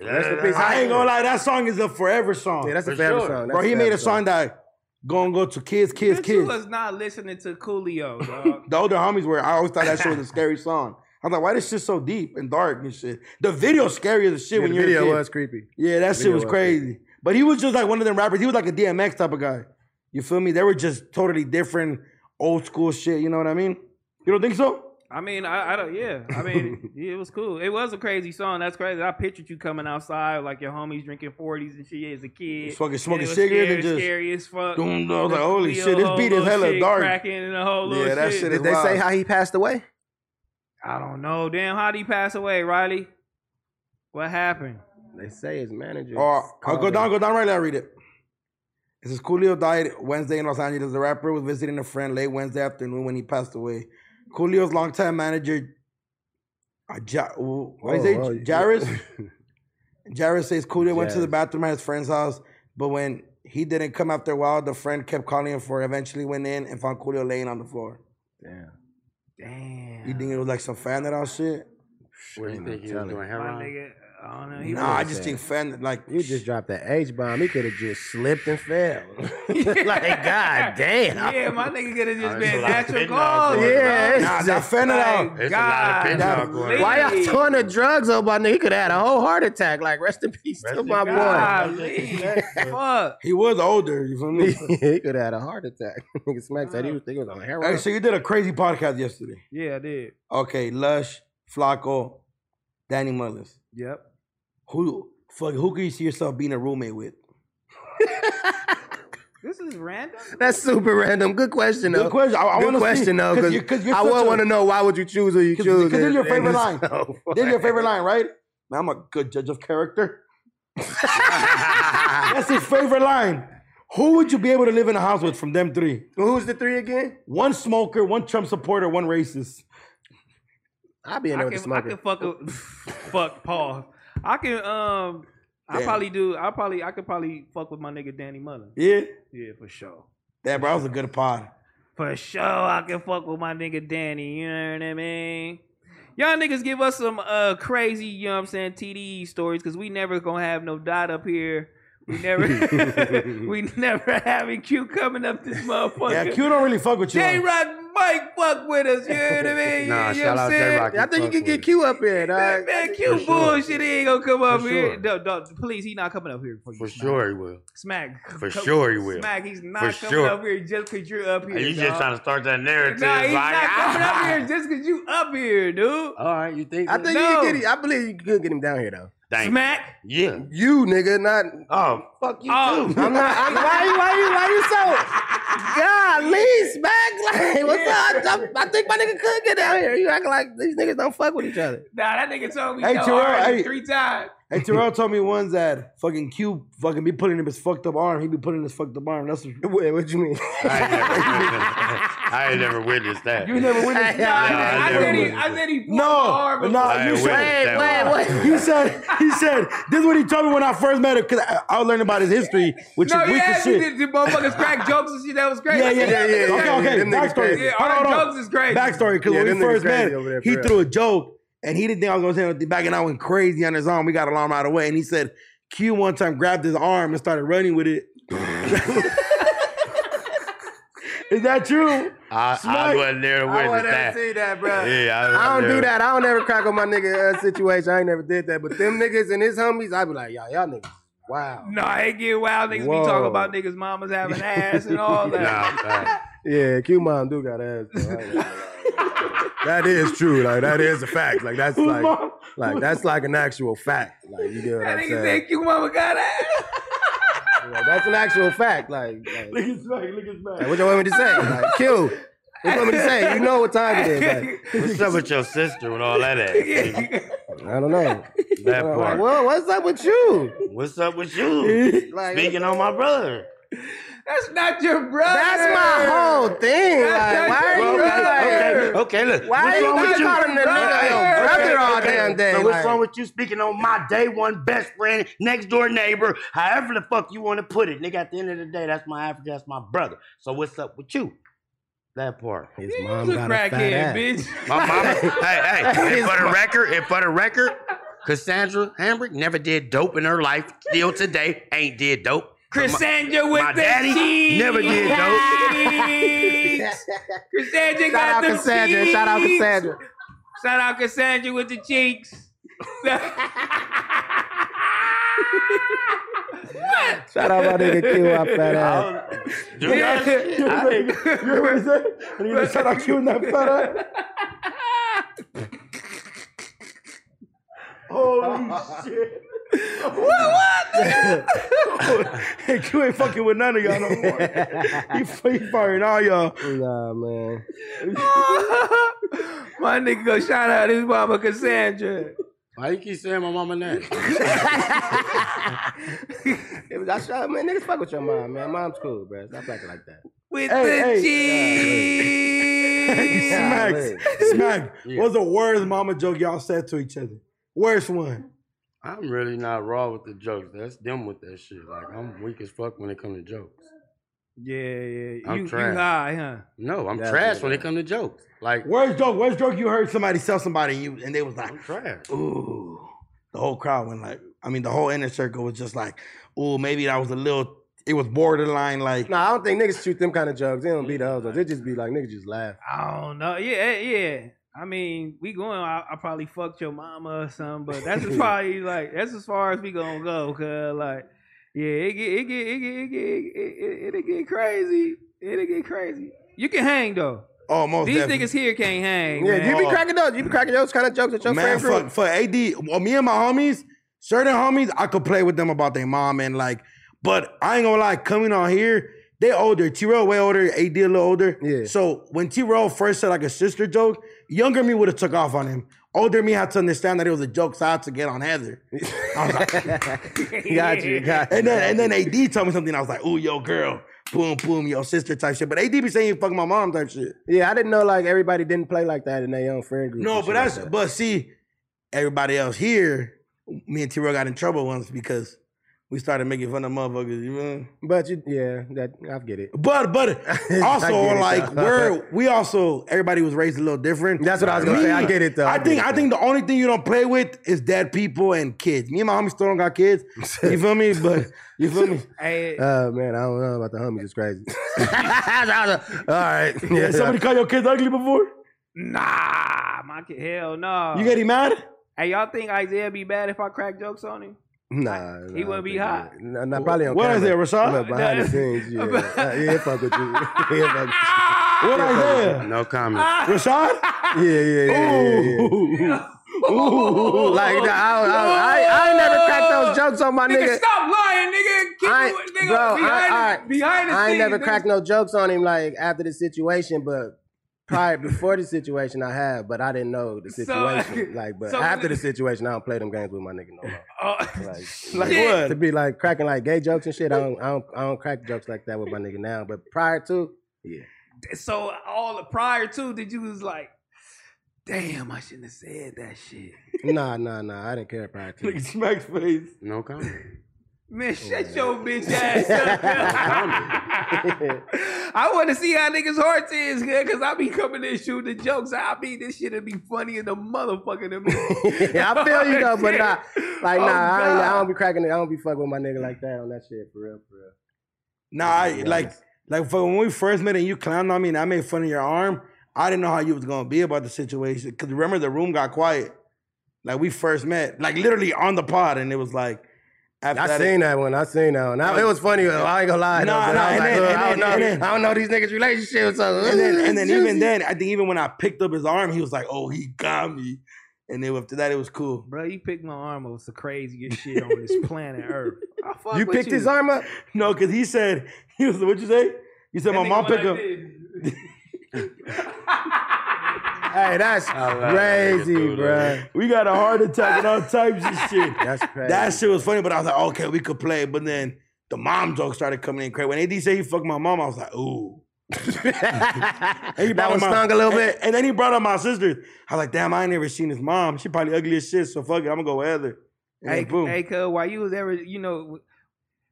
Speaker 2: Rest in peace.
Speaker 3: I ain't gonna lie, that song is a forever song.
Speaker 2: Yeah, that's a
Speaker 4: Oh, For
Speaker 2: favorite
Speaker 4: sure.
Speaker 2: song. That's
Speaker 3: bro, he made a
Speaker 2: favorite
Speaker 3: song that gonna go to kids, kids,
Speaker 1: Bitch, you
Speaker 3: kids.
Speaker 1: was not listening to Coolio, dog.
Speaker 3: The older homies were. I always thought that shit was a scary song. I was like, why this shit so deep and dark and shit? The video's scary as shit
Speaker 2: Yeah,
Speaker 3: when
Speaker 2: the
Speaker 3: you're a
Speaker 2: video
Speaker 3: kid.
Speaker 2: was creepy.
Speaker 3: Yeah, that shit
Speaker 2: Video
Speaker 3: was
Speaker 2: was
Speaker 3: crazy. But he was just like one of them rappers. He was like a DMX type of guy. You feel me? They were just totally different, old school shit. You know what I mean? You don't think so?
Speaker 1: I mean, I, I don't. Yeah, I mean, it, it was cool. It was a crazy song. That's crazy. I pictured you coming outside like your homies drinking forties and shit as a kid.
Speaker 3: Just fucking smoking
Speaker 1: it was
Speaker 3: cigarettes
Speaker 1: scary-
Speaker 3: and just
Speaker 1: scary as fuck.
Speaker 3: Doom, I was
Speaker 1: The
Speaker 3: like, holy
Speaker 1: wheel,
Speaker 3: shit, this
Speaker 1: whole
Speaker 3: beat is
Speaker 1: little
Speaker 3: hella
Speaker 1: shit
Speaker 3: dark.
Speaker 1: Cracking and the whole
Speaker 3: Yeah,
Speaker 1: little
Speaker 3: that
Speaker 1: shit.
Speaker 3: shit is-
Speaker 2: Did they say
Speaker 3: wild.
Speaker 2: how he passed away?
Speaker 1: I don't know. Damn, how would he pass away, Riley? What happened?
Speaker 2: They say his manager.
Speaker 3: Or Oh, I'll
Speaker 2: called
Speaker 3: go
Speaker 2: him.
Speaker 3: down, go down right now, read it. It says Coolio died Wednesday in Los Angeles. The rapper was visiting a friend late Wednesday afternoon when he passed away. Coolio's longtime manager, uh, ja- what is
Speaker 2: Whoa,
Speaker 3: it?
Speaker 2: whoa, you-
Speaker 3: Jarvis? Jared says Coolio went to the
Speaker 2: Jarvis.
Speaker 3: bathroom at his friend's house, but when he didn't come after a while, the friend kept calling him for. it, Eventually, went in and found Coolio laying on the floor.
Speaker 2: Damn.
Speaker 3: You
Speaker 1: Damn.
Speaker 3: think it was like some fan that out shit?
Speaker 4: What do you think he was
Speaker 2: Telling.
Speaker 4: doing?
Speaker 1: My
Speaker 4: Heroin?
Speaker 1: nigga, I don't know. He
Speaker 3: Nah, I
Speaker 1: was-
Speaker 3: just
Speaker 2: sad.
Speaker 3: think fan like
Speaker 2: You just dropped that H bomb. He could have just slipped and fell. like, god damn.
Speaker 1: yeah, my nigga could have just
Speaker 4: There's a
Speaker 1: been
Speaker 4: lot
Speaker 1: natural cause.
Speaker 4: of fentanyl going
Speaker 2: Yeah,
Speaker 1: bro.
Speaker 2: it's
Speaker 3: nah that
Speaker 2: just-
Speaker 3: fan out.
Speaker 1: Like,
Speaker 4: There's a lot of
Speaker 1: God,
Speaker 4: fentanyl going on.
Speaker 2: why y'all
Speaker 1: please.
Speaker 2: throwing the drugs up my nigga? He could have had a whole heart attack. Like, rest in peace
Speaker 4: Rest
Speaker 2: to
Speaker 4: in
Speaker 2: my
Speaker 4: peace.
Speaker 2: boy.
Speaker 1: Golly, fuck.
Speaker 3: He was older. You feel me?
Speaker 2: he could have had a heart attack. Nigga Smack said he was thinking it was on
Speaker 3: Hey,
Speaker 2: heroin.
Speaker 3: so you did a crazy podcast yesterday.
Speaker 1: Yeah, I did.
Speaker 3: Okay, Lush, Flacco, Danny Mullins.
Speaker 1: Yep.
Speaker 3: Who Fuck, who can you see yourself being a roommate with?
Speaker 1: This is random.
Speaker 2: That's super random. Good question, though.
Speaker 3: Good question. I, I
Speaker 2: Good
Speaker 3: want to
Speaker 2: question, though, because I would want to know why would you choose who you
Speaker 3: 'Cause-
Speaker 2: choose.
Speaker 3: 'cause it's your
Speaker 2: and-
Speaker 3: favorite line.
Speaker 2: and so
Speaker 3: This is your
Speaker 2: funny.
Speaker 3: favorite line, right? Man, I'm a good judge of character. That's his favorite line. Who would you be able to live in a house with from them three?
Speaker 2: Who's the three again?
Speaker 3: One smoker, one Trump supporter, one racist.
Speaker 2: I'll be in
Speaker 1: I
Speaker 2: there with the
Speaker 1: can, I can
Speaker 2: smoker.
Speaker 1: fuck a, fuck Paul. I can um I
Speaker 3: Damn.
Speaker 1: probably do I probably I could probably fuck with my nigga Danny Mullen.
Speaker 3: Yeah?
Speaker 1: Yeah, for sure.
Speaker 3: That bro, that was a good pod.
Speaker 1: For sure I can fuck with my nigga Danny, you know what I mean? Y'all niggas give us some uh crazy, you know what I'm saying, TDE stories cuz we never going to have no dot up here. We never we never having Q coming up this motherfucker.
Speaker 3: Yeah, Q don't really fuck with you.
Speaker 1: J
Speaker 3: huh?
Speaker 1: Rock Mike fuck with us, you know what I mean?
Speaker 4: Nah,
Speaker 1: you know
Speaker 4: shout
Speaker 1: what I'm
Speaker 4: out
Speaker 1: saying?
Speaker 4: J-Rock.
Speaker 2: I think you can get Q up here,
Speaker 1: Man,
Speaker 2: dog.
Speaker 1: man,
Speaker 4: For
Speaker 1: Q
Speaker 4: sure.
Speaker 1: bullshit. He ain't gonna come up
Speaker 4: For
Speaker 1: here.
Speaker 4: sure.
Speaker 1: No, no, please, he not coming up here for you.
Speaker 4: For
Speaker 1: Smack.
Speaker 4: sure he will.
Speaker 1: Smack.
Speaker 4: For
Speaker 1: Come-
Speaker 4: sure he will.
Speaker 1: Smack, he's not
Speaker 4: For
Speaker 1: coming
Speaker 4: sure.
Speaker 1: up here just cause you're up here.
Speaker 4: you just
Speaker 1: dawg.
Speaker 4: trying to start that narrative.
Speaker 1: Nah, he's
Speaker 4: like, ah,
Speaker 1: not coming up here just cause you up here, dude.
Speaker 4: All right, you think?
Speaker 2: I
Speaker 4: that?
Speaker 2: think
Speaker 1: No.
Speaker 2: you can get him. I believe you could get him down here, though.
Speaker 4: Dang.
Speaker 1: Smack.
Speaker 4: Yeah.
Speaker 2: You, nigga, not.
Speaker 4: Oh, fuck you
Speaker 1: Oh.
Speaker 4: too.
Speaker 2: I'm not. I'm, why you? Why you? Why you so? God, Lee smack like what's up? I, I, I think my nigga could get down here. You acting like these niggas don't fuck with each other.
Speaker 1: Nah, that nigga told me
Speaker 3: Hey,
Speaker 1: no
Speaker 3: Terrell,
Speaker 1: already
Speaker 3: hey.
Speaker 1: three times.
Speaker 3: Hey, Terrell told me once that fucking Q fucking be putting up his fucked up arm. He be putting his fucked up arm. That's what
Speaker 2: What, what you mean?
Speaker 4: I ain't, never, I ain't never witnessed that.
Speaker 3: you never win.
Speaker 1: Nah, I,
Speaker 4: never
Speaker 1: said he,
Speaker 4: was.
Speaker 1: I said he pulled
Speaker 3: No,
Speaker 1: my arm and-
Speaker 3: no,
Speaker 4: I
Speaker 3: you
Speaker 4: ain't
Speaker 3: said-
Speaker 4: witnessed that
Speaker 2: wait,
Speaker 4: one.
Speaker 2: wait.
Speaker 3: He said, he said, this is what he told me when I first met him, because I, I was learning about his history, which
Speaker 1: No,
Speaker 3: is weak
Speaker 1: yeah,
Speaker 3: as
Speaker 1: he
Speaker 3: shit.
Speaker 1: did the motherfuckers crack jokes and shit. That was great.
Speaker 3: Yeah, yeah, yeah, yeah.
Speaker 2: yeah,
Speaker 3: Okay, okay.
Speaker 2: them niggas
Speaker 3: Backstory.
Speaker 2: crazy.
Speaker 1: Yeah, all
Speaker 3: Hold
Speaker 1: the
Speaker 3: on, hold on.
Speaker 1: jokes is crazy.
Speaker 3: Backstory, because
Speaker 2: Yeah,
Speaker 3: when
Speaker 2: them
Speaker 3: we
Speaker 2: niggas
Speaker 3: first
Speaker 2: crazy
Speaker 3: met,
Speaker 2: over there, for
Speaker 3: he
Speaker 2: real.
Speaker 3: threw a joke, and he didn't think I was going to say nothing back, and I went crazy on his arm. We got alarmed right away, and he said, Q one time grabbed his arm and started running with it. is that true?
Speaker 4: I, I
Speaker 3: Smack.
Speaker 4: wasn't there to
Speaker 2: I
Speaker 4: witness
Speaker 2: want
Speaker 4: that.
Speaker 2: to see that, bro.
Speaker 4: Yeah, I,
Speaker 2: I don't
Speaker 4: never-
Speaker 2: do that. I don't ever crack on my nigga uh, situation. I ain't never did that. But them niggas and his homies, I be like, y'all, y'all niggas, wow.
Speaker 1: No, it get wild. Niggas
Speaker 2: Whoa.
Speaker 1: be talking about niggas' mamas having ass and all that.
Speaker 4: Nah, fact.
Speaker 2: Yeah, Q mom do got ass. though. I ain't gonna lie. that is true. Like that is a fact. Like that's
Speaker 3: Who's
Speaker 2: like,
Speaker 3: mom?
Speaker 2: like that's like an actual fact. Like you get what
Speaker 1: That
Speaker 2: I'm
Speaker 1: nigga
Speaker 2: saying?
Speaker 1: said you mama got ass.
Speaker 2: Like, that's an actual fact. Like, like,
Speaker 3: Look at Smack, look at
Speaker 2: like,
Speaker 3: Smack.
Speaker 2: what you want me to say? Like, Q, what you want me to say? You know what time it is? Like,
Speaker 4: What's up with your sister with all that ass? nigga?
Speaker 2: I don't know.
Speaker 4: That
Speaker 2: Like,
Speaker 4: part.
Speaker 2: well, what's up with you?
Speaker 4: What's up with you?
Speaker 2: Like,
Speaker 4: Speaking on my brother.
Speaker 1: That's not your brother.
Speaker 2: That's my whole thing.
Speaker 1: That's
Speaker 2: Like, why
Speaker 1: not
Speaker 2: are
Speaker 1: your
Speaker 2: you like?
Speaker 1: brother.
Speaker 4: Okay, okay, look.
Speaker 2: Why
Speaker 4: what's
Speaker 2: you
Speaker 4: wrong
Speaker 2: keep
Speaker 4: with you?
Speaker 2: calling the nigga your
Speaker 1: Okay,
Speaker 2: brother all
Speaker 4: Okay,
Speaker 2: damn day?
Speaker 4: So what's
Speaker 2: like-
Speaker 4: wrong with you speaking on my day one best friend, next door neighbor, however the fuck you want to put it, nigga? At the end of the day, that's my Africa, that's my brother. So what's up with you? That part.
Speaker 2: His
Speaker 1: You
Speaker 2: mom
Speaker 1: was a
Speaker 2: got a fat
Speaker 1: crackhead,
Speaker 2: ass.
Speaker 1: bitch.
Speaker 4: My mama. hey, hey. And for the record, and for the record, Cassandra Hambrick never did dope in her life. Still today, ain't did dope.
Speaker 1: Chrisandra with
Speaker 4: my
Speaker 1: the
Speaker 4: daddy
Speaker 1: cheeks.
Speaker 4: never did
Speaker 1: dope. Chrisandra
Speaker 2: Shout
Speaker 1: got
Speaker 2: out
Speaker 1: the
Speaker 2: Cassandra.
Speaker 1: cheeks.
Speaker 2: Shout out Cassandra.
Speaker 1: Shout out Cassandra with the cheeks.
Speaker 2: Shout out my nigga Q. I fat ass.
Speaker 4: Do that shit. I think-
Speaker 3: You heard what he said? And he gonna shout out Q in that fat ass. Holy shit. Hey, Q ain't fucking with none of y'all no more. he, he firing all y'all.
Speaker 2: Nah, man.
Speaker 1: My nigga go shout out his mama Cassandra.
Speaker 4: Why you keep saying my mama name?
Speaker 2: It was, I shot, man, niggas fuck with your mom, man. Mom's cool, bro. Stop acting like that.
Speaker 1: With
Speaker 3: Hey,
Speaker 1: the
Speaker 3: hey.
Speaker 1: cheeks.
Speaker 3: Smacks. Smack.
Speaker 4: Yeah.
Speaker 3: What's the worst mama joke y'all said to each other? Worst one.
Speaker 4: I'm really not raw with the jokes. That's them with that shit. Like I'm weak as fuck when it comes to jokes.
Speaker 1: Yeah, yeah.
Speaker 4: I'm
Speaker 1: you, you
Speaker 4: trash.
Speaker 1: high, huh?
Speaker 4: No, I'm
Speaker 2: That's
Speaker 4: trash
Speaker 2: what
Speaker 4: when
Speaker 2: it
Speaker 4: it comes to jokes. Like
Speaker 3: Worst joke. Worst joke you heard somebody tell somebody and you and they was like,
Speaker 4: I'm trash.
Speaker 3: ooh. The whole crowd went like, I mean, the whole inner circle was just like, ooh, maybe that was a little, it was borderline like,
Speaker 2: Nah, I don't think niggas shoot them kind of jokes. They don't be the hoes. though. They just be like, niggas just laugh.
Speaker 1: I don't know. Yeah, eh, yeah. I mean, we going. I, I probably fucked your mama or something, but that's as probably like that's as far as we gonna go. Cause like, yeah, it get it get it get it get it, it, it get crazy. It'll get crazy. You can hang though.
Speaker 3: oh, most
Speaker 1: These
Speaker 3: definitely.
Speaker 1: niggas here can't hang.
Speaker 2: Yeah,
Speaker 1: man.
Speaker 2: you be cracking those. You be cracking those kind of jokes with your
Speaker 3: Man,
Speaker 2: friend
Speaker 3: fuck,
Speaker 2: group.
Speaker 3: fuck AD. Well, me and my homies, Certain homies, I could play with them about their mom and like, but I ain't gonna lie, coming on here, they older. T Roll way older, AD a little older.
Speaker 2: Yeah.
Speaker 3: So when T Roll first said like a sister joke, younger me would have took off on him. Older me had to understand that it was a joke, so I had to get on Heather. I was like,
Speaker 2: got you, got you.
Speaker 3: and then and then AD told me something. I was like, "Ooh, yo, girl, boom, boom, yo, sister type shit." But AD be saying, "Fuck my mom" type shit.
Speaker 2: Yeah, I didn't know like everybody didn't play like that in their own friend group.
Speaker 3: No, but
Speaker 2: and shit like
Speaker 3: that's
Speaker 2: that.
Speaker 3: but see, everybody else here, me and T Roy got in trouble once because we started making fun of motherfuckers. You know.
Speaker 2: but you, yeah, that I get it.
Speaker 3: But but
Speaker 2: I get
Speaker 3: also
Speaker 2: it,
Speaker 3: like
Speaker 2: though.
Speaker 3: we're we also everybody was raised a little different.
Speaker 2: That's what I was gonna
Speaker 3: Me,
Speaker 2: say. I get it though.
Speaker 3: I
Speaker 2: get
Speaker 3: think
Speaker 2: it,
Speaker 3: I
Speaker 2: though.
Speaker 3: think the only thing you don't play with is dead people and kids. Me and my homies still don't got kids. You feel me? But you feel me?
Speaker 1: Hey,
Speaker 2: Oh man, I don't know about the homies. It's crazy.
Speaker 4: All right.
Speaker 3: Yeah, somebody call your kids ugly before?
Speaker 1: nah, my kid, hell no.
Speaker 3: You getting mad?
Speaker 1: hey, y'all think Isaiah be bad if I crack jokes on him?
Speaker 2: Nah,
Speaker 1: He
Speaker 2: nah,
Speaker 1: wouldn't be
Speaker 2: but,
Speaker 1: hot.
Speaker 2: yeah. Nah, nah, probably on
Speaker 3: What
Speaker 2: camera.
Speaker 3: is it, Rashad?
Speaker 2: Look, behind the scenes, yeah, uh, yeah, it fuck with you. Yeah, fuck
Speaker 3: What I said?
Speaker 4: No
Speaker 1: Ah.
Speaker 4: comment.
Speaker 3: Rashad?
Speaker 2: with you. yeah, yeah, yeah, yeah, yeah.
Speaker 3: Ooh.
Speaker 2: Like, nah, I, don't- I, don't- I, ain't- I ain't never cracked those jokes on my
Speaker 1: Nigga,
Speaker 2: nigga.
Speaker 1: stop lying, nigga. Keep
Speaker 2: I
Speaker 1: it,
Speaker 2: ain't-
Speaker 1: nigga,
Speaker 2: bro, I-
Speaker 1: behind,
Speaker 2: I-
Speaker 1: the, behind the
Speaker 2: I ain't
Speaker 1: scenes,
Speaker 2: never
Speaker 1: nigga.
Speaker 2: cracked no jokes on him like after the situation, but prior before the situation I have, but I didn't know the
Speaker 1: So-
Speaker 2: situation. like, but
Speaker 1: so
Speaker 2: after
Speaker 1: when-
Speaker 2: the situation, I don't play them games with my nigga no more.
Speaker 1: Oh,
Speaker 2: Like,
Speaker 3: Like
Speaker 1: Yeah.
Speaker 2: to
Speaker 3: what?
Speaker 2: be like cracking like gay jokes and shit. I don't, I don't, I don't crack jokes like that with my nigga now. But prior to, yeah,
Speaker 1: so all the prior to did you was like, damn, I shouldn't have said that shit.
Speaker 2: nah, nah, nah. I didn't care prior
Speaker 3: Look at
Speaker 2: to.
Speaker 3: Smack's face.
Speaker 4: No comment.
Speaker 2: Oh,
Speaker 1: Man, shut your bitch ass up. I want to see how niggas' hearts is, good, cause I be coming in shooting the jokes. I be this shit'll be funny in the motherfucking to me.
Speaker 2: yeah, I feel you though, but nah, like nah,
Speaker 1: Oh,
Speaker 2: I, don't, I
Speaker 1: God.
Speaker 2: don't be cracking it. I don't be fucking with my nigga like that on that shit for real, for real.
Speaker 3: Nah, I, like, like for when we first met and you clowned on me and I made fun of your arm, I didn't know how you was gonna be about the situation. Cause remember the room got quiet. Like we first met, like literally on the pod, and it was like after
Speaker 2: I
Speaker 3: that-
Speaker 2: seen that one. I seen that one. I, it was funny. though, I ain't gonna lie.
Speaker 3: Nah,
Speaker 2: though, but
Speaker 3: nah,
Speaker 2: I was
Speaker 3: and
Speaker 2: like,
Speaker 3: then-
Speaker 2: "Ugh,
Speaker 3: and
Speaker 2: I don't
Speaker 3: then- and
Speaker 2: know.
Speaker 3: then-
Speaker 2: I don't know these niggas' relationship. So,
Speaker 3: and then and then even then, I think even when I picked up his arm, he was like, "Oh, he got me," and then after that, it was cool.
Speaker 1: Bro, you picked my arm up. It's the craziest shit on this planet Earth. I fuck
Speaker 2: you
Speaker 1: with
Speaker 2: picked
Speaker 1: you.
Speaker 2: his arm up.
Speaker 3: No, because he said he was. What you say? You
Speaker 1: That
Speaker 3: said my
Speaker 1: nigga
Speaker 3: mom
Speaker 1: went
Speaker 3: picked up.
Speaker 1: like
Speaker 2: Hey, that's
Speaker 4: love that nigga,
Speaker 2: crazy,
Speaker 4: dude.
Speaker 2: bro.
Speaker 3: We got a heart attack and all types of shit.
Speaker 2: That's crazy.
Speaker 3: That shit was funny, but I was like, oh, okay, we could play. But then the mom joke started coming in crazy. When AD said he fucked my mom, I was like, ooh. And he
Speaker 2: that
Speaker 3: brought
Speaker 2: one
Speaker 3: up my-
Speaker 2: stung a
Speaker 3: and-
Speaker 2: little bit.
Speaker 3: And, then he brought up my sister. I was like, damn, I ain't never seen his mom. She probably ugly as shit, so fuck it, I'm gonna go with Heather. And
Speaker 1: this.
Speaker 3: then boom.
Speaker 1: hey, hey, cuz, while you was ever, you know,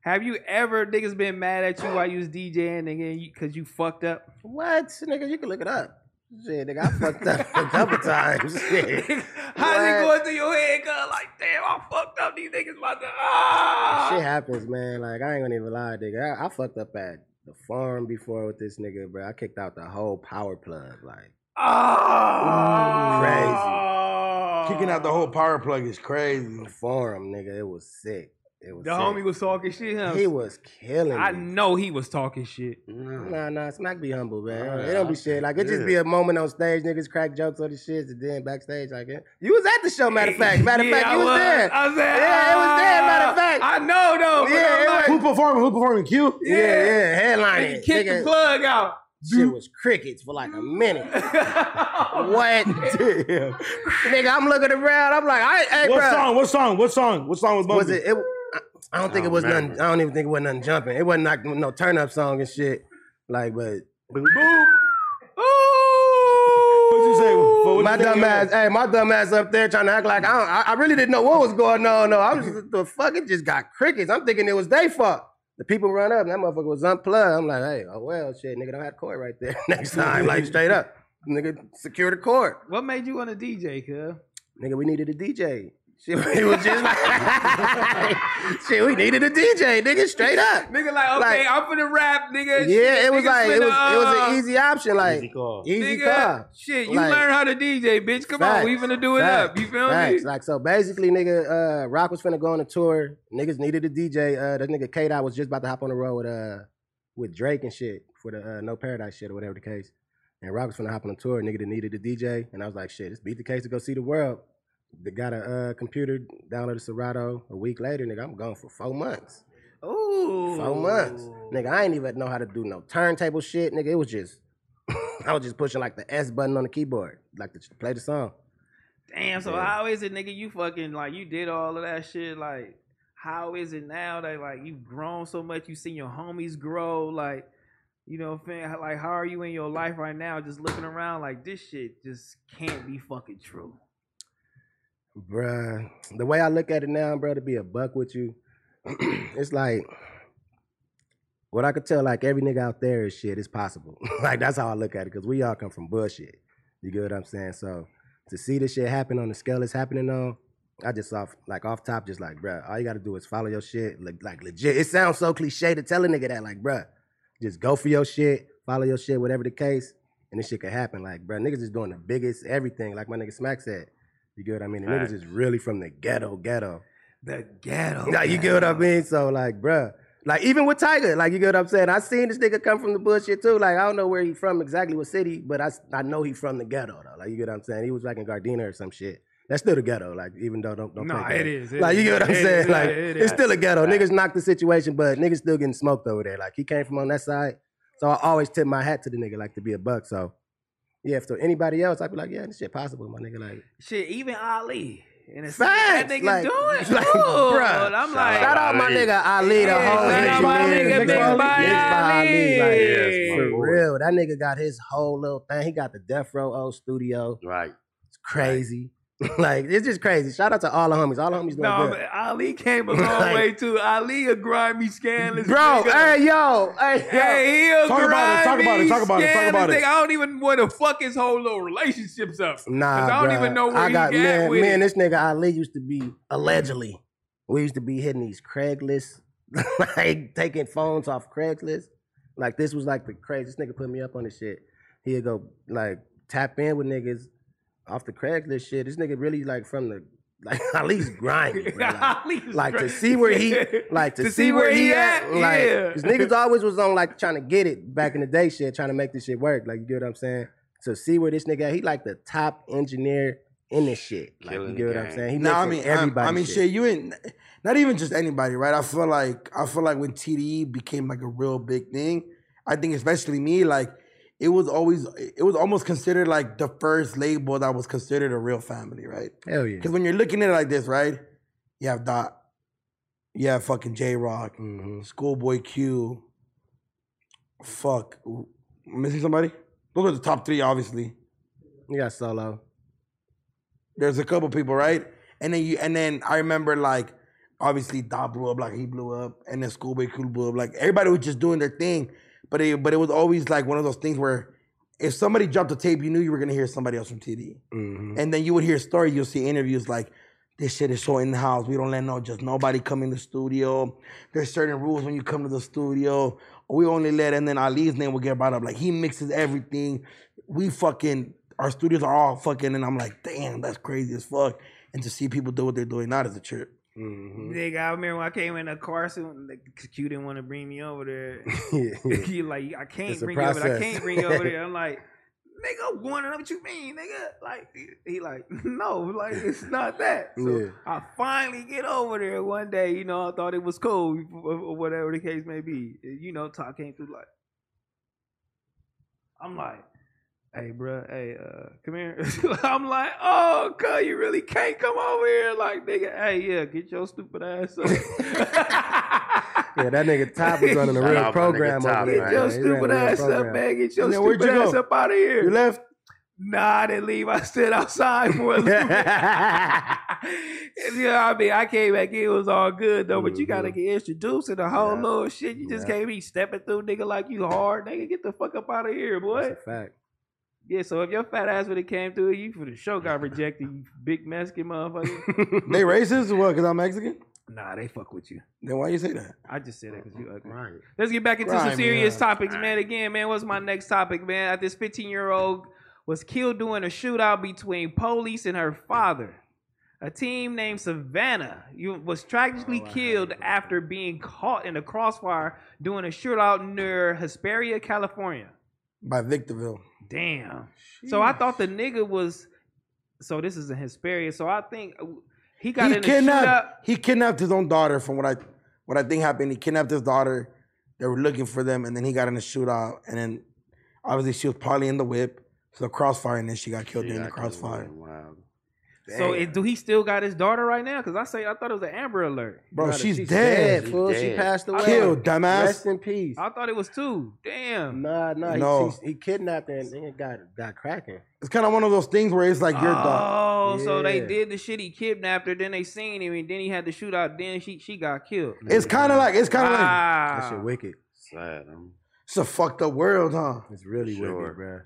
Speaker 1: have you ever niggas been mad at you while you was DJing and then you, cause you fucked up?
Speaker 2: What, nigga? You can look it up. Shit, nigga, I fucked up a couple times. Shit.
Speaker 1: How's it going through your head, cuz? Like, damn, I fucked up. These niggas about to, ah!
Speaker 2: Shit happens, man. Like I ain't gonna even lie, nigga. I, I fucked up at the farm before with this nigga, bro. I kicked out the whole power plug. Like
Speaker 1: Ah!
Speaker 2: Ooh,
Speaker 3: Kicking out the whole power plug is crazy.
Speaker 2: the farm, nigga, it was sick. It was
Speaker 1: The
Speaker 2: sick.
Speaker 1: homie was talking shit. Huh?
Speaker 2: He was killing.
Speaker 1: I
Speaker 2: me.
Speaker 1: know he was talking shit.
Speaker 4: No.
Speaker 2: Nah, nah, smack be humble, man.
Speaker 4: Alright,
Speaker 2: it don't be
Speaker 4: okay,
Speaker 2: shit. Like it just be
Speaker 4: good.
Speaker 2: a moment on stage, niggas crack jokes on the shit, and then backstage, like it. You was at the show, matter of fact. Matter of
Speaker 1: Yeah,
Speaker 2: fact,
Speaker 1: I
Speaker 2: you was, there.
Speaker 1: I was there.
Speaker 2: Yeah, it was there, matter of fact.
Speaker 1: I know though. but
Speaker 2: Yeah,
Speaker 1: I'm
Speaker 2: it
Speaker 1: like,
Speaker 2: was-
Speaker 3: Who performing? Who performing? Q?
Speaker 2: yeah, yeah,
Speaker 1: And he
Speaker 2: headlining.
Speaker 1: kicked the
Speaker 2: Nigga,
Speaker 1: plug out.
Speaker 2: shit was crickets for like a minute.
Speaker 1: what?
Speaker 2: What?
Speaker 3: Damn.
Speaker 2: Nigga, I'm looking around. I'm like, I, hey,
Speaker 3: What
Speaker 2: bro.
Speaker 3: song? What song? What song? What song was bumping?
Speaker 2: Was it? it I, I don't think
Speaker 4: I
Speaker 2: it was
Speaker 4: don't
Speaker 2: nothing.
Speaker 4: remember.
Speaker 2: I don't even think it was nothing jumping. It wasn't like no turn up song and shit. Like, but.
Speaker 3: Boom. What you say? What you
Speaker 2: my
Speaker 3: think
Speaker 2: dumb
Speaker 3: it
Speaker 2: ass,
Speaker 3: was?
Speaker 2: hey, my dumb ass up there trying to act like I, don't, I, I really didn't know what was going on. No, I was just, the fuck, it just got crickets. I'm thinking it was their fault. The people run up, and that motherfucker was unplugged. I'm like, hey, oh well, shit, nigga, don't have cord right there next time, like straight up, nigga, secure the cord,
Speaker 1: What made you want to DJ, cuz?
Speaker 2: nigga. We needed a DJ. Shit, it was just like, shit, we needed a DJ, nigga, straight up.
Speaker 1: Nigga, like, okay,
Speaker 2: Like-
Speaker 1: I'm finna rap, nigga. Shit,
Speaker 2: Yeah, it was
Speaker 1: niggas
Speaker 2: like it was,
Speaker 1: finna,
Speaker 2: it was
Speaker 1: uh,
Speaker 2: an easy option, like
Speaker 4: Easy call.
Speaker 2: easy
Speaker 1: nigga,
Speaker 2: call.
Speaker 1: Shit, you
Speaker 2: Like-
Speaker 1: learn how to DJ, bitch. Come on, we
Speaker 2: Facts.
Speaker 1: finna do it
Speaker 2: Facts.
Speaker 1: up. You feel
Speaker 2: Facts.
Speaker 1: me?
Speaker 2: Like so, basically, nigga, uh, Rock was finna go on a tour. Niggas needed a DJ. Uh, that nigga K Dot was just about to hop on the road with uh with Drake and shit for the uh, No Paradise shit or whatever the case. And Rock was finna hop on a tour. Nigga that needed a DJ, and I was like, shit, it's beat the case to go see the world. They got a uh, computer down at Serato. A week later, nigga, I'm gone for four months.
Speaker 1: Ooh.
Speaker 2: Four months, nigga. I ain't even know how to do no turntable shit, nigga. It was just, I was just pushing like the S button on the keyboard, like to play the song.
Speaker 1: Damn. So
Speaker 2: Yeah.
Speaker 1: how is it, nigga? You fucking like you did all of that shit. Like, how is it now that like you've grown so much? You seen your homies grow. Like, you know, what I'm saying? like how are you in your life right now? Just looking around, like this shit just can't be fucking true.
Speaker 2: Bruh, the way I look at it now, bruh, to be a buck with you, it's like what I could tell, like every nigga out there is shit, it's possible. like that's how I look at it, cause we all come from bullshit. You get what I'm saying? So to see this shit happen on the scale it's happening on, I just off like off top, just like, bruh, all you gotta do is follow your shit. Like, like legit. It sounds so cliche to tell a nigga that, like, bruh, just go for your shit, follow your shit, whatever the case, and this shit could happen. Like, bruh, niggas is doing the biggest everything, like my nigga Smack said. You get what I mean? The niggas
Speaker 4: Facts.
Speaker 2: is really from the ghetto, ghetto.
Speaker 1: The ghetto.
Speaker 2: Like, you get what I mean? So like, bruh. Like even with Tiger, like you get what I'm saying. I seen this nigga come from the bullshit too. Like I don't know where he from exactly, what city, but I, s- I know he from the ghetto though. Like you get what I'm saying. He was like in Gardena or some shit. That's still the ghetto. Like even though don't don't.
Speaker 1: Nah,
Speaker 2: think that.
Speaker 1: it is, it
Speaker 2: like you
Speaker 1: is.
Speaker 2: get what I'm
Speaker 1: It
Speaker 2: saying.
Speaker 1: is,
Speaker 2: like
Speaker 1: it is.
Speaker 2: it's still a ghetto. Niggas knocked the situation, but niggas still getting smoked over there. Like he came from on that side, so I always tip my hat to the nigga like to be a buck. So yeah, if to anybody else, I'd be like, yeah, this shit possible, my nigga. Like
Speaker 1: Shit, even Ali. And it's that
Speaker 2: Facts,
Speaker 1: nigga
Speaker 2: like-
Speaker 1: doing.
Speaker 2: like,
Speaker 1: Ooh,
Speaker 2: bruh.
Speaker 1: and I'm
Speaker 4: Shout
Speaker 1: like,
Speaker 2: Shout out my
Speaker 4: Ali.
Speaker 2: nigga Ali, the
Speaker 1: Yeah,
Speaker 2: whole
Speaker 1: shout
Speaker 2: engineer.
Speaker 1: out my nigga,
Speaker 2: Big
Speaker 1: Big
Speaker 2: Bobby
Speaker 1: Bobby Ali.
Speaker 2: like,
Speaker 4: Yes, my
Speaker 2: for
Speaker 4: boy.
Speaker 2: real, that nigga got his whole little thing. He got the Death Row old studio.
Speaker 4: Right.
Speaker 2: It's crazy. like it's just crazy. Shout out to all the homies. All the homies doing
Speaker 1: no,
Speaker 2: good.
Speaker 1: man, Ali came a long
Speaker 2: Like-
Speaker 1: way too. Ali a grimy, scandalous
Speaker 2: Bro,
Speaker 1: nigga.
Speaker 2: hey yo, hey, yo.
Speaker 1: Hey, he'll
Speaker 3: Talk about it, talk about it, talk about it, talk about it.
Speaker 1: I don't even want to fuck his whole little relationships up.
Speaker 2: Nah,
Speaker 1: 'Cause I don't
Speaker 2: bruh.
Speaker 1: even know where
Speaker 2: I
Speaker 1: he
Speaker 2: got,
Speaker 1: at
Speaker 2: man,
Speaker 1: with
Speaker 2: me and
Speaker 1: it.
Speaker 2: this nigga Ali used to be allegedly. We used to be hitting these Craigslist, like taking phones off Craigslist. Like this was like the craziest nigga put me up on this shit. He'd go like tap in with niggas off the Craigslist shit. This nigga really like from the like Ali's grimy. Bro. Like,
Speaker 1: Ali's
Speaker 2: like to
Speaker 1: crazy.
Speaker 2: see where he like to, see, where, he at. Like,
Speaker 1: yeah.
Speaker 2: 'cause niggas always was on like trying to get it back in the day, shit, trying to make this shit work. Like you get what I'm saying? So see where this nigga at. He like the top engineer in this shit. Like
Speaker 4: Killing
Speaker 2: you
Speaker 4: the
Speaker 2: get what I'm
Speaker 4: game.
Speaker 2: saying? He
Speaker 3: No, I
Speaker 2: mixing
Speaker 3: mean,
Speaker 2: everybody.
Speaker 3: I, I mean,
Speaker 2: shit.
Speaker 3: shit. you ain't not even just anybody, right? I feel like I feel like when TDE became like a real big thing, I think especially me, like it was always it was almost considered like the first label that was considered a real family, right?
Speaker 2: Hell yeah.
Speaker 3: Because when you're looking at it like this, right? You have Dot, you have fucking J Rock,
Speaker 2: Mhm.
Speaker 3: Schoolboy Q. Fuck, am I missing somebody? Those are the top three, obviously.
Speaker 2: You got solo.
Speaker 3: There's a couple people, right? And then you and then I remember like obviously Dot blew up, like he blew up, and then Schoolboy Q blew up. Like everybody was just doing their thing, but it but it was always like one of those things where if somebody dropped a tape, you knew you were gonna hear somebody else from TD.
Speaker 4: Mm-hmm.
Speaker 2: Mhm.
Speaker 3: And then you would hear stories, you'll see interviews like, this shit is so in house. We don't let no just nobody come in the studio. There's certain rules when you come to the studio. We only let, and then Ali's name will get brought up. Like he mixes everything. We fucking our studios are all fucking, and I'm like, damn, that's crazy as fuck. And to see people do what they're doing now is a trip.
Speaker 2: Mhm.
Speaker 4: Mm-hmm.
Speaker 1: Nigga, I remember when I came into Carson, the Q didn't want to bring me over there.
Speaker 2: Yeah, yeah.
Speaker 1: he like, I can't
Speaker 2: It's a
Speaker 1: bring you over there. I
Speaker 2: process.
Speaker 1: can't bring you over there. I'm like, nigga, one of them, what you mean, nigga? Like, he- he like, no, like, it's not that. So
Speaker 2: Yeah.
Speaker 1: I finally get over there one day. You know, I thought it was cool, or or whatever the case may be. You know, Todd came through like, I'm like, hey, bro, hey, uh, come here. I'm like, oh, cuz you really can't come over here, like, nigga. Hey, yeah, get your stupid ass up.
Speaker 2: Yeah, that nigga Top was running a
Speaker 4: Shout out my
Speaker 2: real
Speaker 4: nigga
Speaker 2: program
Speaker 4: Top,
Speaker 2: over
Speaker 4: man.
Speaker 2: there.
Speaker 1: Get your
Speaker 2: man. He ran a
Speaker 1: stupid
Speaker 2: real
Speaker 1: ass up,
Speaker 2: program.
Speaker 1: man. Get your
Speaker 3: Now, where'd
Speaker 1: stupid
Speaker 3: you
Speaker 1: ass
Speaker 3: go?
Speaker 1: up out of here.
Speaker 3: You left?
Speaker 1: Nah, I didn't leave. I stood outside for a little bit. And, you know what I mean? I came back in, it was all good though, but you gotta
Speaker 2: Mhm.
Speaker 1: get introduced to the whole
Speaker 2: Yeah.
Speaker 1: little shit. You just
Speaker 2: Yeah.
Speaker 1: can't be stepping through nigga like you hard. Nigga, get the fuck up out of here,
Speaker 2: That's
Speaker 1: boy.
Speaker 2: a fact.
Speaker 1: Yeah, so if your fat ass would have came through, you for the show got rejected, you big Mexican motherfucker.
Speaker 3: They racist? What? Because I'm Mexican?
Speaker 1: nah, they fuck with you.
Speaker 3: Then why you say that?
Speaker 1: I just said that because you ugly.
Speaker 4: Right.
Speaker 1: Let's get back into some
Speaker 3: Crime,
Speaker 1: serious
Speaker 3: yeah.
Speaker 1: topics, man. Again, man, what's my next topic, man? This 15 year old was killed during a shootout between police and her father. A team named Savannah you- was tragically killed after being caught in a crossfire during a shootout near Hesperia, California.
Speaker 3: By Victorville.
Speaker 1: Damn. So I thought the nigga was So this is a Hesperia. So I think uh, he got
Speaker 3: he
Speaker 1: in
Speaker 3: kidnapped.
Speaker 1: a shootout.
Speaker 3: He kidnapped his own daughter. From what I, what I think happened, he kidnapped his daughter. They were looking for them, and then he got in a shootout. And then, obviously, she was probably in the whip, so the crossfire, and then she got killed
Speaker 4: Yeah,
Speaker 3: during
Speaker 4: I
Speaker 3: the
Speaker 4: could've
Speaker 3: crossfire.
Speaker 4: went wild.
Speaker 1: So
Speaker 2: Damn.
Speaker 1: it, do he still got his daughter right now? Because I say I thought it was an Amber Alert.
Speaker 3: Bro,
Speaker 2: Brother,
Speaker 3: she's,
Speaker 2: dead.
Speaker 3: dead.
Speaker 4: She's
Speaker 2: fool. She
Speaker 4: dead.
Speaker 2: passed away.
Speaker 3: Killed, dumbass.
Speaker 2: Rest in peace.
Speaker 1: I thought it was two. Damn.
Speaker 2: Nah, nah. he-
Speaker 3: No.
Speaker 2: He, he kidnapped her and then it got got cracking.
Speaker 3: It's kind of one of those things where it's like your daughter.
Speaker 1: Oh, so they
Speaker 2: Yeah.
Speaker 1: did the shit. He kidnapped her. Then they seen him, and then he had the shootout. Then she she got killed.
Speaker 3: It's kind of like it's kind of like
Speaker 1: Wow.
Speaker 2: That shit wicked.
Speaker 4: Sad. I'm
Speaker 3: it's a fucked up world, huh?
Speaker 2: It's really
Speaker 4: Sure.
Speaker 2: wicked, bro.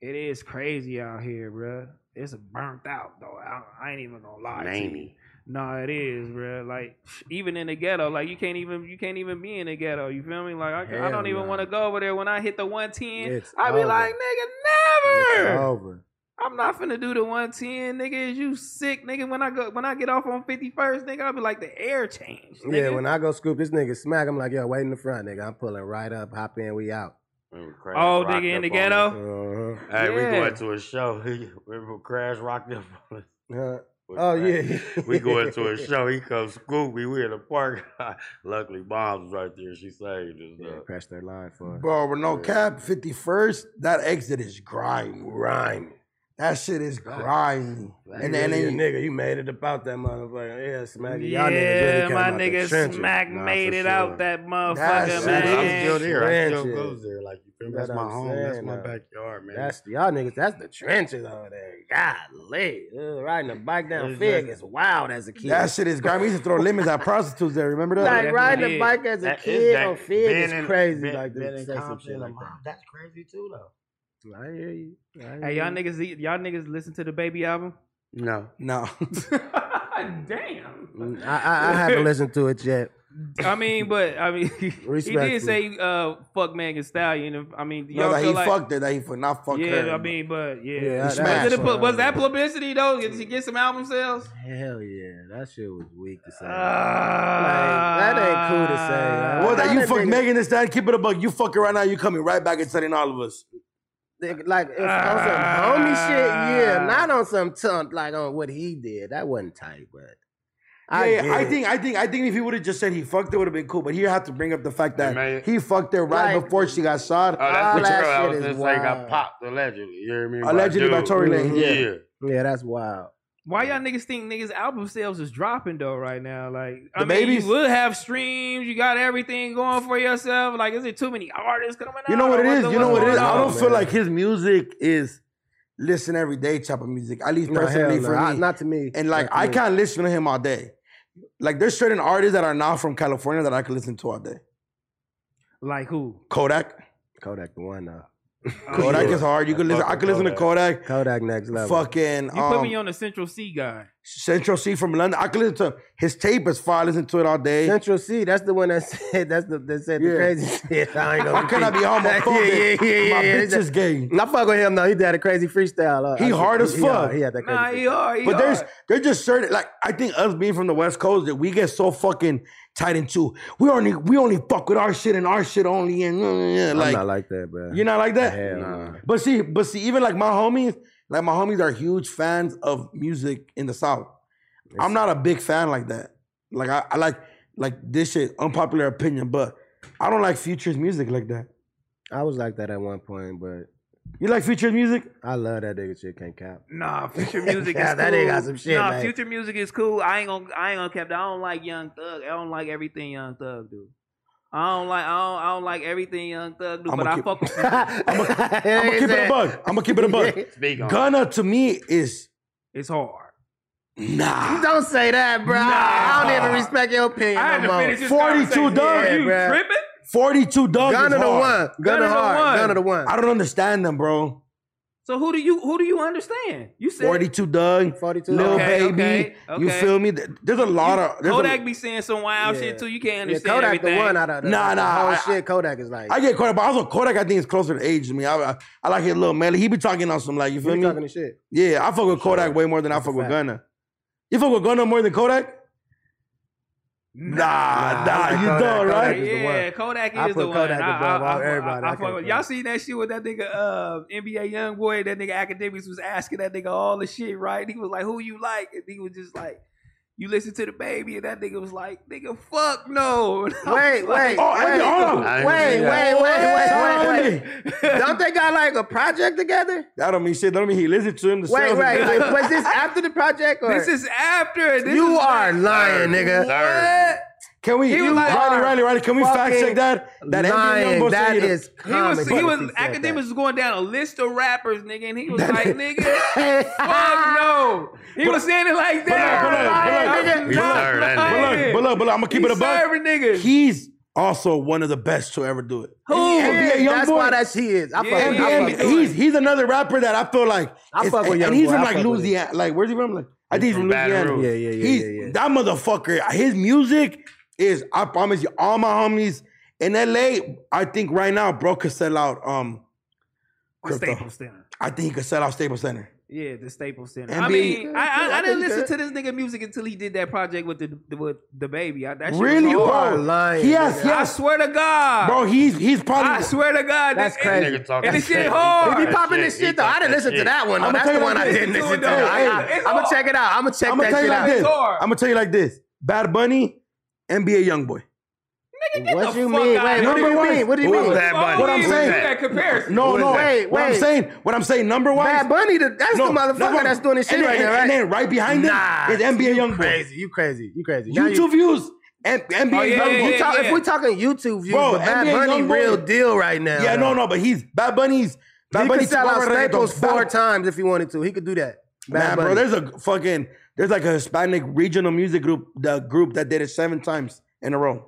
Speaker 1: It is crazy out here, bruh. It's burnt out though. I, I ain't even gonna lie. To you.
Speaker 4: Mamie.
Speaker 1: No, it is, bruh. Like even in the ghetto, like you can't even you can't even be in the ghetto. You feel me? Like I, can- I
Speaker 2: Hell
Speaker 1: don't even
Speaker 2: nah. Oh,
Speaker 1: want to go over there. When I hit the one ten,
Speaker 2: It's
Speaker 1: I be
Speaker 2: over.
Speaker 1: like,
Speaker 2: It's
Speaker 1: nigga, never.
Speaker 2: over.
Speaker 1: I'm not finna do the 110, nigga. Is you sick, nigga? When I go, when I get off on 51st, nigga, I'll be like the air change.
Speaker 2: Yeah,
Speaker 1: nigga.
Speaker 2: when I go scoop this nigga smack, I'm like, yo, wait in the front, nigga. I'm pulling right up, hop in, we out.
Speaker 1: oh, nigga, in the ghetto.
Speaker 2: Uh-huh.
Speaker 4: Hey, we
Speaker 1: Yeah.
Speaker 4: going to a show. He- Remember Crash rocked up on us?
Speaker 2: Uh, oh yeah.
Speaker 4: we going to a show. He comes scoop me. We in the park. Luckily, Bombs was right there. She saved us.
Speaker 2: Yeah,
Speaker 4: though.
Speaker 2: press their line for it.
Speaker 3: Bro, with no cap, 51st, that exit is grime. Grime. That shit is grime. And then, and
Speaker 2: Really a
Speaker 3: then you,
Speaker 2: nigga, you made it about that motherfucker. Yeah, smack it. Y'all niggas
Speaker 1: Yeah,
Speaker 2: really came
Speaker 1: my
Speaker 2: out the
Speaker 1: nigga
Speaker 2: trenches.
Speaker 1: Smack
Speaker 4: Nah, for
Speaker 1: made it out
Speaker 4: sure.
Speaker 1: that motherfucker,
Speaker 3: That's-
Speaker 4: Man, I'm
Speaker 1: man.
Speaker 4: still there. I still
Speaker 2: Trenches.
Speaker 4: goes there. Like you feel me?
Speaker 2: That's
Speaker 4: That's my
Speaker 2: what I'm
Speaker 4: home. That's
Speaker 2: saying,
Speaker 4: my
Speaker 2: though.
Speaker 4: backyard, man.
Speaker 2: That's y'all niggas. That's the trenches over there. Golly, Ugh, riding a bike down
Speaker 4: It's
Speaker 2: Fig
Speaker 4: just-
Speaker 2: is wild as a kid.
Speaker 3: that shit is grime. We used to throw lemons at prostitutes there. Remember that?
Speaker 2: like
Speaker 1: Yeah.
Speaker 2: riding
Speaker 1: Yeah.
Speaker 2: a bike as a
Speaker 4: That is
Speaker 2: kid
Speaker 4: that-
Speaker 2: on Fig
Speaker 4: being in-
Speaker 2: is crazy.
Speaker 4: being-
Speaker 2: like
Speaker 4: being
Speaker 2: to
Speaker 4: in
Speaker 2: say some
Speaker 4: Compton,
Speaker 2: shit like
Speaker 4: I'm- That's crazy too, though.
Speaker 2: that. I hear you. I hear
Speaker 1: Hey, y'all
Speaker 2: you.
Speaker 1: niggas, y'all niggas listen to the baby album?
Speaker 4: No.
Speaker 3: No.
Speaker 1: Damn.
Speaker 2: Mm, I, I, I haven't listened to it yet.
Speaker 1: I mean, but I mean, he
Speaker 2: Respectfully.
Speaker 1: did say uh, fuck Megan Stallion. and- I mean, y'all
Speaker 3: no, that
Speaker 1: feel
Speaker 3: he
Speaker 1: like,
Speaker 3: fucked her. That he fuck, not fuck
Speaker 1: yeah,
Speaker 3: her.
Speaker 1: I mean, but yeah.
Speaker 2: Yeah,
Speaker 1: Was
Speaker 3: that-
Speaker 1: it a pu- was that publicity though? Did she get some album sales?
Speaker 2: Hell yeah, that shit was weak to say.
Speaker 1: Ah. that
Speaker 2: ain't cool to say, man.
Speaker 3: Well, that you
Speaker 2: That
Speaker 3: fuck
Speaker 2: nigga-
Speaker 3: Megan and Stan, keep it a buck. You fuck her right now. You coming right back and telling all of us.
Speaker 2: Nigga, like if on some homie shit, yeah, not on some tunk like on what he did. That wasn't tight, but I
Speaker 3: yeah,
Speaker 2: get
Speaker 3: I
Speaker 2: it.
Speaker 3: think, I think, I think if he would have just said he fucked her, would have been cool. But he had to bring up the fact that
Speaker 4: Man.
Speaker 3: he fucked her right
Speaker 2: Like-
Speaker 3: before she got shot.
Speaker 4: Oh,
Speaker 2: All
Speaker 4: that's the
Speaker 2: that
Speaker 4: girl I
Speaker 2: shit
Speaker 4: was
Speaker 2: is
Speaker 4: just saying got
Speaker 2: wild.
Speaker 4: popped allegedly. You know what I mean?
Speaker 3: Allegedly by
Speaker 4: dude.
Speaker 3: Tory
Speaker 2: Lanez, yeah.
Speaker 4: Yeah.
Speaker 2: yeah, that's wild.
Speaker 1: Why y'all niggas think niggas album sales is dropping though right now? Like, I
Speaker 3: The
Speaker 1: mean,
Speaker 3: babies-
Speaker 1: you would have streams, you got everything going for yourself. Like, is it too many artists coming out?
Speaker 3: You know what it
Speaker 1: Or
Speaker 3: is.
Speaker 1: the-
Speaker 3: You know what it
Speaker 1: what's
Speaker 3: is.
Speaker 1: going
Speaker 3: I
Speaker 1: on?
Speaker 3: don't feel
Speaker 2: man.
Speaker 3: like his music is listen every day type of music. At least
Speaker 2: No, hell
Speaker 3: personally
Speaker 2: no.
Speaker 3: for
Speaker 2: I-
Speaker 3: me.
Speaker 2: not to me.
Speaker 3: and like
Speaker 2: Not to
Speaker 3: I
Speaker 2: me.
Speaker 3: can't listen to him all day. Like there's certain artists that are not from California that I could listen to all day.
Speaker 1: Like who?
Speaker 3: Kodak.
Speaker 2: Kodak the one though.
Speaker 3: Kodak
Speaker 4: Oh, yeah.
Speaker 3: is hard. You
Speaker 4: I
Speaker 3: could listen. I
Speaker 4: fuck
Speaker 3: could
Speaker 4: with
Speaker 3: listen to Kodak.
Speaker 2: Kodak next level.
Speaker 3: Fucking
Speaker 1: You put me
Speaker 3: um,
Speaker 1: on the Central C guy.
Speaker 3: Central C from London. I could listen to his tape is fire. I listen to it all day.
Speaker 2: Central C. That's the one that said. That's the that said
Speaker 3: Yeah.
Speaker 2: the crazy shit. I ain't gonna.
Speaker 3: I cannot be
Speaker 2: repeat.
Speaker 3: homophobic.
Speaker 2: yeah, yeah, yeah, yeah.
Speaker 3: My
Speaker 2: yeah.
Speaker 3: bitch is gay.
Speaker 2: I fuck with him though. He did a crazy freestyle. Uh,
Speaker 3: He
Speaker 2: I-
Speaker 3: hard as fuck.
Speaker 2: He, had that crazy.
Speaker 1: Nah, he
Speaker 2: freestyle.
Speaker 1: are. He
Speaker 3: But there's
Speaker 1: are.
Speaker 3: there's just certain like I think us being from the West Coast that we get so fucking tied into we only we only fuck with our shit and our shit only and uh, uh, uh,
Speaker 2: I'm
Speaker 3: like
Speaker 2: not like that, bro.
Speaker 3: you're not like that.
Speaker 2: Hell
Speaker 4: Nah.
Speaker 2: no.
Speaker 3: But see, but see, even like my homies, like my homies are huge fans of music in the South. I'm not a big fan like that. Like I, I like like this shit, unpopular opinion, but I don't like Future's music like that.
Speaker 2: I was like that at one point, but
Speaker 3: You like Future's music?
Speaker 2: I love that nigga shit. Can't cap.
Speaker 1: Nah, future music
Speaker 2: Yeah,
Speaker 1: is
Speaker 2: that
Speaker 1: cool.
Speaker 2: nigga got some shit,
Speaker 1: Nah,
Speaker 2: man.
Speaker 1: future music is cool. I ain't gonna I ain't gonna cap that. I don't like Young Thug. I don't like everything Young Thug do. I don't like I don't, I don't like everything Young Thug do,
Speaker 3: I'ma
Speaker 1: but I
Speaker 3: keep-
Speaker 1: fuck with
Speaker 2: I'ma
Speaker 3: I'm gonna keep it a bug. I'm gonna keep it a bug.
Speaker 4: Speak on. it.
Speaker 3: Gunna to me is
Speaker 1: it's hard.
Speaker 3: nah.
Speaker 2: Don't say that, bro. I don't even respect your opinion.
Speaker 1: I had
Speaker 2: no
Speaker 1: to
Speaker 2: more.
Speaker 1: finish this
Speaker 3: 42
Speaker 1: conversation.
Speaker 3: dog,
Speaker 1: Yeah,
Speaker 2: you
Speaker 1: bruh. tripping?
Speaker 3: 42 Doug
Speaker 2: Gun
Speaker 3: is
Speaker 2: of the
Speaker 3: hard.
Speaker 2: one. Gun of
Speaker 1: the one.
Speaker 2: hard. Gun of the one.
Speaker 3: I don't understand them, bro.
Speaker 1: So who do you who do you understand? You said
Speaker 3: 42 Doug,
Speaker 2: 42.
Speaker 3: Lil
Speaker 1: Okay,
Speaker 3: Baby.
Speaker 1: okay,
Speaker 3: You
Speaker 1: okay.
Speaker 3: feel me? Th- There's a lot of there's a-
Speaker 1: Kodak be saying some wild
Speaker 2: Yeah.
Speaker 1: shit too. You can't
Speaker 2: Yeah,
Speaker 1: understand
Speaker 2: Kodak
Speaker 1: everything.
Speaker 2: the one out of the,
Speaker 3: Nah,
Speaker 2: the
Speaker 3: nah,
Speaker 2: whole
Speaker 3: I-
Speaker 2: shit. Kodak is like.
Speaker 3: I get Kodak, but also Kodak I think is closer to age to me. I I, I like his little melody. He be talking on some like you
Speaker 2: you
Speaker 3: feel me?
Speaker 2: talking this shit.
Speaker 3: yeah, I fuck with Kodak way more than I
Speaker 2: That's a
Speaker 3: fuck with
Speaker 2: fact.
Speaker 3: Gunna. You fuck with Gunna more than Kodak? Nah, nah,
Speaker 2: Nah, I like
Speaker 3: you
Speaker 2: Kodak.
Speaker 3: done,
Speaker 2: Kodak
Speaker 3: right?
Speaker 2: is the
Speaker 1: Yeah,
Speaker 2: one.
Speaker 1: Kodak is
Speaker 2: I
Speaker 1: the
Speaker 2: put
Speaker 1: one.
Speaker 2: Kodak
Speaker 1: I, I,
Speaker 2: above
Speaker 1: I,
Speaker 2: all everybody.
Speaker 1: I, I,
Speaker 2: I
Speaker 1: fuck
Speaker 2: can't
Speaker 1: with-
Speaker 2: fuck
Speaker 1: y'all
Speaker 2: with
Speaker 1: seen that shit with that nigga uh, NBA young boy? That nigga academics was asking that nigga all the shit, right? He was like, "Who you like?" And he was just like, "You listen to the baby," and that nigga was like, "Nigga, fuck no." And I was like,
Speaker 2: Wait, wait,
Speaker 3: Oh, I
Speaker 2: wait,
Speaker 3: mean, hold on.
Speaker 4: I-
Speaker 2: wait, wait, wait, wait, wait,
Speaker 3: Tony.
Speaker 2: wait. Don't they got like a project together?
Speaker 3: That don't mean shit. That don't mean he listened to him. The
Speaker 2: Wait,
Speaker 3: song.
Speaker 2: wait, wait. Was this after the project or
Speaker 1: This is after. This
Speaker 2: you
Speaker 1: is
Speaker 2: are lying, nigga?
Speaker 1: What?
Speaker 3: Can we?
Speaker 1: He was
Speaker 3: you-
Speaker 1: like,
Speaker 3: Riley,
Speaker 2: "Are
Speaker 3: Riley, Riley. Can we fact check
Speaker 2: fucking
Speaker 3: that? That NBA
Speaker 2: lying.
Speaker 3: Youngboy
Speaker 2: That
Speaker 3: said he-
Speaker 2: is
Speaker 1: He was
Speaker 2: comic
Speaker 1: he was
Speaker 2: if said
Speaker 1: academics was going down a list of rappers, nigga, and he was like, nigga,
Speaker 2: that.
Speaker 1: fuck no. He was saying it like that.
Speaker 4: but look,
Speaker 1: I'm not lying.
Speaker 3: But look, but
Speaker 4: but look, but look, but look, but
Speaker 3: look, but look, I'm gonna keep
Speaker 1: He
Speaker 3: it a buck.
Speaker 1: serving niggas.
Speaker 3: He's also one of the best to ever do it.
Speaker 1: Who?
Speaker 3: NBA
Speaker 2: Yeah, that's
Speaker 3: Youngboy.
Speaker 2: why that she is. I
Speaker 1: Yeah,
Speaker 2: fuck,
Speaker 1: yeah,
Speaker 2: I fuck
Speaker 1: yeah.
Speaker 3: NBA,
Speaker 2: with
Speaker 3: he's he's another rapper that I feel like
Speaker 2: I
Speaker 3: it's-
Speaker 2: fuck with
Speaker 3: and,
Speaker 2: Young
Speaker 3: and he's
Speaker 2: Boy.
Speaker 3: from
Speaker 2: I
Speaker 3: like
Speaker 2: fuck with
Speaker 3: Louisiana. Like where's he from? Like I think he's from
Speaker 4: from Baton
Speaker 3: Louisiana.
Speaker 4: Rouge.
Speaker 2: Yeah, yeah, yeah,
Speaker 3: he's,
Speaker 2: yeah, yeah.
Speaker 3: That motherfucker. His music is. I promise you, all my homies in LA. I think right now, bro could sell out. Um,
Speaker 1: The
Speaker 3: crypto.
Speaker 1: Staples Center.
Speaker 3: I think he could sell out Staples Center.
Speaker 1: Yeah, the Staples Center.
Speaker 3: And
Speaker 1: I
Speaker 3: be-
Speaker 1: mean, I, I,
Speaker 2: Yeah,
Speaker 1: I
Speaker 2: I
Speaker 1: didn't
Speaker 2: think
Speaker 1: listen
Speaker 2: that-
Speaker 1: to this nigga music until he did that project with the with the baby. I, that shit
Speaker 3: Really?
Speaker 1: was
Speaker 2: you
Speaker 1: hard.
Speaker 2: are lying.
Speaker 3: He has, he
Speaker 2: nigga.
Speaker 1: I
Speaker 3: has,
Speaker 1: swear to God,
Speaker 3: bro. He's he's probably.
Speaker 1: I swear to God,
Speaker 2: That's
Speaker 1: that-
Speaker 2: crazy.
Speaker 4: Nigga talking
Speaker 1: And this shit
Speaker 4: shit.
Speaker 1: hard.
Speaker 2: He
Speaker 1: He
Speaker 2: be
Speaker 1: that
Speaker 2: popping this shit though. I didn't listen to that one. Though.
Speaker 3: I'ma
Speaker 2: That's
Speaker 3: tell
Speaker 2: the
Speaker 3: you
Speaker 2: one I
Speaker 3: like
Speaker 2: didn't
Speaker 1: this,
Speaker 2: listen
Speaker 1: it's
Speaker 2: to.
Speaker 1: hard.
Speaker 2: I'm
Speaker 1: It's
Speaker 2: gonna
Speaker 1: hard.
Speaker 2: check it out. I'm gonna check
Speaker 3: I'm gonna
Speaker 2: that
Speaker 3: tell you
Speaker 2: shit
Speaker 3: like this.
Speaker 2: out.
Speaker 1: hard.
Speaker 3: I'm gonna tell you like this. Bad Bunny, NBA YoungBoy.
Speaker 1: Get
Speaker 2: What
Speaker 1: the
Speaker 2: you
Speaker 1: fuck
Speaker 2: mean?
Speaker 1: outta
Speaker 2: Wait, what do
Speaker 1: here.
Speaker 2: you mean? What do you
Speaker 4: Who was
Speaker 2: mean?
Speaker 4: Bad Bunny?
Speaker 1: What I'm
Speaker 3: Who
Speaker 1: saying,
Speaker 3: is
Speaker 1: that comparison.
Speaker 3: No,
Speaker 2: Who is
Speaker 3: no.
Speaker 2: that?
Speaker 3: What I'm
Speaker 2: Wait,
Speaker 3: saying, what I'm saying, number wise.
Speaker 2: Bad Bunny, the, that's
Speaker 3: No,
Speaker 2: the motherfucker
Speaker 3: number one.
Speaker 2: that's doing this shit
Speaker 3: and
Speaker 2: right
Speaker 3: then,
Speaker 2: now, right?
Speaker 3: And then right behind
Speaker 2: nah,
Speaker 3: him is NBA
Speaker 2: you
Speaker 3: YoungBoy.
Speaker 2: Crazy, you crazy, you crazy. Now
Speaker 3: YouTube
Speaker 2: you,
Speaker 3: views and NBA
Speaker 1: Oh, yeah,
Speaker 3: Youngboy.
Speaker 1: yeah,
Speaker 2: you talk,
Speaker 1: yeah.
Speaker 2: If we're talking YouTube views,
Speaker 3: Bro,
Speaker 2: but Bad
Speaker 3: NBA
Speaker 2: Bunny
Speaker 3: Youngboy-
Speaker 2: real deal right now.
Speaker 3: Yeah, no,
Speaker 2: though.
Speaker 3: no, but he's Bad Bunny's. Bad
Speaker 2: He
Speaker 3: Bunny
Speaker 2: could sell out
Speaker 3: tomorrow,
Speaker 2: Staples
Speaker 3: the
Speaker 2: four
Speaker 3: Bad-
Speaker 2: times if he wanted to. He could do that.
Speaker 3: Man,
Speaker 2: Bad
Speaker 3: bro,
Speaker 2: Bunny.
Speaker 3: there's a fucking there's like a Hispanic regional music group, the group that did it seven times in a row.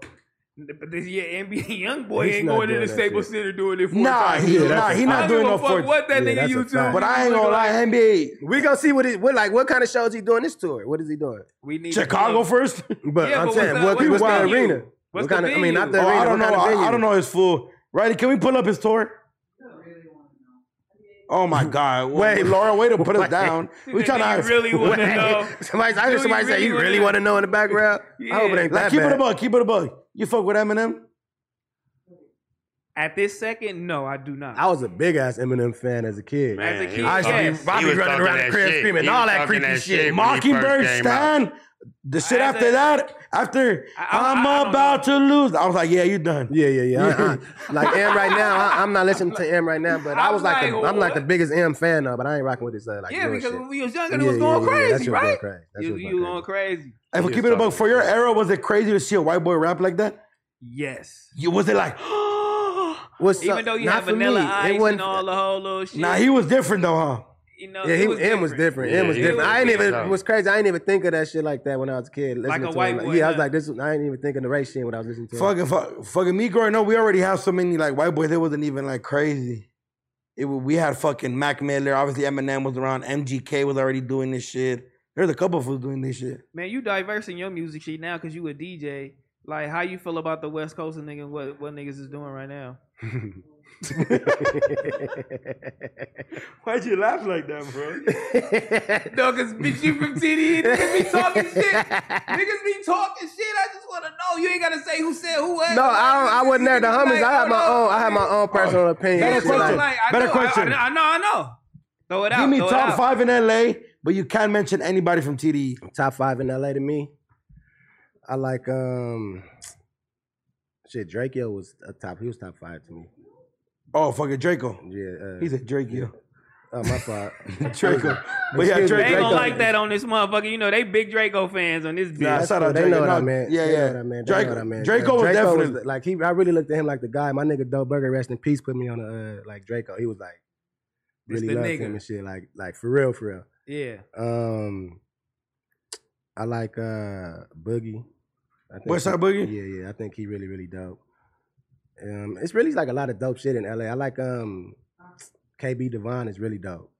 Speaker 1: But this yeah, NBA young boy
Speaker 2: He's
Speaker 1: ain't
Speaker 2: not
Speaker 1: going in
Speaker 2: doing
Speaker 1: the
Speaker 2: that
Speaker 1: Staples
Speaker 2: shit.
Speaker 1: Center doing it. Four
Speaker 3: Nah,
Speaker 1: times.
Speaker 3: he,
Speaker 2: Yeah, that's
Speaker 3: nah,
Speaker 2: a
Speaker 3: he
Speaker 1: I
Speaker 3: not
Speaker 1: don't
Speaker 3: doing
Speaker 1: give
Speaker 3: no
Speaker 1: a fuck
Speaker 3: four.
Speaker 1: what that
Speaker 2: Yeah,
Speaker 1: nigga
Speaker 2: that's a
Speaker 1: YouTube.
Speaker 2: fact.
Speaker 3: But I ain't gonna lie, NBA
Speaker 2: we gonna see what it what like what kind of shows he doing this tour. What is he doing?
Speaker 1: We need
Speaker 3: Chicago first.
Speaker 2: But
Speaker 1: Yeah,
Speaker 2: I'm
Speaker 1: but
Speaker 2: saying
Speaker 1: what's
Speaker 2: what
Speaker 1: the-
Speaker 2: what's
Speaker 1: what's
Speaker 2: the
Speaker 1: the venue?
Speaker 2: arena?
Speaker 1: What's
Speaker 2: what kind
Speaker 1: the
Speaker 2: of I mean not the
Speaker 1: venue?
Speaker 3: Oh,
Speaker 2: arena.
Speaker 3: I don't
Speaker 2: what
Speaker 3: know.
Speaker 2: Kind of
Speaker 3: I, I
Speaker 2: venue?
Speaker 3: don't know his full. Riley, can we pull up his tour? Oh my God! Wait, Laura, way to put us down. We
Speaker 1: Wait.
Speaker 3: trying to
Speaker 1: You really wanna
Speaker 2: Wait.
Speaker 1: know?
Speaker 2: Somebody, I
Speaker 1: Do
Speaker 2: heard
Speaker 1: you
Speaker 2: somebody say
Speaker 1: really
Speaker 2: you
Speaker 1: wanna
Speaker 2: really
Speaker 1: know?"
Speaker 2: want to know in the background. I hope it
Speaker 1: Yeah.
Speaker 3: like
Speaker 2: ain't that
Speaker 3: keep
Speaker 2: bad.
Speaker 3: it a bug. Keep it a bug. You fuck with Eminem?
Speaker 1: At this second, no, I do not.
Speaker 2: I was a big ass Eminem fan as a kid.
Speaker 1: Man, a kid,
Speaker 2: I used to be-
Speaker 1: yes.
Speaker 2: I be
Speaker 4: He was
Speaker 2: running
Speaker 4: talking
Speaker 2: around the
Speaker 4: that
Speaker 2: crib
Speaker 4: shit.
Speaker 2: screaming
Speaker 4: He
Speaker 2: all
Speaker 4: was
Speaker 2: that
Speaker 4: talking
Speaker 2: creepy
Speaker 4: that
Speaker 2: shit.
Speaker 4: shit. when he first
Speaker 3: Mockingbird
Speaker 4: came
Speaker 3: Stan. The shit
Speaker 1: I-
Speaker 3: after that, after
Speaker 1: I- I-
Speaker 3: I'm
Speaker 1: I don't
Speaker 3: about to lose, I was like, yeah, you done.
Speaker 2: Yeah, yeah, yeah. I- I- like M right now, I, I'm not listening to M right now, but i
Speaker 1: I'm
Speaker 2: was like, the,
Speaker 1: like,
Speaker 2: I'm like the
Speaker 1: what?
Speaker 2: biggest M fan though, but I ain't rocking with this uh, like
Speaker 1: yeah,
Speaker 2: newer
Speaker 1: because
Speaker 2: shit.
Speaker 1: when we was younger, it
Speaker 2: Yeah,
Speaker 1: was
Speaker 2: yeah,
Speaker 1: going
Speaker 2: yeah, yeah. That
Speaker 1: crazy,
Speaker 2: shit was going
Speaker 1: right?
Speaker 2: crazy. That shit
Speaker 1: You,
Speaker 2: was
Speaker 1: you
Speaker 2: going
Speaker 1: going crazy?
Speaker 3: Hey,
Speaker 4: He
Speaker 3: but
Speaker 4: was
Speaker 3: keep it a bug.
Speaker 4: talking
Speaker 3: For your
Speaker 4: shit.
Speaker 3: era, was it crazy to see a white boy rap like that?
Speaker 1: Yes.
Speaker 3: You was it like,
Speaker 2: What's
Speaker 1: Even
Speaker 2: up?
Speaker 1: though you
Speaker 2: Not
Speaker 1: have
Speaker 2: for
Speaker 1: vanilla
Speaker 2: me. It
Speaker 1: ice
Speaker 2: wasn't-
Speaker 1: and all the whole little shit,
Speaker 3: nah, he was different though, huh?
Speaker 1: you know,
Speaker 2: Yeah,
Speaker 1: it
Speaker 2: he,
Speaker 1: was
Speaker 2: M was different. M
Speaker 4: Yeah,
Speaker 2: was
Speaker 4: he
Speaker 2: different.
Speaker 4: was
Speaker 2: I ain't
Speaker 4: different.
Speaker 2: even was crazy. I ain't even think of that shit like that when I was a kid. listening
Speaker 1: Like a
Speaker 2: to it.
Speaker 1: white boy,
Speaker 2: yeah, I was
Speaker 1: huh?
Speaker 2: like this. I ain't even thinking the race shit when I was listening to it.
Speaker 3: Fucking, fuck, fucking me growing up, we already have so many like white boys. It wasn't even like crazy. It wa- we had fucking Mac Miller. Obviously, Eminem was around. MGK was already doing this shit. There's a couple of us doing this shit.
Speaker 1: Man, you diverse in your music shit now because you a DJ. Like, how you feel about the West Coast and nigga, what, what niggas is doing right now?
Speaker 3: Why'd you laugh like that, bro?
Speaker 1: No, because bitch, you from TDE. Niggas be talking shit. Niggas be talking shit. I just want to know. You ain't got to say who said who was.
Speaker 2: no, I don't, I wasn't there. The homies. I had my own. I had my own personal opinion.
Speaker 3: Better
Speaker 1: Better
Speaker 2: and
Speaker 1: question.
Speaker 2: shit like
Speaker 3: question.
Speaker 2: that.
Speaker 1: Like, I
Speaker 3: Better
Speaker 1: know,
Speaker 3: question.
Speaker 1: I, I, I know, I know. Throw it out.
Speaker 3: Give me
Speaker 1: throw it
Speaker 3: top
Speaker 1: out.
Speaker 3: five in LA, but you can't mention anybody from E. TDE.
Speaker 2: Top five in LA to me. I like um. Shit, Drake Yo was a top. He was top five to me.
Speaker 3: Oh, fucking Draco.
Speaker 2: Yeah. Uh,
Speaker 3: He's a Drake, yo.
Speaker 2: oh, my fault.
Speaker 3: Draco.
Speaker 1: They
Speaker 3: But yeah,
Speaker 2: Excuse me,
Speaker 3: Draco.
Speaker 1: ain't gonna
Speaker 2: Draco.
Speaker 1: like that on this motherfucker. You know, they big Draco fans on this bitch.
Speaker 3: Nah,
Speaker 2: That's
Speaker 3: shout out
Speaker 2: cool. They
Speaker 3: Draco.
Speaker 2: know what I
Speaker 3: No,
Speaker 2: meant.
Speaker 3: yeah,
Speaker 2: they
Speaker 3: yeah.
Speaker 2: Know what I meant. They
Speaker 3: Draco-
Speaker 2: know what I meant.
Speaker 3: Draco was definitely-
Speaker 2: the- like he. I really looked at him like the guy. My nigga Doe Burger, rest in peace, put me on a uh, like Draco. He was like
Speaker 1: This
Speaker 2: really
Speaker 1: the
Speaker 2: loved
Speaker 1: nigga.
Speaker 2: him and shit. Like like for real, for real.
Speaker 1: Yeah.
Speaker 2: Um, I like uh Boogie. I think
Speaker 3: Westside
Speaker 2: he-
Speaker 3: Boogie?
Speaker 2: Yeah, yeah. I think he really really dope. Um, it's really like a lot of dope shit in LA. I like um KB Devon is really dope.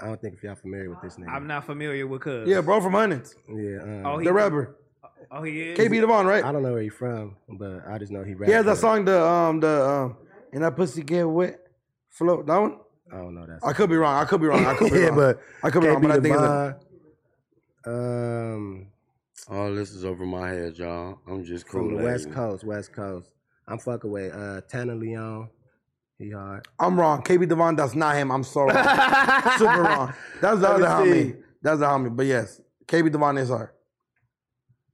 Speaker 2: I don't think if y'all familiar with this nigga.
Speaker 1: I'm not familiar with Cuz.
Speaker 3: Yeah, bro, from Hundreds.
Speaker 2: Yeah. Um,
Speaker 1: Oh, he-
Speaker 3: The rapper.
Speaker 1: Oh, he is.
Speaker 3: KB Devon, right?
Speaker 2: I don't know where he's from, but I just know he.
Speaker 3: He has that
Speaker 2: raps dope.
Speaker 3: song, the um, the um, and that pussy get wet, float. That one.
Speaker 2: I don't know that.
Speaker 3: I could be wrong. I Oh, could be wrong. I could be
Speaker 2: yeah,
Speaker 3: wrong.
Speaker 2: but
Speaker 3: I could be wrong.
Speaker 2: KB
Speaker 3: But I think it's a,
Speaker 2: Devine, um,
Speaker 4: All Oh, this is over my head, y'all. I'm just cool.
Speaker 2: From the West Coast, West Coast. I'm fucking with uh, Tanner Leon. He hard.
Speaker 3: I'm wrong. KB Devon, that's not him. I'm sorry. Super wrong. That's the
Speaker 2: Let me
Speaker 3: other
Speaker 2: see.
Speaker 3: homie. That's the homie. But yes, KB Devon is her.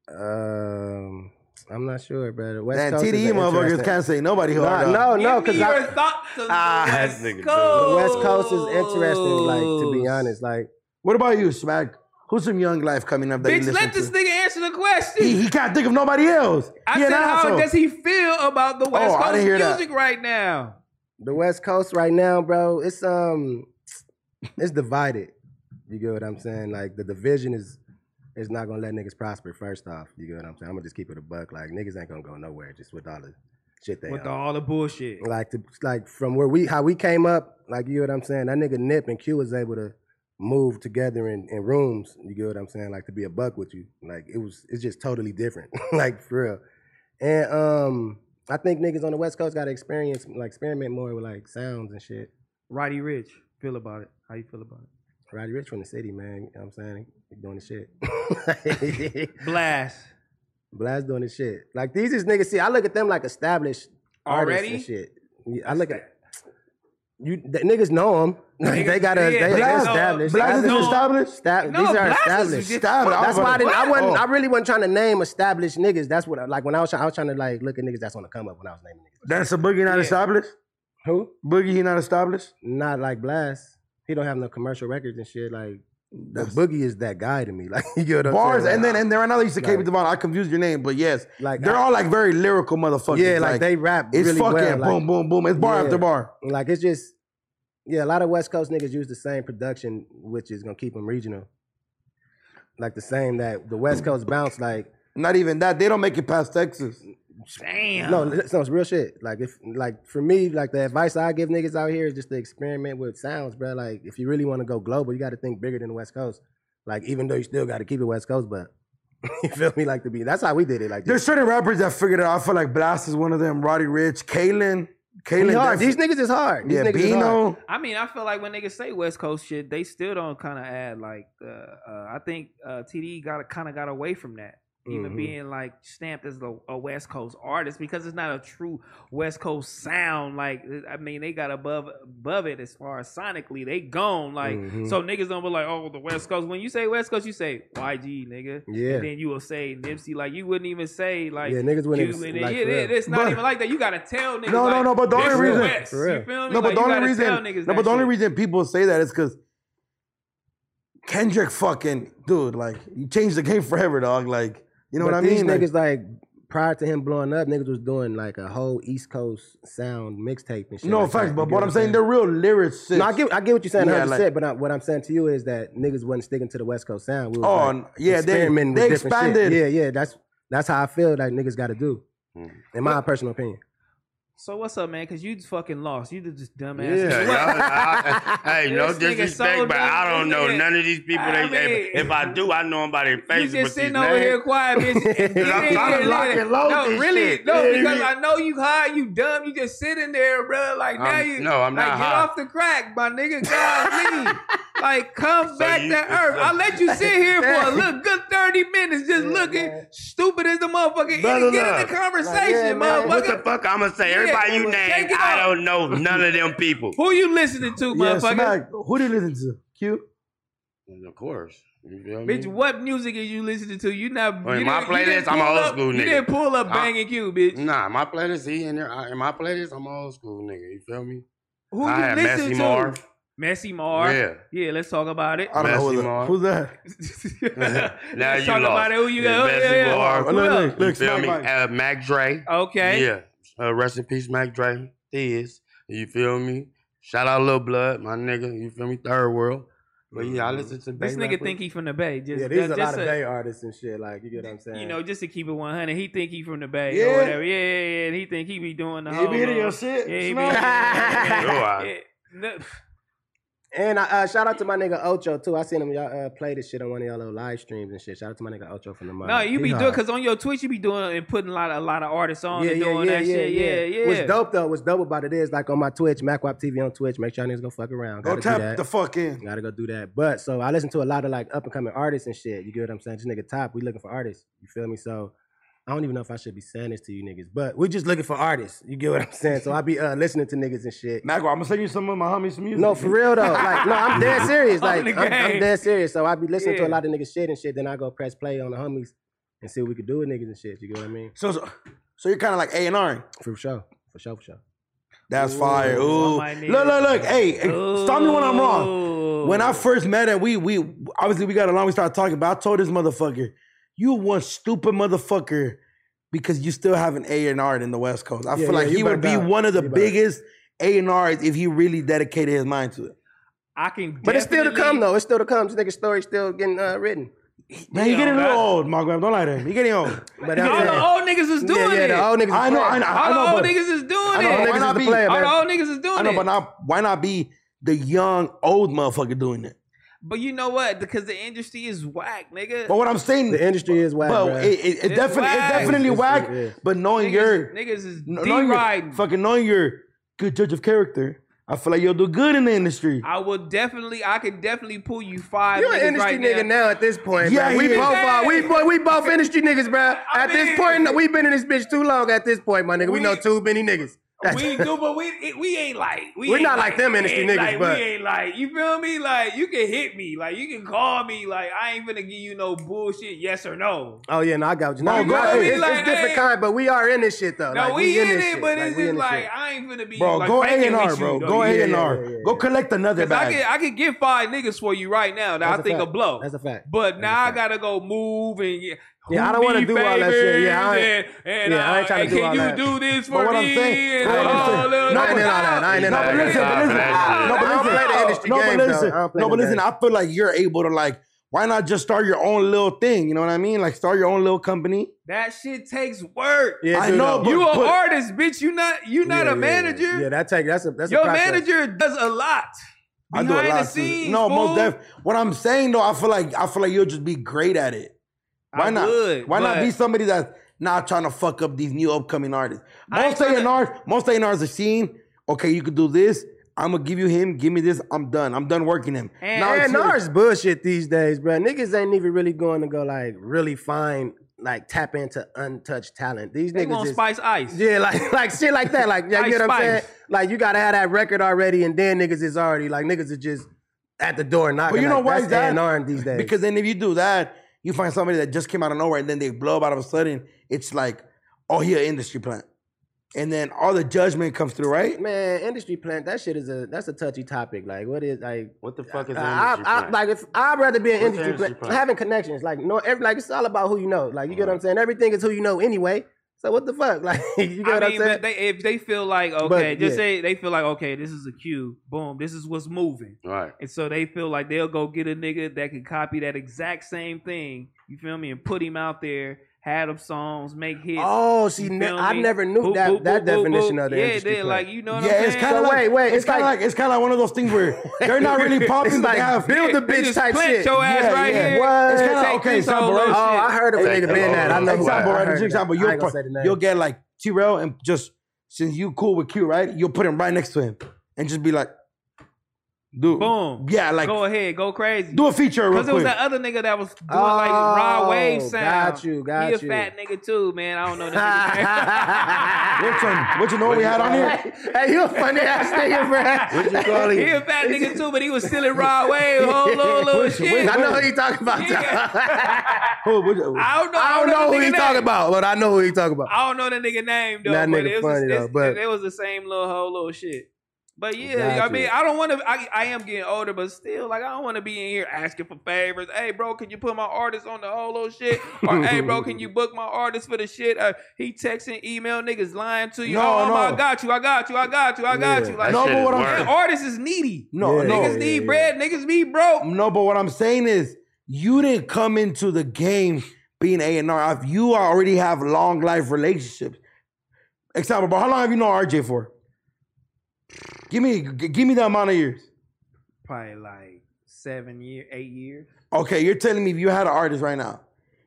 Speaker 2: Um, I'm not sure, brother. West
Speaker 3: That
Speaker 2: Coast is
Speaker 3: TDE
Speaker 2: an
Speaker 3: E motherfuckers
Speaker 2: interesting-
Speaker 3: can't say nobody who
Speaker 2: Nah,
Speaker 3: hard.
Speaker 2: No, no,
Speaker 1: Give
Speaker 2: because
Speaker 1: me your
Speaker 2: the
Speaker 1: thoughts of
Speaker 4: Ah,
Speaker 1: the
Speaker 4: that
Speaker 1: West
Speaker 4: nigga
Speaker 1: Coast.
Speaker 2: West Coast
Speaker 1: Oh.
Speaker 2: is interesting. Like to be honest, like
Speaker 3: What about you, Smack? Who's some young life coming up that you
Speaker 1: Bitch,
Speaker 3: listen
Speaker 1: let this
Speaker 3: to?
Speaker 1: nigga answer the question.
Speaker 3: He, he can't think of nobody else.
Speaker 1: I
Speaker 3: he an
Speaker 1: said, how
Speaker 3: asshole.
Speaker 1: does he feel about the West
Speaker 3: Oh, I
Speaker 1: Coast
Speaker 3: didn't hear that.
Speaker 1: music right now?
Speaker 2: the West Coast right now, bro. It's um, it's divided. You get what I'm saying? Like the division is is not gonna let niggas prosper. First off, you get what I'm saying? I'm gonna just keep it a buck. Like niggas ain't gonna go nowhere just with all the shit they.
Speaker 1: With
Speaker 2: on.
Speaker 1: all the bullshit.
Speaker 2: like to like from where we how we came up, like you know what I'm saying. That nigga Nip and Q was able to move together in, in rooms. You get what I'm saying? Like to be a buck with you. Like it was it's just totally different. like for real. And um I think niggas on the West Coast gotta experience like experiment more with like sounds and shit.
Speaker 1: Roddy Rich, feel about it. How you feel about it?
Speaker 2: Roddy Rich from the city, man. You know what I'm saying? He doing the shit.
Speaker 1: Blast.
Speaker 2: Blast doing his shit. Like these is niggas. See, I look at them like established
Speaker 1: Already?
Speaker 2: artists and shit. Yeah, I look at you. The niggas know them. they
Speaker 1: Niggas-
Speaker 2: got to
Speaker 1: yeah,
Speaker 2: they, they
Speaker 1: Blast-
Speaker 2: established.
Speaker 1: Blast
Speaker 2: Blast
Speaker 1: is
Speaker 2: is
Speaker 3: established?
Speaker 2: Estab-
Speaker 1: No,
Speaker 2: these are
Speaker 1: Blast is
Speaker 2: established.
Speaker 1: just-
Speaker 3: Established.
Speaker 2: That's why I didn't. I wasn't.
Speaker 3: Oh.
Speaker 2: I really wasn't trying to name established niggas. That's what. I- Like when I was. try- I was trying to like look at niggas that's on the come up when I was naming niggas.
Speaker 3: That's a boogie not
Speaker 1: Yeah.
Speaker 3: established.
Speaker 2: Who?
Speaker 3: Boogie he not established.
Speaker 2: Not like Blast. He don't have no commercial records and shit. Like the
Speaker 3: That's
Speaker 2: Boogie is that guy to me. Like you know what I'm
Speaker 3: bars
Speaker 2: saying?
Speaker 3: and then
Speaker 2: Like,
Speaker 3: and then right now they used to KB
Speaker 2: Like-
Speaker 3: Devon. I confused your name, but yes,
Speaker 2: Like,
Speaker 3: they're
Speaker 2: I-
Speaker 3: all like very lyrical motherfuckers.
Speaker 2: yeah, like, they rap.
Speaker 3: it's
Speaker 2: really
Speaker 3: fucking
Speaker 2: well,
Speaker 3: boom,
Speaker 2: like-
Speaker 3: boom, boom. It's bar
Speaker 2: Yeah.
Speaker 3: after bar.
Speaker 2: Like it's just, yeah, a lot of West Coast niggas use the same production, which is gonna keep them regional. Like the same that the West Coast bounce, like
Speaker 3: Not even that. They don't make it past Texas.
Speaker 1: Damn.
Speaker 2: no, li- no, it's real shit. Like if, like for me, like the advice I give niggas out here is just to experiment with sounds, bro. Like if you really want to go global, you got to think bigger than the West Coast. Like even though you still got to keep it West Coast, but you feel me? Like to be, that's how we did it. Like
Speaker 3: There's
Speaker 2: this.
Speaker 3: certain rappers that figured it out. I feel like Blast is one of them. Roddy Rich, Kalen, Kalen.
Speaker 2: We hard.
Speaker 3: definitely-
Speaker 2: These niggas is hard. These
Speaker 3: yeah,
Speaker 2: niggas is hard.
Speaker 3: Bino.
Speaker 1: I mean, I feel like when niggas say West Coast shit, they still don't kind of add like. Uh, uh, I think uh, TD got kind of got away from that, even
Speaker 3: Mm-hmm.
Speaker 2: Mhm.
Speaker 1: being like stamped as a, a West Coast artist because it's not a true West Coast sound. Like, I mean, they got above above it as far as sonically. They gone like
Speaker 2: Mhm.
Speaker 1: so niggas don't be like, oh, the West Coast. When you say West Coast, you say YG nigga,
Speaker 2: Yeah.
Speaker 1: and then you will say Nipsey. Like you wouldn't even say like
Speaker 2: Yeah, niggas wouldn't
Speaker 1: you,
Speaker 2: even-
Speaker 1: and
Speaker 2: like,
Speaker 1: yeah,
Speaker 2: for
Speaker 1: it-
Speaker 2: real.
Speaker 1: it's not
Speaker 3: But-
Speaker 1: even like that. You gotta tell niggas.
Speaker 3: No, no,
Speaker 1: like,
Speaker 3: no, but the only
Speaker 1: this is
Speaker 2: reason-
Speaker 1: West.
Speaker 2: For real.
Speaker 1: You feel me?
Speaker 3: No, but
Speaker 1: Like,
Speaker 3: the
Speaker 1: you
Speaker 3: only
Speaker 1: gotta tell
Speaker 3: reason,
Speaker 1: niggas
Speaker 3: no, but
Speaker 1: that
Speaker 3: the only
Speaker 1: shit.
Speaker 3: reason people say that is because Kendrick fucking dude, like you changed the game forever, dog. Like you know
Speaker 2: but
Speaker 3: what I mean? Like,
Speaker 2: These niggas like prior to him blowing up, niggas was doing like a whole East Coast sound mixtape and shit.
Speaker 3: no
Speaker 2: like
Speaker 3: facts,
Speaker 2: that.
Speaker 3: but
Speaker 2: You get
Speaker 3: what I'm saying, they're real lyricists.
Speaker 2: No, I get I get what you're saying,
Speaker 3: Yeah,
Speaker 2: 100.
Speaker 3: like-
Speaker 2: percent But I, what I'm saying to you is that niggas wasn't sticking to the West Coast sound. We was,
Speaker 3: Oh,
Speaker 2: like,
Speaker 3: n- yeah, they-
Speaker 2: experimenting with
Speaker 3: they
Speaker 2: different shit.
Speaker 3: expanded.
Speaker 2: Yeah, yeah, that's that's how I feel. Like niggas got to do,
Speaker 4: Mm.
Speaker 2: in my personal opinion.
Speaker 1: So what's up, man? Because you just fucking lost. You just dumbass. What?
Speaker 4: Yeah, y'all, I, hey, no
Speaker 1: This nigga
Speaker 4: disrespect,
Speaker 1: so
Speaker 4: but I
Speaker 1: dumb,
Speaker 4: don't know
Speaker 1: nigga.
Speaker 4: none of these people.
Speaker 1: I
Speaker 4: They, if-
Speaker 1: mean-
Speaker 4: if I do, I know them by their
Speaker 1: You
Speaker 4: faces.
Speaker 1: just
Speaker 4: but these
Speaker 1: sitting over here
Speaker 4: names-
Speaker 1: quiet, bitch. Get in
Speaker 4: I'm
Speaker 1: here,
Speaker 4: trying to
Speaker 1: nigga.
Speaker 4: lock and load
Speaker 1: no,
Speaker 4: this
Speaker 1: really,
Speaker 4: shit.
Speaker 1: no,
Speaker 4: Yeah,
Speaker 1: because
Speaker 4: yeah.
Speaker 1: I know you high, you dumb. You just sitting there, bro. Like now
Speaker 4: I'm-
Speaker 1: you,
Speaker 4: no, I'm
Speaker 1: like,
Speaker 4: not
Speaker 1: Get
Speaker 4: high.
Speaker 1: off the crack, my nigga. God, leave. Like come
Speaker 4: So
Speaker 1: back
Speaker 4: you-
Speaker 1: to earth.
Speaker 4: so-
Speaker 1: I let you sit here for a little good thirty minutes, just looking stupid as a motherfucker.
Speaker 4: Blah,
Speaker 1: Get
Speaker 4: blah,
Speaker 1: in the
Speaker 4: blah.
Speaker 1: conversation, motherfucker.
Speaker 4: What the fuck I'm gonna say?
Speaker 1: Yeah,
Speaker 4: Everybody you
Speaker 1: shake
Speaker 4: name,
Speaker 1: it
Speaker 4: I
Speaker 1: off.
Speaker 4: don't know none of them people.
Speaker 1: Who you listening to,
Speaker 3: yeah,
Speaker 1: motherfucker?
Speaker 3: smack. Who do you listen to? Q.
Speaker 4: Of course, you feel me?
Speaker 1: Bitch, what music is you listening to? You not
Speaker 4: Oh, in
Speaker 1: you
Speaker 4: my
Speaker 1: didn't- you didn't
Speaker 4: playlist, I'm an
Speaker 1: pull
Speaker 4: old
Speaker 1: up-
Speaker 4: school
Speaker 1: You
Speaker 4: nigga.
Speaker 1: didn't pull up
Speaker 4: I-
Speaker 1: banging Q, bitch.
Speaker 4: Nah, my playlist he in there. I, in my playlist, I'm old school nigga. You feel me?
Speaker 1: Who
Speaker 4: I
Speaker 1: you
Speaker 4: had
Speaker 1: listen
Speaker 4: Messy
Speaker 1: to?
Speaker 4: Marv.
Speaker 1: Messy Mar.
Speaker 4: Yeah.
Speaker 1: let's talk about it.
Speaker 3: I don't know who
Speaker 4: Messy
Speaker 3: that.
Speaker 4: Marv.
Speaker 3: Who's that?
Speaker 4: Now
Speaker 1: let's
Speaker 4: you
Speaker 1: talk
Speaker 4: lost.
Speaker 1: about it. Who you
Speaker 4: Yeah,
Speaker 1: got?
Speaker 4: Messy
Speaker 1: Yeah, yeah.
Speaker 4: Marv.
Speaker 1: Who
Speaker 3: Look,
Speaker 1: else?
Speaker 3: look, look.
Speaker 4: you feel
Speaker 3: Smack
Speaker 4: me?
Speaker 3: Mike.
Speaker 4: Uh, Mac Dre.
Speaker 1: Okay.
Speaker 4: Yeah. Uh, rest in peace, Mac Dre. Is you feel me? Shout out Lil Blood, my nigga. You feel me? Third World. But yeah, I listen to
Speaker 1: Mm-hmm. This
Speaker 4: Bay
Speaker 1: nigga
Speaker 4: rappers.
Speaker 1: think he from the Bay. Just,
Speaker 2: Yeah, these
Speaker 1: just
Speaker 2: a lot of
Speaker 1: to-
Speaker 2: Bay artists and shit. Like you get what I'm saying.
Speaker 1: You know, just to keep it 100, he think he from the Bay
Speaker 3: Yeah.
Speaker 1: or whatever. Yeah, yeah, yeah. And he think he be doing the
Speaker 3: You
Speaker 1: whole
Speaker 3: be hitting
Speaker 1: little-
Speaker 3: your shit.
Speaker 1: Yeah, he be-
Speaker 3: Smack.
Speaker 1: yeah, yeah,
Speaker 4: Yo,
Speaker 1: yeah,
Speaker 4: I-
Speaker 1: yeah. No,
Speaker 2: And I, uh, shout out to my nigga Ocho too. I seen him y'all uh, play this shit on one of y'all little live streams and shit. Shout out to my nigga Ocho from the mud.
Speaker 1: No, you be doing because on your Twitch you be doing and putting a lot of a lot of artists on and doing that shit. Yeah, yeah.
Speaker 2: What's dope though, what's dope about it is like on my Twitch, MacWap TV on Twitch. Make sure y'all niggas go fuck around.
Speaker 3: Go
Speaker 2: Gotta do
Speaker 3: tap
Speaker 2: that.
Speaker 3: the fuck in.
Speaker 2: Gotta go do that. But so I listen to a lot of like up and coming artists and shit. You get what I'm saying? This nigga top, we looking for artists. You feel me? So I don't even know if I should be saying this to you niggas, but we just looking for artists. You get what I'm saying? So I be uh, listening to niggas and shit.
Speaker 3: Mago, I'm gonna send you some of my homies' music.
Speaker 2: No, for real though. Like, no, I'm dead serious.
Speaker 1: On
Speaker 2: Like,
Speaker 1: the
Speaker 2: I'm, I'm
Speaker 1: game.
Speaker 2: dead serious. So I be listening to
Speaker 1: Yeah.
Speaker 2: a lot of niggas shit and shit. Then I go press play on the homies and see what we could do with niggas and shit. You get what I mean?
Speaker 3: So, so, so you're kind of like A and R.
Speaker 2: For sure, for sure, for sure.
Speaker 3: That's fire. Ooh,
Speaker 1: my nigga.
Speaker 3: look, look, look. Hey, hey, eh, stop me when I'm wrong.
Speaker 1: Ooh.
Speaker 3: When I first met him, we we obviously we got along. We started talking, but I told this motherfucker, "You one stupid motherfucker," because you still have an A and R in the West Coast. I
Speaker 2: Yeah,
Speaker 3: feel like
Speaker 2: yeah, you
Speaker 3: he would be
Speaker 2: better-
Speaker 3: one of the
Speaker 2: you better-
Speaker 3: biggest A and R's if he really dedicated his mind to it.
Speaker 1: I can,
Speaker 2: But it's still to come
Speaker 1: definitely-
Speaker 2: though. It's still to come. This nigga story still getting uh, written.
Speaker 3: Man, you're
Speaker 1: Yeah,
Speaker 3: getting a little
Speaker 1: that-
Speaker 3: old, Margo. Don't lie to him. You're getting old.
Speaker 2: But
Speaker 1: All
Speaker 2: that's-
Speaker 1: the old niggas is doing
Speaker 2: yeah, yeah,
Speaker 1: it.
Speaker 2: the old niggas. is
Speaker 3: I know, I
Speaker 2: playing.
Speaker 3: know, I
Speaker 1: All the
Speaker 3: know,
Speaker 1: old
Speaker 3: but-
Speaker 1: niggas is doing
Speaker 3: know,
Speaker 2: Old
Speaker 3: why
Speaker 1: it.
Speaker 2: niggas
Speaker 3: not
Speaker 2: is the
Speaker 3: be-
Speaker 2: player,
Speaker 1: All the
Speaker 2: man.
Speaker 1: old niggas is doing
Speaker 3: I know,
Speaker 1: it.
Speaker 3: but not, why not be the young old motherfucker doing it?
Speaker 1: But you know what? Because the industry is whack, nigga.
Speaker 3: But what I'm saying,
Speaker 2: The industry is whack,
Speaker 3: bro,
Speaker 2: bruh.
Speaker 3: it, it, it
Speaker 1: It's
Speaker 3: definitely,
Speaker 1: whack.
Speaker 3: it definitely
Speaker 2: It's-
Speaker 3: whack.
Speaker 2: it is.
Speaker 3: But knowing
Speaker 1: niggas,
Speaker 3: your,
Speaker 1: niggas is
Speaker 3: kn-
Speaker 1: D
Speaker 3: knowing your,
Speaker 1: riding.
Speaker 3: fucking knowing your good judge of character, I feel like you'll do good in the industry.
Speaker 1: I will definitely, I could definitely pull you five.
Speaker 2: You an
Speaker 1: niggas
Speaker 2: industry
Speaker 1: right
Speaker 2: nigga
Speaker 1: now.
Speaker 2: now. at this point.
Speaker 3: Yeah,
Speaker 2: Yeah,
Speaker 3: he
Speaker 2: we
Speaker 3: is.
Speaker 2: both are. We boy, we both industry niggas, bro.
Speaker 1: I
Speaker 2: At this
Speaker 1: mean-
Speaker 2: point, we been in this bitch too long. At this point, my nigga, we,
Speaker 1: We-
Speaker 2: know too many niggas. That's-
Speaker 1: we do, but we it- we ain't like we
Speaker 2: We're
Speaker 1: ain't
Speaker 2: not like them industry
Speaker 1: ain't
Speaker 2: niggas,
Speaker 1: like-
Speaker 2: but-
Speaker 1: we ain't like you feel me. Like you can hit me, like you can call me, like I ain't gonna give you no bullshit, yes or no.
Speaker 2: Oh yeah, no, I got you. No,
Speaker 3: You
Speaker 2: bro,
Speaker 3: know what I mean?
Speaker 2: it's, it's
Speaker 1: Like,
Speaker 2: different
Speaker 1: hey.
Speaker 2: kind, but we are in this shit though.
Speaker 1: No,
Speaker 2: Like,
Speaker 1: we, in,
Speaker 2: this
Speaker 1: it,
Speaker 2: shit.
Speaker 1: but it's
Speaker 2: Like, we
Speaker 1: just
Speaker 2: in this
Speaker 1: like
Speaker 2: shit.
Speaker 1: I ain't gonna be
Speaker 3: bro,
Speaker 1: like,
Speaker 3: go A
Speaker 1: faking
Speaker 3: and R,
Speaker 1: with
Speaker 3: bro.
Speaker 1: you, though.
Speaker 3: Go
Speaker 1: You
Speaker 3: A
Speaker 2: Yeah,
Speaker 3: and
Speaker 2: yeah,
Speaker 3: R.
Speaker 2: yeah, yeah,
Speaker 3: Go
Speaker 2: yeah.
Speaker 3: collect another
Speaker 1: 'Cause I
Speaker 3: bag.
Speaker 1: could I could get five niggas for you right now that
Speaker 2: That's
Speaker 1: I
Speaker 2: a
Speaker 1: think
Speaker 2: fact.
Speaker 1: a blow.
Speaker 2: That's a fact.
Speaker 1: but now
Speaker 2: That's
Speaker 1: I
Speaker 2: a fact.
Speaker 1: gotta go move and yeah,
Speaker 2: Yeah, I don't wanna do all that shit. Yeah, I
Speaker 1: ain't, and, and,
Speaker 2: yeah, I ain't
Speaker 1: uh,
Speaker 2: tryna
Speaker 1: and
Speaker 2: do
Speaker 1: can
Speaker 2: all
Speaker 1: you
Speaker 2: that.
Speaker 1: do this for
Speaker 3: But what I'm
Speaker 1: me?
Speaker 3: saying-
Speaker 1: and
Speaker 2: I ain't in
Speaker 1: all
Speaker 2: all
Speaker 1: that.
Speaker 2: that. I ain't in all that. I ain't in
Speaker 3: No,
Speaker 2: all
Speaker 3: but
Speaker 2: that.
Speaker 3: listen, but listen.
Speaker 4: Nah,
Speaker 3: No, but
Speaker 2: I don't
Speaker 3: listen.
Speaker 2: play the industry
Speaker 3: No, but
Speaker 2: game, though.
Speaker 3: listen.
Speaker 2: I don't play
Speaker 3: No, but
Speaker 2: the
Speaker 3: listen.
Speaker 2: game.
Speaker 3: I feel like you're able to like. Why not just start your own little thing? You know what I mean? Like start your own little company.
Speaker 1: That shit takes work.
Speaker 2: Yeah,
Speaker 3: I
Speaker 2: dude,
Speaker 3: know,
Speaker 2: though.
Speaker 3: but-
Speaker 1: You an
Speaker 3: put-
Speaker 1: artist, bitch. You not you not
Speaker 2: Yeah,
Speaker 1: a
Speaker 2: yeah,
Speaker 1: manager.
Speaker 2: Yeah, yeah that take that's a that's a
Speaker 1: Your
Speaker 2: process.
Speaker 1: manager does a lot.
Speaker 3: I
Speaker 1: Behind
Speaker 3: do a lot.
Speaker 1: the
Speaker 3: too.
Speaker 1: scenes,
Speaker 3: no,
Speaker 1: fool.
Speaker 3: most def. What I'm saying though, I feel like I feel like you'll just be great at it. Why
Speaker 1: I
Speaker 3: not?
Speaker 1: would,
Speaker 3: Why not
Speaker 1: but-
Speaker 3: be somebody that's not trying to fuck up these new upcoming artists?
Speaker 1: I ain't
Speaker 3: Most A
Speaker 1: tryna-
Speaker 3: and R's, most A and R's are seen. Okay, you could do this. I'm gonna give you him. Give me this. I'm done. I'm done working him.
Speaker 1: And-
Speaker 3: Now it's
Speaker 2: Man,
Speaker 3: you.
Speaker 2: NAR's bullshit these days, bro. Niggas ain't even really going to go like really find like tap into untouched talent. These
Speaker 1: They
Speaker 2: niggas
Speaker 1: want
Speaker 2: is,
Speaker 1: Spice Ice.
Speaker 2: yeah, like like shit like that. Like yeah, you
Speaker 1: Ice
Speaker 2: know what I'm
Speaker 1: Spice.
Speaker 2: saying? Like you gotta have that record already, and then niggas is already like niggas is just at the door knocking.
Speaker 3: But you know
Speaker 2: like,
Speaker 3: why
Speaker 2: that's
Speaker 3: is that?
Speaker 2: A&R these days?
Speaker 3: Because then if you do that, you find somebody that just came out of nowhere and then they blow up out of a sudden. It's like, oh, he an industry plant, and then all the judgment comes through, right?
Speaker 2: man, industry plant that shit is a that's a touchy topic. Like what is like
Speaker 4: What the fuck is
Speaker 2: I,
Speaker 4: an
Speaker 2: I,
Speaker 4: industry
Speaker 2: I,
Speaker 4: plant?
Speaker 2: like if I'd rather be an
Speaker 4: What's
Speaker 2: industry,
Speaker 4: industry
Speaker 2: pla-
Speaker 4: plan?
Speaker 2: having connections. Like no, every, like it's all about who you know. Like you get what I'm saying. Everything is who you know anyway. So what the fuck? Like you get
Speaker 1: I mean,
Speaker 2: what I'm saying?
Speaker 1: but they, if they feel like okay,
Speaker 2: But,
Speaker 1: just
Speaker 2: yeah.
Speaker 1: say they feel like okay, this is a cue. Boom, this is what's moving,
Speaker 4: All right.
Speaker 1: and so they feel like they'll go get a nigga that can copy that exact same thing. You feel me? And put him out there, had him songs, make hits.
Speaker 2: oh, see,
Speaker 1: you
Speaker 2: ne-
Speaker 1: feel
Speaker 2: I
Speaker 1: me?
Speaker 2: never knew
Speaker 1: Boop,
Speaker 2: that
Speaker 1: boop,
Speaker 2: that
Speaker 1: boop, boop,
Speaker 2: definition
Speaker 1: boop.
Speaker 2: of the
Speaker 1: yeah,
Speaker 2: industry.
Speaker 1: they-
Speaker 2: plan.
Speaker 1: like you know what
Speaker 3: Yeah,
Speaker 1: I'm
Speaker 3: it's
Speaker 1: saying?
Speaker 3: kind of
Speaker 2: So
Speaker 3: like
Speaker 2: wait, wait,
Speaker 3: it's
Speaker 2: it's
Speaker 3: kind of
Speaker 2: like-
Speaker 3: like it's kind of like one of those things where they're not really
Speaker 2: It's
Speaker 3: popping, but
Speaker 2: like
Speaker 3: they have
Speaker 2: build
Speaker 1: Yeah,
Speaker 2: a bitch
Speaker 1: just
Speaker 2: type
Speaker 1: plant
Speaker 2: shit.
Speaker 1: Your ass
Speaker 3: Yeah,
Speaker 1: right
Speaker 3: yeah.
Speaker 1: here.
Speaker 2: What?
Speaker 3: It's kinda-
Speaker 1: Take
Speaker 3: okay,
Speaker 1: this
Speaker 3: stop,
Speaker 1: over
Speaker 3: bro.
Speaker 2: Oh,
Speaker 1: shit.
Speaker 2: I heard of a
Speaker 4: Take
Speaker 2: nigga
Speaker 4: that
Speaker 2: being that. I
Speaker 4: long.
Speaker 2: know who I,
Speaker 3: example,
Speaker 2: I
Speaker 3: right?
Speaker 2: heard
Speaker 3: Just
Speaker 2: of that.
Speaker 3: example,
Speaker 2: I
Speaker 3: you'll,
Speaker 2: ain't gonna
Speaker 3: put,
Speaker 2: say the name.
Speaker 3: you'll get like T-Rail and just since you cool with Q, right? You'll put him right next to him and just be like, dude,
Speaker 1: Boom.
Speaker 3: yeah, like
Speaker 1: go ahead, go crazy.
Speaker 3: do a feature real
Speaker 1: Because it was
Speaker 3: quick.
Speaker 1: that other nigga that was doing like raw wave
Speaker 2: Oh,
Speaker 1: sound.
Speaker 2: got you, got
Speaker 1: he a
Speaker 2: you.
Speaker 1: fat nigga too, man. I don't know that
Speaker 3: Which one? Which one know we had on here?
Speaker 2: hey, you a funny ass nigga, bro.
Speaker 4: What you call
Speaker 1: nigga. he
Speaker 4: it?
Speaker 1: a fat nigga too, but he was still in raw wave, whole little, little
Speaker 3: Which-
Speaker 1: shit.
Speaker 2: I know who you talking about.
Speaker 3: Who- which-
Speaker 1: I don't know.
Speaker 2: I don't know
Speaker 1: that
Speaker 2: who you
Speaker 1: nigga
Speaker 2: talking
Speaker 1: name.
Speaker 2: about, but I know who you talking about.
Speaker 1: I don't know the nigga name though.
Speaker 2: That
Speaker 1: but
Speaker 2: nigga
Speaker 1: it was
Speaker 2: funny,
Speaker 1: a, it's-
Speaker 2: though, but-
Speaker 1: it was the same little whole little shit. But yeah,
Speaker 2: Got
Speaker 1: I mean,
Speaker 2: you.
Speaker 1: I don't want to. I, I am getting older, but still, like, I don't want to be in here asking for favors. Hey, bro, can you put my artist on the whole little shit? Or hey, bro, can you book my artist for the shit? Uh, he texting, email niggas lying to you.
Speaker 3: No,
Speaker 1: oh,
Speaker 3: no.
Speaker 1: I got you. I got you. I got you. I got
Speaker 2: Yeah.
Speaker 1: you. Like,
Speaker 4: That
Speaker 3: No,
Speaker 4: shit
Speaker 3: but
Speaker 4: is
Speaker 3: what I'm
Speaker 4: word.
Speaker 1: man, artists is needy.
Speaker 3: no,
Speaker 2: Yeah,
Speaker 3: no,
Speaker 1: Niggas
Speaker 2: yeah,
Speaker 1: need
Speaker 2: yeah.
Speaker 1: bread. Niggas be broke.
Speaker 3: no. But what I'm saying is, you didn't come into the game being A and R. You already have long life relationships. Example, bro. How long have you known RJ for? Give me, g- give me the amount of years.
Speaker 1: probably like seven year, eight years.
Speaker 3: Okay, you're telling me if you had an artist right now,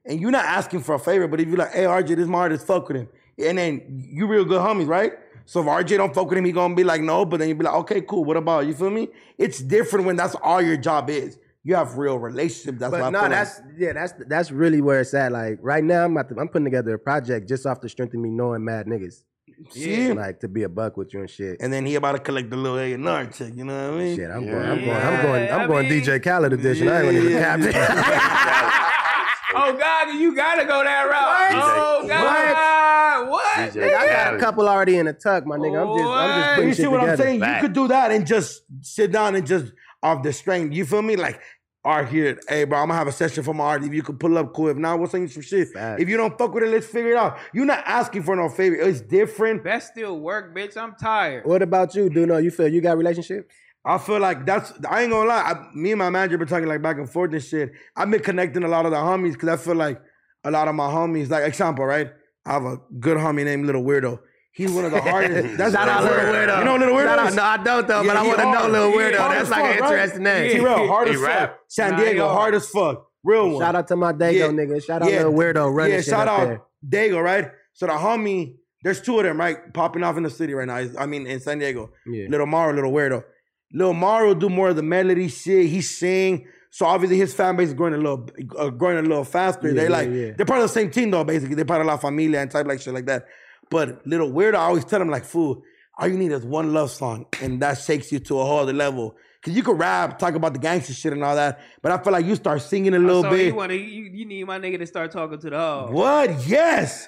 Speaker 3: and you're not asking for a favor, but if you're like, hey RJ, this my artist, fuck with him, and then you real good homies, right? So if RJ don't fuck with him, he gonna be like, no. But then you be like, okay, cool. What about you? Feel me? It's different when that's all your job is. You have real relationship. That's what I
Speaker 2: but no,
Speaker 3: feel like.
Speaker 2: that's yeah, that's that's really where it's at. Like right now, I'm about to, I'm putting together a project just off the strength of me knowing mad niggas.
Speaker 3: See?
Speaker 2: Like to be a buck with you and shit.
Speaker 3: And then he about to collect the little A and R check. You know what I mean?
Speaker 2: Shit, I'm going, I'm going, I'm
Speaker 1: Yeah,
Speaker 2: going,
Speaker 1: I
Speaker 2: I'm going
Speaker 1: mean-
Speaker 2: DJ Khaled edition. I ain't gonna even
Speaker 3: Yeah.
Speaker 2: cap it.
Speaker 1: Oh God, you gotta go that route. Oh God, what?
Speaker 4: DJ
Speaker 2: I got a
Speaker 4: Khaled.
Speaker 2: couple already in the tuck, my nigga. I'm just, I'm just
Speaker 1: What?
Speaker 2: putting
Speaker 3: you
Speaker 2: shit
Speaker 3: see what I'm
Speaker 2: together.
Speaker 3: saying?
Speaker 4: Fact.
Speaker 3: You could do that and just sit down and just off the strength. You feel me? Like, all right, here, hey, bro, I'm gonna have a session for my art. If you could pull up, cool. If not, we'll send you some shit.
Speaker 2: Fact.
Speaker 3: If you don't fuck with it, let's figure it out. You're not asking for no favor. It's different.
Speaker 1: That still work, bitch. I'm tired.
Speaker 2: What about you, Duno? You feel you got relationships?
Speaker 3: I feel like that's I ain't gonna lie. I, me and my manager been talking like back and forth and shit. I've been connecting a lot of the homies because I feel like a lot of my homies, like example, right? I have a good homie named Little Weirdo. He's one of the hardest. That's
Speaker 2: Shout out
Speaker 3: Lil
Speaker 2: Lil Weirdo.
Speaker 3: You know Little Weirdo?
Speaker 2: Shout out-
Speaker 3: is?
Speaker 2: no, I don't
Speaker 3: Yeah,
Speaker 2: though, Oh, but I
Speaker 3: he
Speaker 2: want to know
Speaker 3: hard.
Speaker 2: Lil
Speaker 3: He
Speaker 2: Weirdo.
Speaker 3: hard
Speaker 2: That's
Speaker 3: as
Speaker 2: like an
Speaker 3: fuck, right?
Speaker 2: interesting name.
Speaker 3: T Rail, hard
Speaker 4: He
Speaker 3: as
Speaker 4: rap.
Speaker 3: fuck. San
Speaker 1: Nah, he
Speaker 3: Diego,
Speaker 1: hard.
Speaker 3: hard as fuck. Real one.
Speaker 2: Shout out to my Dago
Speaker 3: Yeah.
Speaker 2: nigga. Shout out
Speaker 3: Yeah.
Speaker 2: Lil Weirdo running
Speaker 3: yeah,
Speaker 2: shit
Speaker 3: shout
Speaker 2: up
Speaker 3: out
Speaker 2: there.
Speaker 3: Dago, right? So the homie, there's two of them, right? Popping off in the city right now. He's- I mean, in San Diego.
Speaker 2: Yeah.
Speaker 3: Little Mario, Little Weirdo. Little Mario do more of the melody shit. He sing. So obviously his fan base is growing a little, uh, growing a little faster.
Speaker 2: Yeah,
Speaker 3: they
Speaker 2: yeah,
Speaker 3: like
Speaker 2: yeah.
Speaker 3: they're part of the same team though. Basically, they're part of La Familia and type like shit like that. But Little Weirdo, I always tell him like, fool, all you need is one love song, and that shakes you to a whole other level. Cause you could rap, talk about the gangster shit and all that, but I uh, feel like you start singing a little
Speaker 1: so
Speaker 3: bit.
Speaker 1: you want to? You, you need my nigga to start talking to the hoe.
Speaker 3: What? Yes.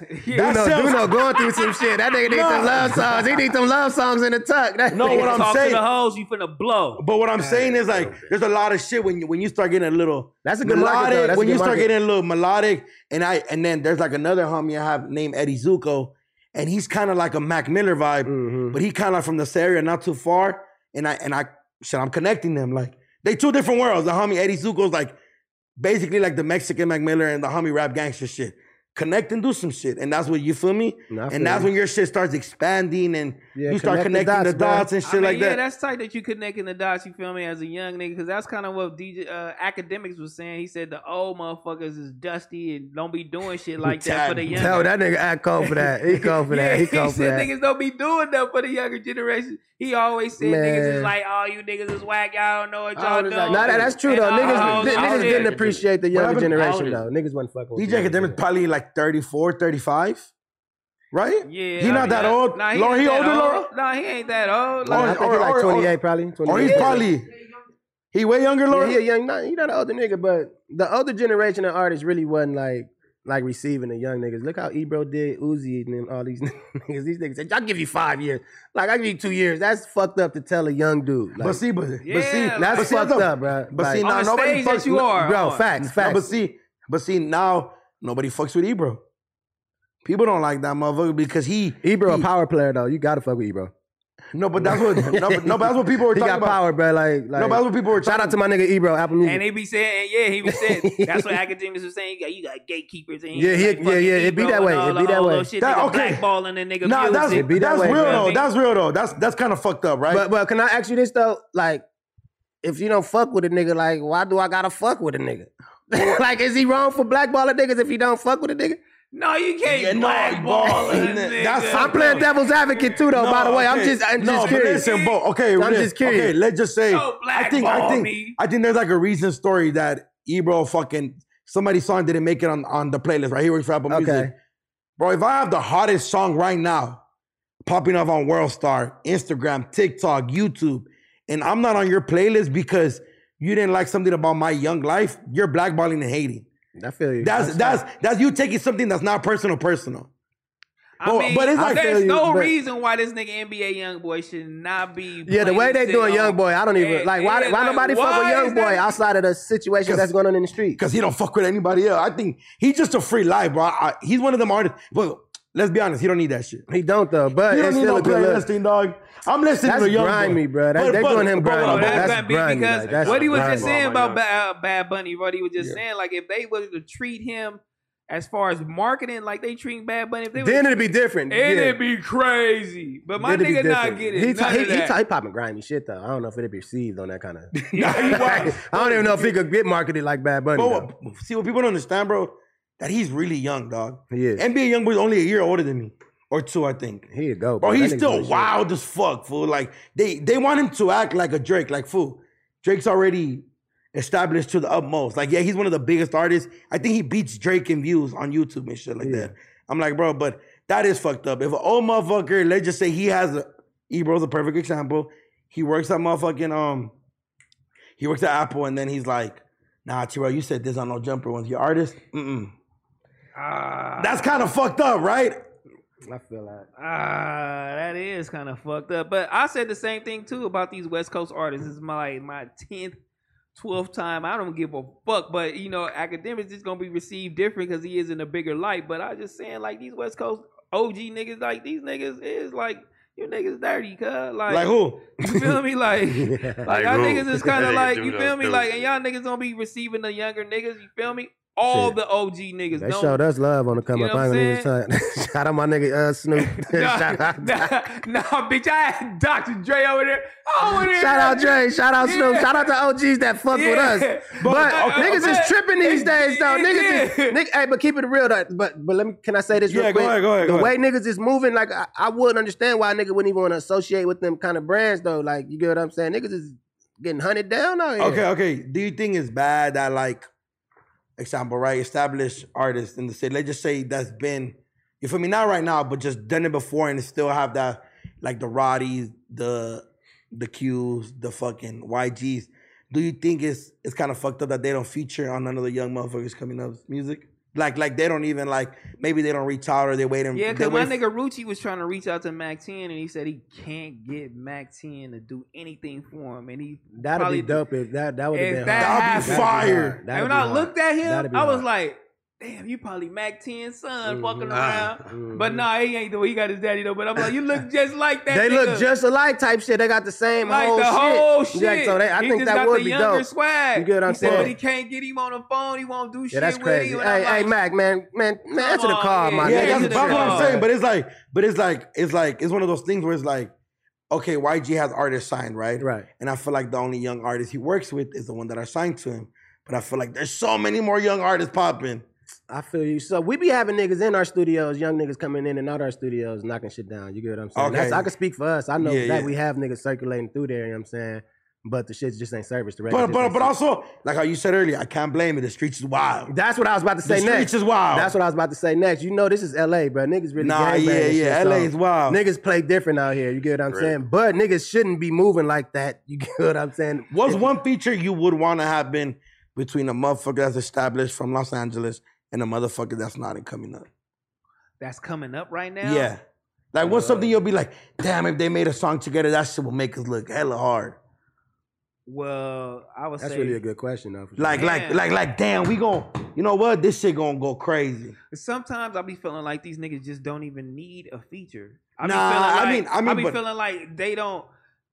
Speaker 2: Duno,
Speaker 3: That sounds-
Speaker 2: Duno going through some shit. That nigga need some
Speaker 3: Nah.
Speaker 2: love songs. He need some love songs in the tuck. That
Speaker 3: No,
Speaker 2: nigga-
Speaker 3: what I'm
Speaker 1: Talk
Speaker 3: saying-
Speaker 1: to the hoes, you finna blow.
Speaker 3: But what I'm saying is like, there's a lot of shit when you when you start getting a little
Speaker 2: That's a good market,
Speaker 3: melodic.
Speaker 2: though. That's a
Speaker 3: when
Speaker 2: good
Speaker 3: you start
Speaker 2: market.
Speaker 3: getting a little melodic, and I and then there's like another homie I have named Eddie Zuko, and he's kind of like a Mac Miller vibe,
Speaker 2: Mhm.
Speaker 3: but he kind of like from this area, not too far. And I and I shit, I'm connecting them like they two different worlds. The homie Eddie Zuko's like basically like the Mexican Mac Miller and the homie rap gangster shit. Connect and do some shit, and that's what you feel me.
Speaker 2: Nah, I feel
Speaker 3: and that's
Speaker 2: you.
Speaker 3: when your shit starts expanding, and
Speaker 2: Yeah,
Speaker 3: you start
Speaker 2: connect the
Speaker 3: connecting the dots,
Speaker 2: dots, bro.
Speaker 3: and shit
Speaker 1: I mean,
Speaker 3: like
Speaker 1: yeah,
Speaker 3: that.
Speaker 1: that's tight that you connecting the dots. You feel me? As a young nigga, because that's kind of what DJ uh, academics was saying. He said the old motherfuckers is dusty and don't be doing shit like that for the young.
Speaker 2: Tell that nigga act cold for that. He cold for that. He cold for
Speaker 1: said
Speaker 2: that.
Speaker 1: niggas don't be doing that for the younger generation. He always said niggas
Speaker 2: Man.
Speaker 1: is like, oh, you niggas is whack. Y'all don't know what
Speaker 4: How
Speaker 1: y'all
Speaker 4: old
Speaker 1: do.
Speaker 4: is that?
Speaker 2: Nah, that, that's true though.
Speaker 1: And, uh,
Speaker 2: Niggas,
Speaker 1: oh,
Speaker 2: di-
Speaker 1: oh, shit.
Speaker 2: niggas didn't appreciate the younger
Speaker 3: happened?
Speaker 2: generation
Speaker 4: How
Speaker 2: though.
Speaker 4: old
Speaker 2: Niggas wasn't fucking. with
Speaker 3: DJ
Speaker 2: the younger
Speaker 3: Academic
Speaker 2: generation.
Speaker 3: probably like 34, 35, right?
Speaker 1: Yeah,
Speaker 3: He not that old?
Speaker 1: Nah, he,
Speaker 3: Laura,
Speaker 1: ain't
Speaker 3: he
Speaker 1: that
Speaker 3: older,
Speaker 1: old.
Speaker 3: Laura?
Speaker 1: Nah, he ain't that old. Like,
Speaker 3: Laura,
Speaker 2: Nah, I think
Speaker 3: or-
Speaker 2: he like
Speaker 3: or- or-
Speaker 2: 28 probably. 28.
Speaker 3: Or Oh, he's probably he way younger,
Speaker 2: yeah,
Speaker 3: Lord.
Speaker 2: he a young, nah, he not an older nigga, but the older generation of artists really wasn't like like receiving the young niggas. Look how Ebro did Uzi and them, all these niggas. These niggas said, "I'll give you five years. Like I give you two years." That's fucked up to tell a young dude. Like,
Speaker 3: But see, but, but see,
Speaker 1: Yeah,
Speaker 2: that's
Speaker 3: but see,
Speaker 2: fucked
Speaker 3: look,
Speaker 2: up, bro.
Speaker 3: But see,
Speaker 2: Like,
Speaker 1: on
Speaker 3: now
Speaker 1: the
Speaker 3: nobody
Speaker 1: stage that
Speaker 3: fucks.
Speaker 1: you are.
Speaker 2: bro,
Speaker 1: on.
Speaker 2: facts,
Speaker 3: No,
Speaker 2: facts.
Speaker 3: but see, but see now nobody fucks with Ebro. People don't like that motherfucker because he
Speaker 2: Ebro a
Speaker 3: he-
Speaker 2: power player though. You gotta fuck with Ebro.
Speaker 3: No, but that's what no, but, no, but that's what people were
Speaker 2: He
Speaker 3: talking
Speaker 2: got
Speaker 3: about.
Speaker 2: power, bro. Like, like
Speaker 3: No, but that's what people were
Speaker 2: shout
Speaker 3: talking.
Speaker 2: out to my nigga Ebro, Apple Music.
Speaker 1: And he be saying, yeah, he be saying. that's what academics was saying. You got, you got gatekeepers in
Speaker 2: Yeah, he- yeah, yeah, it be that way, it be that way.
Speaker 3: That-
Speaker 1: That,
Speaker 3: okay.
Speaker 1: okay. Blackballing the nigga.
Speaker 3: Nah, that's
Speaker 1: music.
Speaker 2: be that
Speaker 3: that's
Speaker 2: way,
Speaker 3: real
Speaker 2: bro.
Speaker 3: though. That's real though. That's that's kind of fucked up, right?
Speaker 2: But but can I ask you this though? Like, if you don't fuck with a nigga, like, why do I gotta fuck with a nigga? like, is he wrong for blackballing niggas if you don't fuck with a nigga?
Speaker 1: no, you can't
Speaker 3: Yeah, no,
Speaker 1: blackball a
Speaker 3: ball.
Speaker 1: nigga.
Speaker 3: That's-
Speaker 2: I'm playing devil's advocate too, though.
Speaker 3: No,
Speaker 2: by the way, I'm
Speaker 3: okay.
Speaker 2: just I'm
Speaker 3: no,
Speaker 2: just
Speaker 3: but
Speaker 2: curious.
Speaker 3: Listen, bro, okay,
Speaker 2: I'm
Speaker 3: listen.
Speaker 2: just curious.
Speaker 3: Okay, let's just say
Speaker 1: Don't
Speaker 3: I think I
Speaker 1: blackball
Speaker 3: think
Speaker 1: me.
Speaker 3: I think there's like a recent story that Ebro fucking somebody's song didn't make it on, on the playlist, right? He works for Apple
Speaker 2: Okay.
Speaker 3: Music. Bro, if I have the hottest song right now popping up on Worldstar, Instagram, TikTok, YouTube, and I'm not on your playlist because you didn't like something about my young life, you're blackballing and hating.
Speaker 2: I feel you.
Speaker 3: That's that's that's, you taking something that's not personal personal.
Speaker 1: I mean,
Speaker 3: but it's like- I
Speaker 1: there's
Speaker 2: feel you,
Speaker 1: no
Speaker 2: but-
Speaker 1: reason why this nigga NBA young boy should not be.
Speaker 2: yeah, the
Speaker 1: playing
Speaker 2: way they
Speaker 1: shit
Speaker 2: doing
Speaker 1: on-
Speaker 2: young boy, I don't even
Speaker 1: Yeah,
Speaker 2: like. Why,
Speaker 1: yeah,
Speaker 2: why
Speaker 1: like,
Speaker 2: nobody fuck
Speaker 1: why
Speaker 2: with young
Speaker 1: is
Speaker 2: boy
Speaker 1: that-
Speaker 2: outside of the situation that's going on in the street?
Speaker 3: because he don't fuck with anybody else. I think he's just a free life, bro. I, he's one of them artists. But let's be honest, he don't need that shit.
Speaker 2: He don't though, but
Speaker 3: He don't
Speaker 2: it's
Speaker 3: need
Speaker 2: still
Speaker 3: no
Speaker 2: a good look.
Speaker 3: playlisting, dog. I'm listening
Speaker 2: That's
Speaker 3: to young
Speaker 2: grimy,
Speaker 3: boy.
Speaker 2: bro. That-
Speaker 3: But-
Speaker 2: they're
Speaker 3: but-
Speaker 2: doing him
Speaker 3: but-
Speaker 1: No,
Speaker 2: grimy, dog.
Speaker 1: that's,
Speaker 2: That's
Speaker 1: gonna be
Speaker 2: grimy,
Speaker 1: because
Speaker 2: like, that's
Speaker 1: what he was
Speaker 2: grimy.
Speaker 1: just saying uh,
Speaker 4: Oh my
Speaker 1: about Bad, Bad Bunny, what he was just saying, like if they was to treat him as far as marketing, like they treating Bad Bunny, if they
Speaker 2: Then
Speaker 1: was,
Speaker 2: it'd be different.
Speaker 1: and
Speaker 2: yeah.
Speaker 1: it'd be crazy. But my
Speaker 2: Then it'd be
Speaker 1: nigga not
Speaker 2: different.
Speaker 1: getting
Speaker 2: He,
Speaker 1: none
Speaker 2: ta- he,
Speaker 1: of
Speaker 2: he,
Speaker 1: that.
Speaker 2: ta- he popping grimy shit though. I don't know if it'd be received on that kind of.
Speaker 1: he wild.
Speaker 2: I don't even know if he could get marketed like Bad Bunny.
Speaker 3: Bro,
Speaker 2: though.
Speaker 3: what- see what people don't understand, bro, that he's really young, dog.
Speaker 2: He is.
Speaker 3: NBA young boy's only a year older than me, or two, I think.
Speaker 2: Here you go,
Speaker 3: Bro,
Speaker 2: That
Speaker 3: he's
Speaker 2: nigga
Speaker 3: still
Speaker 2: doing
Speaker 3: wild as fuck, fool. Like they they want him to act like a Drake, like fool. Drake's already established to the utmost. Like yeah, he's one of the biggest artists. I think he beats Drake in views on YouTube and shit like
Speaker 2: Yeah.
Speaker 3: that. I'm like, bro, but that is fucked up. If an old motherfucker, let's just say he has a Ebro's a perfect example. He works at motherfucking um, he works at Apple, and then he's like, Nah, Terrell, you said this on No Jumper once. Your artist, mm
Speaker 1: Ah,
Speaker 3: that's kind of fucked up, right?
Speaker 2: shit. I feel that.
Speaker 1: ah, that is kind of fucked up. But I said the same thing too about these West Coast artists. This is my my tenth, twelfth time. I don't give a fuck. But you know, academics is gonna be received different because he is in a bigger light. But I just saying like these West Coast OG niggas, like these niggas is like you niggas dirty, cuz like,
Speaker 3: Like who?
Speaker 1: you feel me, like. Like,
Speaker 4: Like
Speaker 1: y'all
Speaker 4: who?
Speaker 1: niggas is kind of
Speaker 4: Niggas
Speaker 1: like,
Speaker 4: do
Speaker 1: you
Speaker 4: those
Speaker 1: feel me?
Speaker 4: things.
Speaker 1: Like, and y'all niggas gonna be receiving the younger niggas, you feel me? All
Speaker 2: Shit.
Speaker 1: the OG niggas.
Speaker 2: They
Speaker 1: don't-
Speaker 2: showed us love on the come
Speaker 1: You
Speaker 2: up.
Speaker 1: know
Speaker 2: I
Speaker 1: what
Speaker 2: ain't
Speaker 1: I'm
Speaker 2: gonna even tell- Shout out my nigga uh, Snoop.
Speaker 1: Nah,
Speaker 2: Shout out.
Speaker 1: nah, nah, bitch, I had Dr. Dre over there. Oh, over there.
Speaker 2: Shout out Dre, shout out Snoop,
Speaker 1: Yeah.
Speaker 2: shout out to OGs that fuck with
Speaker 1: Yeah.
Speaker 2: us. But,
Speaker 1: But, uh, okay,
Speaker 2: niggas
Speaker 1: but-
Speaker 2: is tripping these
Speaker 1: it-
Speaker 2: days though.
Speaker 1: it
Speaker 2: Niggas
Speaker 1: did.
Speaker 2: is, nigg- hey, but keep it real though. But but let me can I say this
Speaker 3: Yeah, go
Speaker 2: real quick?
Speaker 3: ahead, go ahead,
Speaker 2: the
Speaker 3: go
Speaker 2: way niggas is moving, like I, I would understand why a nigga wouldn't even want to associate with them kind of brands though. Like you get what I'm saying? Niggas is getting hunted down out here.
Speaker 3: Okay, okay. Do you think it's bad that like example, right? Established artists in the city. Let's just say that's been you feel me, not right now, but just done it before and still have that like the Roddies, the the Qs, the fucking YGs. Do you think it's it's kind of fucked up that they don't feature on none of the young motherfuckers coming up's music? Like like they don't even like maybe they don't reach out or they wait and
Speaker 1: Yeah,
Speaker 3: they
Speaker 1: because my
Speaker 3: wait-
Speaker 1: nigga Rucci was trying to reach out to Mac 10 and he said he can't get Mac 10 to do anything for him. And he
Speaker 2: That'd
Speaker 1: probably-
Speaker 2: be dope if that that would have
Speaker 1: If
Speaker 2: been
Speaker 1: that
Speaker 2: hard.
Speaker 3: That'd be
Speaker 1: happened.
Speaker 3: fire.
Speaker 2: hard. That'd
Speaker 1: and when
Speaker 2: be
Speaker 1: I
Speaker 2: hard.
Speaker 1: looked at
Speaker 2: That'd
Speaker 1: him,
Speaker 2: be
Speaker 1: I was
Speaker 2: hard.
Speaker 1: like, damn, you probably Mac 10's son fucking
Speaker 4: Mhm.
Speaker 1: around. But nah, he ain't though. He got his daddy though. But I'm like, you look just like that.
Speaker 2: they
Speaker 1: nigga.
Speaker 2: look just alike type shit. They got the same
Speaker 1: like
Speaker 2: whole
Speaker 1: the
Speaker 2: shit.
Speaker 1: whole shit.
Speaker 2: Yeah, so they, I
Speaker 1: he
Speaker 2: think
Speaker 1: just
Speaker 2: that
Speaker 1: got
Speaker 2: would
Speaker 1: the
Speaker 2: be
Speaker 1: younger
Speaker 2: dope.
Speaker 1: swag.
Speaker 2: You get what I'm
Speaker 1: he said, But
Speaker 2: saying?
Speaker 1: he can't get him on the phone. He won't do shit
Speaker 2: Yeah, that's
Speaker 1: with
Speaker 2: crazy.
Speaker 1: him.
Speaker 2: Hey,
Speaker 1: And I'm
Speaker 2: hey,
Speaker 1: like,
Speaker 2: Mac, man, man, man, answer the
Speaker 1: on,
Speaker 2: call, my
Speaker 1: man.
Speaker 2: nigga.
Speaker 3: Yeah,
Speaker 1: Answer
Speaker 3: that's,
Speaker 1: the
Speaker 3: that's what
Speaker 1: call.
Speaker 3: I'm saying. But it's like, but it's like, it's like, it's one of those things where it's like, okay, YG has artists signed, right?
Speaker 2: Right.
Speaker 3: And I feel like the only young artist he works with is the one that are signed to him. But I feel like there's so many more young artists popping.
Speaker 2: I feel you. So we be having niggas in our studios, young niggas coming in and out our studios, knocking shit down. You get what I'm saying?
Speaker 3: Okay.
Speaker 2: That's, I can speak for us. I know
Speaker 3: Yeah,
Speaker 2: that
Speaker 3: yeah.
Speaker 2: we have niggas circulating through there. You know what I'm saying? But the shit just ain't service. The record
Speaker 3: But
Speaker 2: just
Speaker 3: but
Speaker 2: ain't
Speaker 3: but
Speaker 2: service.
Speaker 3: also, like how you said earlier, I can't blame it. The streets is wild.
Speaker 2: that's what I was about to
Speaker 3: The
Speaker 2: say
Speaker 3: streets
Speaker 2: next.
Speaker 3: is wild.
Speaker 2: That's what I was about to say next. You know, this is L.A., bro. Niggas really
Speaker 3: Nah,
Speaker 2: gangbang
Speaker 3: yeah,
Speaker 2: and shit,
Speaker 3: yeah. LA
Speaker 2: so
Speaker 3: is wild.
Speaker 2: Niggas play different out here. You get what I'm
Speaker 4: Right.
Speaker 2: saying? But niggas shouldn't be moving like that. You get what I'm saying?
Speaker 3: What's one feature you would want to have been between a motherfucker that's established from Los Angeles and a motherfucker that's not in coming up?
Speaker 1: That's coming up right now.
Speaker 3: Yeah. Like, what's
Speaker 1: Uh.
Speaker 3: something you'll be like, damn, if they made a song together, that shit will make us look hella hard.
Speaker 1: Well, I would
Speaker 2: That's
Speaker 1: say
Speaker 2: really a good question, though. for sure.
Speaker 3: Like, like,
Speaker 1: Man.
Speaker 3: like, like, damn, we gon' you know what? This shit gonna go crazy.
Speaker 1: sometimes I be feeling like these niggas just don't even need a feature. I
Speaker 3: Nah,
Speaker 1: be feeling
Speaker 3: I
Speaker 1: like,
Speaker 3: mean- I mean,
Speaker 1: be
Speaker 3: but-
Speaker 1: feeling like they don't.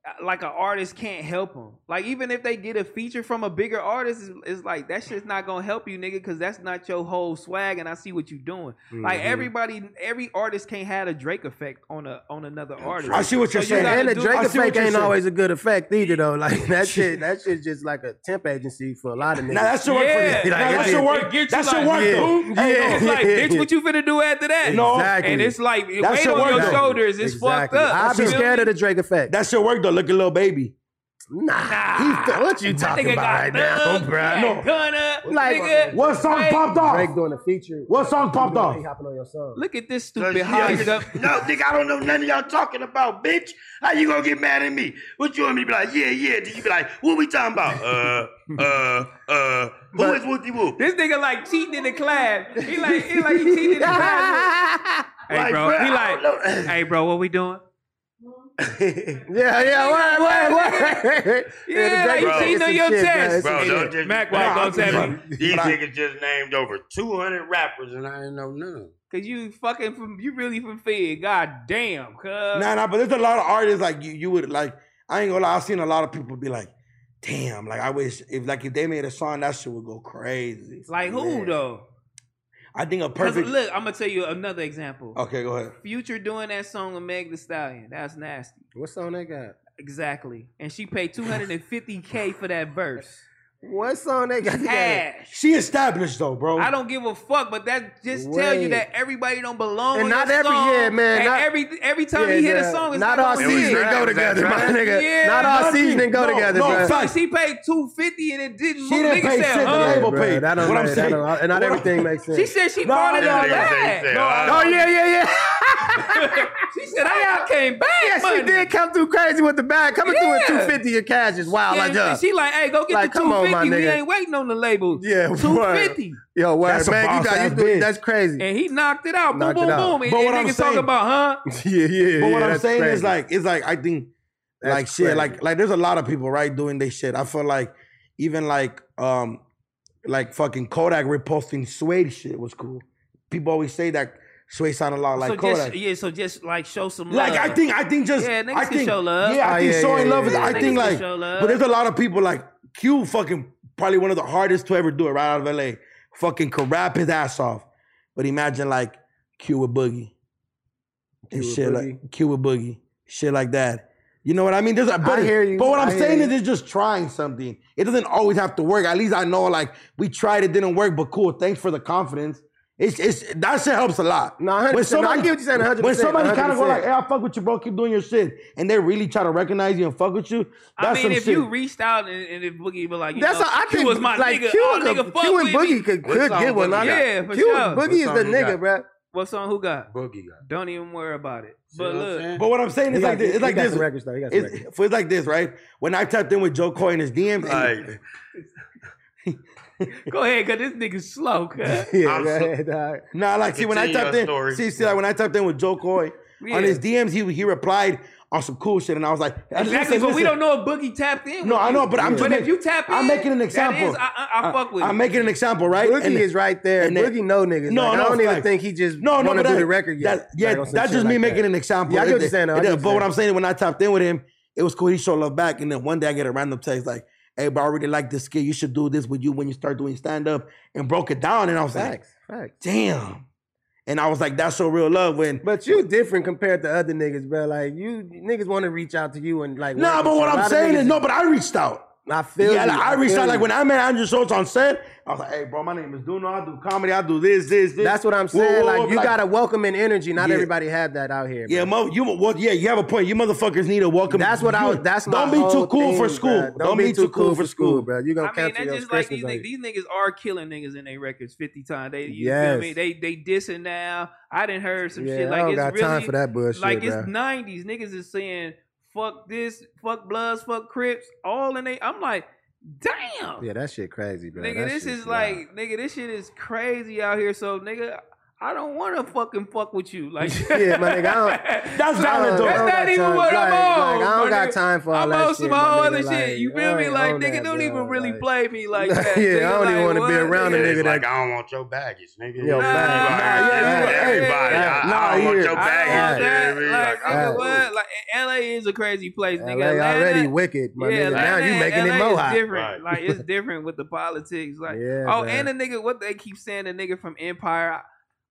Speaker 1: uh, Like an artist can't help them. Like even if they get a feature from a bigger artist, it's, it's like that shit's not gonna help you, nigga, because that's not your whole swag. And I see what you doing. Like
Speaker 3: Mm-hmm.
Speaker 2: Mhm.
Speaker 1: everybody, every artist can't have a Drake effect on a on another artist.
Speaker 3: I see what you're
Speaker 1: So you
Speaker 3: saying.
Speaker 1: gotta
Speaker 2: And the
Speaker 1: do-
Speaker 2: Drake
Speaker 3: I see what
Speaker 2: effect
Speaker 3: you're
Speaker 2: ain't
Speaker 3: saying.
Speaker 2: always a good effect either, though. Like that shit, that shit just like a temp agency for a lot of niggas.
Speaker 3: Now that should work for
Speaker 1: Yeah,
Speaker 3: this.
Speaker 2: like,
Speaker 3: that
Speaker 2: it-
Speaker 3: should
Speaker 2: it
Speaker 3: work.
Speaker 1: gets you
Speaker 3: That should
Speaker 1: like-
Speaker 3: work,
Speaker 2: Yeah.
Speaker 3: boo. Hey,
Speaker 2: Yeah.
Speaker 3: no,
Speaker 1: It's like, bitch, what you finna do after that?
Speaker 3: No.
Speaker 2: Exactly.
Speaker 1: And it's like,
Speaker 3: That
Speaker 1: wait
Speaker 3: shit
Speaker 1: on your
Speaker 3: worked.
Speaker 1: shoulders. It's
Speaker 2: Exactly.
Speaker 1: fucked up.
Speaker 2: I'd be
Speaker 1: You feel
Speaker 2: scared
Speaker 1: me?
Speaker 2: of the Drake effect.
Speaker 3: That should work though. Look at little baby.
Speaker 2: nah,
Speaker 1: Nah.
Speaker 2: He- what you
Speaker 1: That
Speaker 2: talking
Speaker 1: nigga
Speaker 2: about
Speaker 1: got
Speaker 2: right now,
Speaker 1: thugs, got
Speaker 2: bruh?
Speaker 1: Gunna,
Speaker 2: Like,
Speaker 1: nigga.
Speaker 3: What song
Speaker 1: Drake-
Speaker 3: popped off?
Speaker 2: Drake doing a feature.
Speaker 3: What song popped
Speaker 2: He
Speaker 3: off?
Speaker 2: hopping on your song.
Speaker 1: Look at this
Speaker 4: No,
Speaker 1: stupid high up.
Speaker 4: nigga, I don't know none of y'all talking about, bitch. How you gonna get mad at me? What you want me to be like? Yeah, yeah. Then you be like, what we talking about? Uh, uh, uh. Who is Wooty Woo?
Speaker 1: This nigga like cheating in the class. He like, he like he cheating in the class. hey
Speaker 4: Like,
Speaker 1: bro,
Speaker 4: bruh,
Speaker 1: he
Speaker 4: I
Speaker 1: like,
Speaker 4: don't know.
Speaker 1: hey bro, what we doing?
Speaker 2: yeah, yeah, wait, wait, wait.
Speaker 1: Yeah,
Speaker 2: the Drake
Speaker 1: you
Speaker 2: effect
Speaker 4: cheating
Speaker 2: is
Speaker 1: on
Speaker 2: some
Speaker 1: your
Speaker 2: shit, bruh.
Speaker 1: chest.
Speaker 2: It's some
Speaker 4: Bro,
Speaker 2: shit.
Speaker 4: don't just
Speaker 1: Mac
Speaker 4: Nah,
Speaker 1: White,
Speaker 4: I'm
Speaker 1: don't tell me.
Speaker 4: just- These
Speaker 3: But I-
Speaker 4: niggas just named over 200 rappers and I didn't know none.
Speaker 1: Cause you fucking from, you really from Fed. God damn, cuz.
Speaker 3: Nah, nah, but there's a lot of artists like you. You would like. I ain't gonna lie. I've seen a lot of people be like, "Damn!" Like I wish if like if they made a song, that shit would go crazy.
Speaker 1: like who
Speaker 3: Man.
Speaker 1: though?
Speaker 3: I think a
Speaker 1: 'Cause
Speaker 3: perfect. Oh.
Speaker 1: Look, I'm gonna tell you another example.
Speaker 3: Okay, go ahead.
Speaker 1: Future doing that song with Meg The Stallion. That's nasty.
Speaker 2: What song they got?
Speaker 1: Exactly. And she paid 250k for that verse.
Speaker 2: What song they got?
Speaker 1: Cash.
Speaker 3: She established though, bro.
Speaker 1: I don't give a fuck, but that just tell you
Speaker 2: Wait.
Speaker 1: that everybody don't belong.
Speaker 2: And
Speaker 1: on
Speaker 2: not
Speaker 1: that
Speaker 2: every-
Speaker 1: song,
Speaker 2: yeah, man,
Speaker 1: And
Speaker 2: not-
Speaker 1: every every time he
Speaker 2: Yeah,
Speaker 1: hit
Speaker 2: yeah.
Speaker 1: a song, it's oh,
Speaker 2: not, all
Speaker 1: gonna
Speaker 2: seasoning
Speaker 1: work.
Speaker 4: rap,
Speaker 2: go
Speaker 4: it was
Speaker 2: together, my
Speaker 4: rap.
Speaker 2: nigga.
Speaker 1: Yeah,
Speaker 2: not all seasoning go
Speaker 3: no,
Speaker 2: together,
Speaker 3: no,
Speaker 2: bro.
Speaker 3: fuck.
Speaker 1: So Oh, she paid 250 and it didn't
Speaker 3: She
Speaker 1: move.
Speaker 3: didn't
Speaker 1: Nigga
Speaker 3: pay
Speaker 1: said,
Speaker 3: shit. The
Speaker 1: huh?
Speaker 2: Yeah,
Speaker 3: label
Speaker 2: bro,
Speaker 3: paid.
Speaker 2: That don't
Speaker 3: What I'm
Speaker 2: make, that
Speaker 3: saying-
Speaker 2: don't- and not
Speaker 3: what I'm-
Speaker 2: everything makes sense.
Speaker 1: Oh, She said she
Speaker 3: No,
Speaker 1: bought it
Speaker 3: no,
Speaker 1: all
Speaker 3: no,
Speaker 1: back.
Speaker 4: no,
Speaker 2: oh yeah, yeah, yeah.
Speaker 1: She said I all came back.
Speaker 2: yeah,
Speaker 1: money.
Speaker 2: she did come through crazy with the bag. Coming through with
Speaker 1: Yeah.
Speaker 2: 250 in cash is wild.
Speaker 1: Yeah,
Speaker 2: like, yeah.
Speaker 1: and she like, hey, go get
Speaker 2: Like,
Speaker 1: the
Speaker 2: come on, my
Speaker 1: 250. we
Speaker 2: nigga.
Speaker 1: ain't waiting on the label.
Speaker 2: Yeah, word.
Speaker 1: 250.
Speaker 2: Yo, word,
Speaker 3: That's a
Speaker 2: man, you
Speaker 3: boss
Speaker 2: got
Speaker 3: ass
Speaker 2: you doing
Speaker 3: bitch.
Speaker 2: that's crazy.
Speaker 1: And he knocked it out.
Speaker 2: Knocked
Speaker 1: boom,
Speaker 2: it
Speaker 1: boom,
Speaker 2: out.
Speaker 1: boom. And
Speaker 3: But what
Speaker 1: then
Speaker 3: I'm
Speaker 1: niggas
Speaker 3: saying-
Speaker 1: talk about, huh?
Speaker 2: yeah, yeah.
Speaker 3: but what
Speaker 2: yeah,
Speaker 3: I'm
Speaker 2: that's
Speaker 3: saying
Speaker 2: crazy.
Speaker 3: is like, it's like I think
Speaker 2: That's
Speaker 3: like shit,
Speaker 2: crazy.
Speaker 3: like like there's a lot of people right doing they shit. I feel like even like um like fucking Kodak reposting Suede shit was cool. People always say that Suede sound a lot like
Speaker 1: so
Speaker 3: Kodak.
Speaker 1: just yeah, so just like show some love.
Speaker 3: Like I think I think just
Speaker 1: Yeah, niggas
Speaker 3: I
Speaker 1: can
Speaker 3: think,
Speaker 1: show love.
Speaker 3: Yeah, I
Speaker 2: Oh,
Speaker 3: think
Speaker 2: yeah,
Speaker 3: showing
Speaker 2: yeah,
Speaker 3: love is
Speaker 2: yeah,
Speaker 3: I
Speaker 1: yeah.
Speaker 3: think
Speaker 1: Niggas can
Speaker 3: like
Speaker 1: show love.
Speaker 3: but there's a lot of people like Q fucking probably one of the hardest to ever do it right out of LA. Fucking could rap his ass off. But imagine like Q with Boogie. And
Speaker 2: Q with
Speaker 3: shit
Speaker 2: Boogie.
Speaker 3: like Q with Boogie. Shit like that. You know what I mean? There's a but,
Speaker 2: hear you.
Speaker 3: but what I'm
Speaker 2: I hear
Speaker 3: saying
Speaker 2: you.
Speaker 3: is it's just trying something. It doesn't always have to work. At least I know like we tried, it didn't work, but cool. Thanks for the confidence. It's it's that shit helps a lot.
Speaker 2: No, 100%. No, I get what you're saying, 100%,
Speaker 3: When somebody kind of go
Speaker 2: 100%.
Speaker 3: like, "Hey, I fuck with you, bro. Keep doing your shit," and they really try to recognize you and fuck with you.
Speaker 1: I
Speaker 3: That's
Speaker 1: mean,
Speaker 3: some
Speaker 1: if
Speaker 3: shit.
Speaker 1: you reached out and, and if Boogie was like, you
Speaker 2: That's
Speaker 1: know,
Speaker 2: how I
Speaker 1: Q
Speaker 2: think
Speaker 1: was my
Speaker 2: like
Speaker 1: nigga.
Speaker 2: Q,
Speaker 1: oh,
Speaker 2: could-
Speaker 1: nigga, fuck
Speaker 2: Q and
Speaker 1: with
Speaker 2: Boogie
Speaker 1: me.
Speaker 2: could,
Speaker 4: What
Speaker 2: could
Speaker 4: song
Speaker 2: get one.
Speaker 4: Boogie got?
Speaker 2: I got-
Speaker 1: Yeah, for
Speaker 2: Q
Speaker 1: sure.
Speaker 2: and
Speaker 1: What
Speaker 2: Boogie is the
Speaker 4: song he
Speaker 2: nigga,
Speaker 4: got?
Speaker 2: bro.
Speaker 1: What song? Who got?
Speaker 4: Boogie got.
Speaker 1: Don't even worry about it. But look,
Speaker 3: but what I'm saying is like this, it's like this.
Speaker 2: Records, though. He got some records.
Speaker 3: It's, it's like this, right? When I tapped in with Joe Coy in his DMs, and,
Speaker 4: Like,
Speaker 1: go ahead, cause this nigga's slow. cuz. Yeah,
Speaker 2: Yeah,
Speaker 4: I'm
Speaker 2: go
Speaker 4: so-
Speaker 2: ahead, dog.
Speaker 3: nah, like see when I
Speaker 4: Continue your
Speaker 3: tapped in,
Speaker 4: story.
Speaker 3: see, see like when I tapped in with Joe Coy on his DMs, he he replied on some cool shit, and I was like,
Speaker 1: exactly.
Speaker 3: listen,
Speaker 1: but we
Speaker 3: listen.
Speaker 1: don't know if Boogie tapped in.
Speaker 3: No,
Speaker 1: with
Speaker 3: I
Speaker 1: you.
Speaker 3: know, but I'm just.
Speaker 1: But if
Speaker 3: making-
Speaker 1: you tap in,
Speaker 3: I'm making an
Speaker 1: that
Speaker 3: example.
Speaker 1: is- I- I- I fuck with
Speaker 3: I'm
Speaker 1: you.
Speaker 3: making an example, right?
Speaker 2: Boogie
Speaker 3: And-
Speaker 2: is right there.
Speaker 3: and it-
Speaker 2: Boogie no niggas.
Speaker 3: No,
Speaker 2: No,
Speaker 3: no,
Speaker 2: I don't even
Speaker 3: facts.
Speaker 2: think he just
Speaker 3: No, no,
Speaker 2: want
Speaker 3: but
Speaker 2: to do
Speaker 3: that-
Speaker 2: the record yet.
Speaker 3: that- yeah,
Speaker 2: Like, on some
Speaker 3: that's
Speaker 2: shit
Speaker 3: just me
Speaker 2: like
Speaker 3: making
Speaker 2: that.
Speaker 3: an example.
Speaker 2: Yeah, I get
Speaker 3: It-
Speaker 2: what you're saying, though. I
Speaker 3: it-
Speaker 2: get what
Speaker 3: but
Speaker 2: you're
Speaker 3: what
Speaker 2: saying.
Speaker 3: I'm saying, when I tapped in with him, it was cool. He showed love back, and then one day I get a random text like, "Hey, bro, I really like this skit. You should do this with you when you start doing stand up." And broke it down, and I was like,
Speaker 2: Facts, facts.
Speaker 3: "Damn!" And I was like, "That's so real love." When
Speaker 2: But you different compared to other niggas, bro. Like you niggas want to reach out to you and like.
Speaker 3: nah,
Speaker 2: work
Speaker 3: but
Speaker 2: with
Speaker 3: what
Speaker 2: you. A lot
Speaker 3: I'm
Speaker 2: of
Speaker 3: saying
Speaker 2: niggas
Speaker 3: is no, but I reached out.
Speaker 2: I feel
Speaker 3: yeah,
Speaker 2: you.
Speaker 3: like, I reached
Speaker 2: feel
Speaker 3: out like
Speaker 2: you.
Speaker 3: when I met Andrew Schultz on set. I was like, "Hey, bro, my name is Duno. I do comedy. I do this, this, this."
Speaker 2: That's what I'm
Speaker 3: Whoa,
Speaker 2: saying.
Speaker 3: whoa, whoa,
Speaker 2: like you got a welcoming energy. Not
Speaker 3: Yeah.
Speaker 2: everybody had that out here.
Speaker 3: Yeah,
Speaker 2: bro.
Speaker 3: mo- you well, yeah, you have a point. You motherfuckers need a welcome.
Speaker 2: that's what I was.
Speaker 3: you-
Speaker 2: That's my
Speaker 3: Don't be
Speaker 2: whole
Speaker 3: too cool
Speaker 2: thing,
Speaker 3: for
Speaker 2: bruh.
Speaker 3: school.
Speaker 2: Don't, be, too cool for school, bro. You gonna
Speaker 1: I mean,
Speaker 2: cancel
Speaker 1: that's
Speaker 2: your
Speaker 1: just like these
Speaker 2: Christmas on
Speaker 1: niggas.
Speaker 2: you.
Speaker 1: These niggas are killing niggas in their records fifty times. They, you feel
Speaker 2: Yes.
Speaker 1: me? They they dissing now. I didn't heard some
Speaker 2: Yeah,
Speaker 1: shit
Speaker 2: I
Speaker 1: like
Speaker 2: don't
Speaker 1: it's
Speaker 2: got
Speaker 1: really
Speaker 2: time for that bullshit,
Speaker 1: like
Speaker 2: bro.
Speaker 1: it's nineties. Niggas is saying fuck this, fuck Bloods, fuck Crips, all in they. I'm like, damn,
Speaker 2: Yeah, that shit crazy, bro.
Speaker 1: nigga,
Speaker 2: That
Speaker 1: this
Speaker 2: shit
Speaker 1: is
Speaker 2: wild.
Speaker 1: like, nigga, this shit is crazy out here. So, nigga. I don't want to fucking fuck with you, like
Speaker 2: Yeah, my nigga, I don't-
Speaker 3: That's valid though.
Speaker 2: I don't
Speaker 1: That's
Speaker 2: got
Speaker 1: not even
Speaker 2: time.
Speaker 1: what I'm
Speaker 2: Like-
Speaker 1: on.
Speaker 2: like, I don't
Speaker 1: my
Speaker 2: got
Speaker 1: nigga.
Speaker 2: time for all
Speaker 1: I'm
Speaker 2: that
Speaker 1: on some
Speaker 2: shit, my
Speaker 1: whole
Speaker 2: nigga.
Speaker 1: other
Speaker 2: Like,
Speaker 1: shit. You
Speaker 2: I
Speaker 1: feel me?
Speaker 2: ain't
Speaker 1: Like,
Speaker 2: on
Speaker 1: nigga,
Speaker 2: that,
Speaker 1: don't
Speaker 2: bro.
Speaker 1: even really
Speaker 2: Like-
Speaker 1: play me like that.
Speaker 2: Yeah,
Speaker 1: nigga.
Speaker 2: I don't even
Speaker 1: Like,
Speaker 2: wanna be
Speaker 1: what,
Speaker 2: around a
Speaker 1: nigga?
Speaker 2: nigga
Speaker 4: it's
Speaker 2: that-
Speaker 4: like, I don't want your baggage, nigga.
Speaker 2: Yo,
Speaker 4: Everybody,
Speaker 2: facts.
Speaker 1: Nah,
Speaker 4: everybody,
Speaker 1: yeah,
Speaker 4: everybody.
Speaker 2: yeah,
Speaker 4: I, I don't want
Speaker 3: yeah.
Speaker 4: your
Speaker 1: I don't want
Speaker 4: baggage.
Speaker 1: that.
Speaker 4: you know what I mean?
Speaker 1: Like,
Speaker 4: Like, oh, I
Speaker 1: nigga,
Speaker 2: uh,
Speaker 1: what? Like, LA is a crazy place, nigga.
Speaker 2: LA already
Speaker 1: Atlanta-
Speaker 2: wicked, my
Speaker 1: yeah,
Speaker 2: nigga. Now you
Speaker 1: Atlanta-
Speaker 2: making it
Speaker 1: LA
Speaker 2: more
Speaker 1: is
Speaker 2: hot.
Speaker 1: different.
Speaker 4: Right.
Speaker 1: Like, it's different with the politics. Like,
Speaker 2: Yeah,
Speaker 1: oh,
Speaker 2: man.
Speaker 1: and the nigga, what they keep saying, the nigga from Empire. I,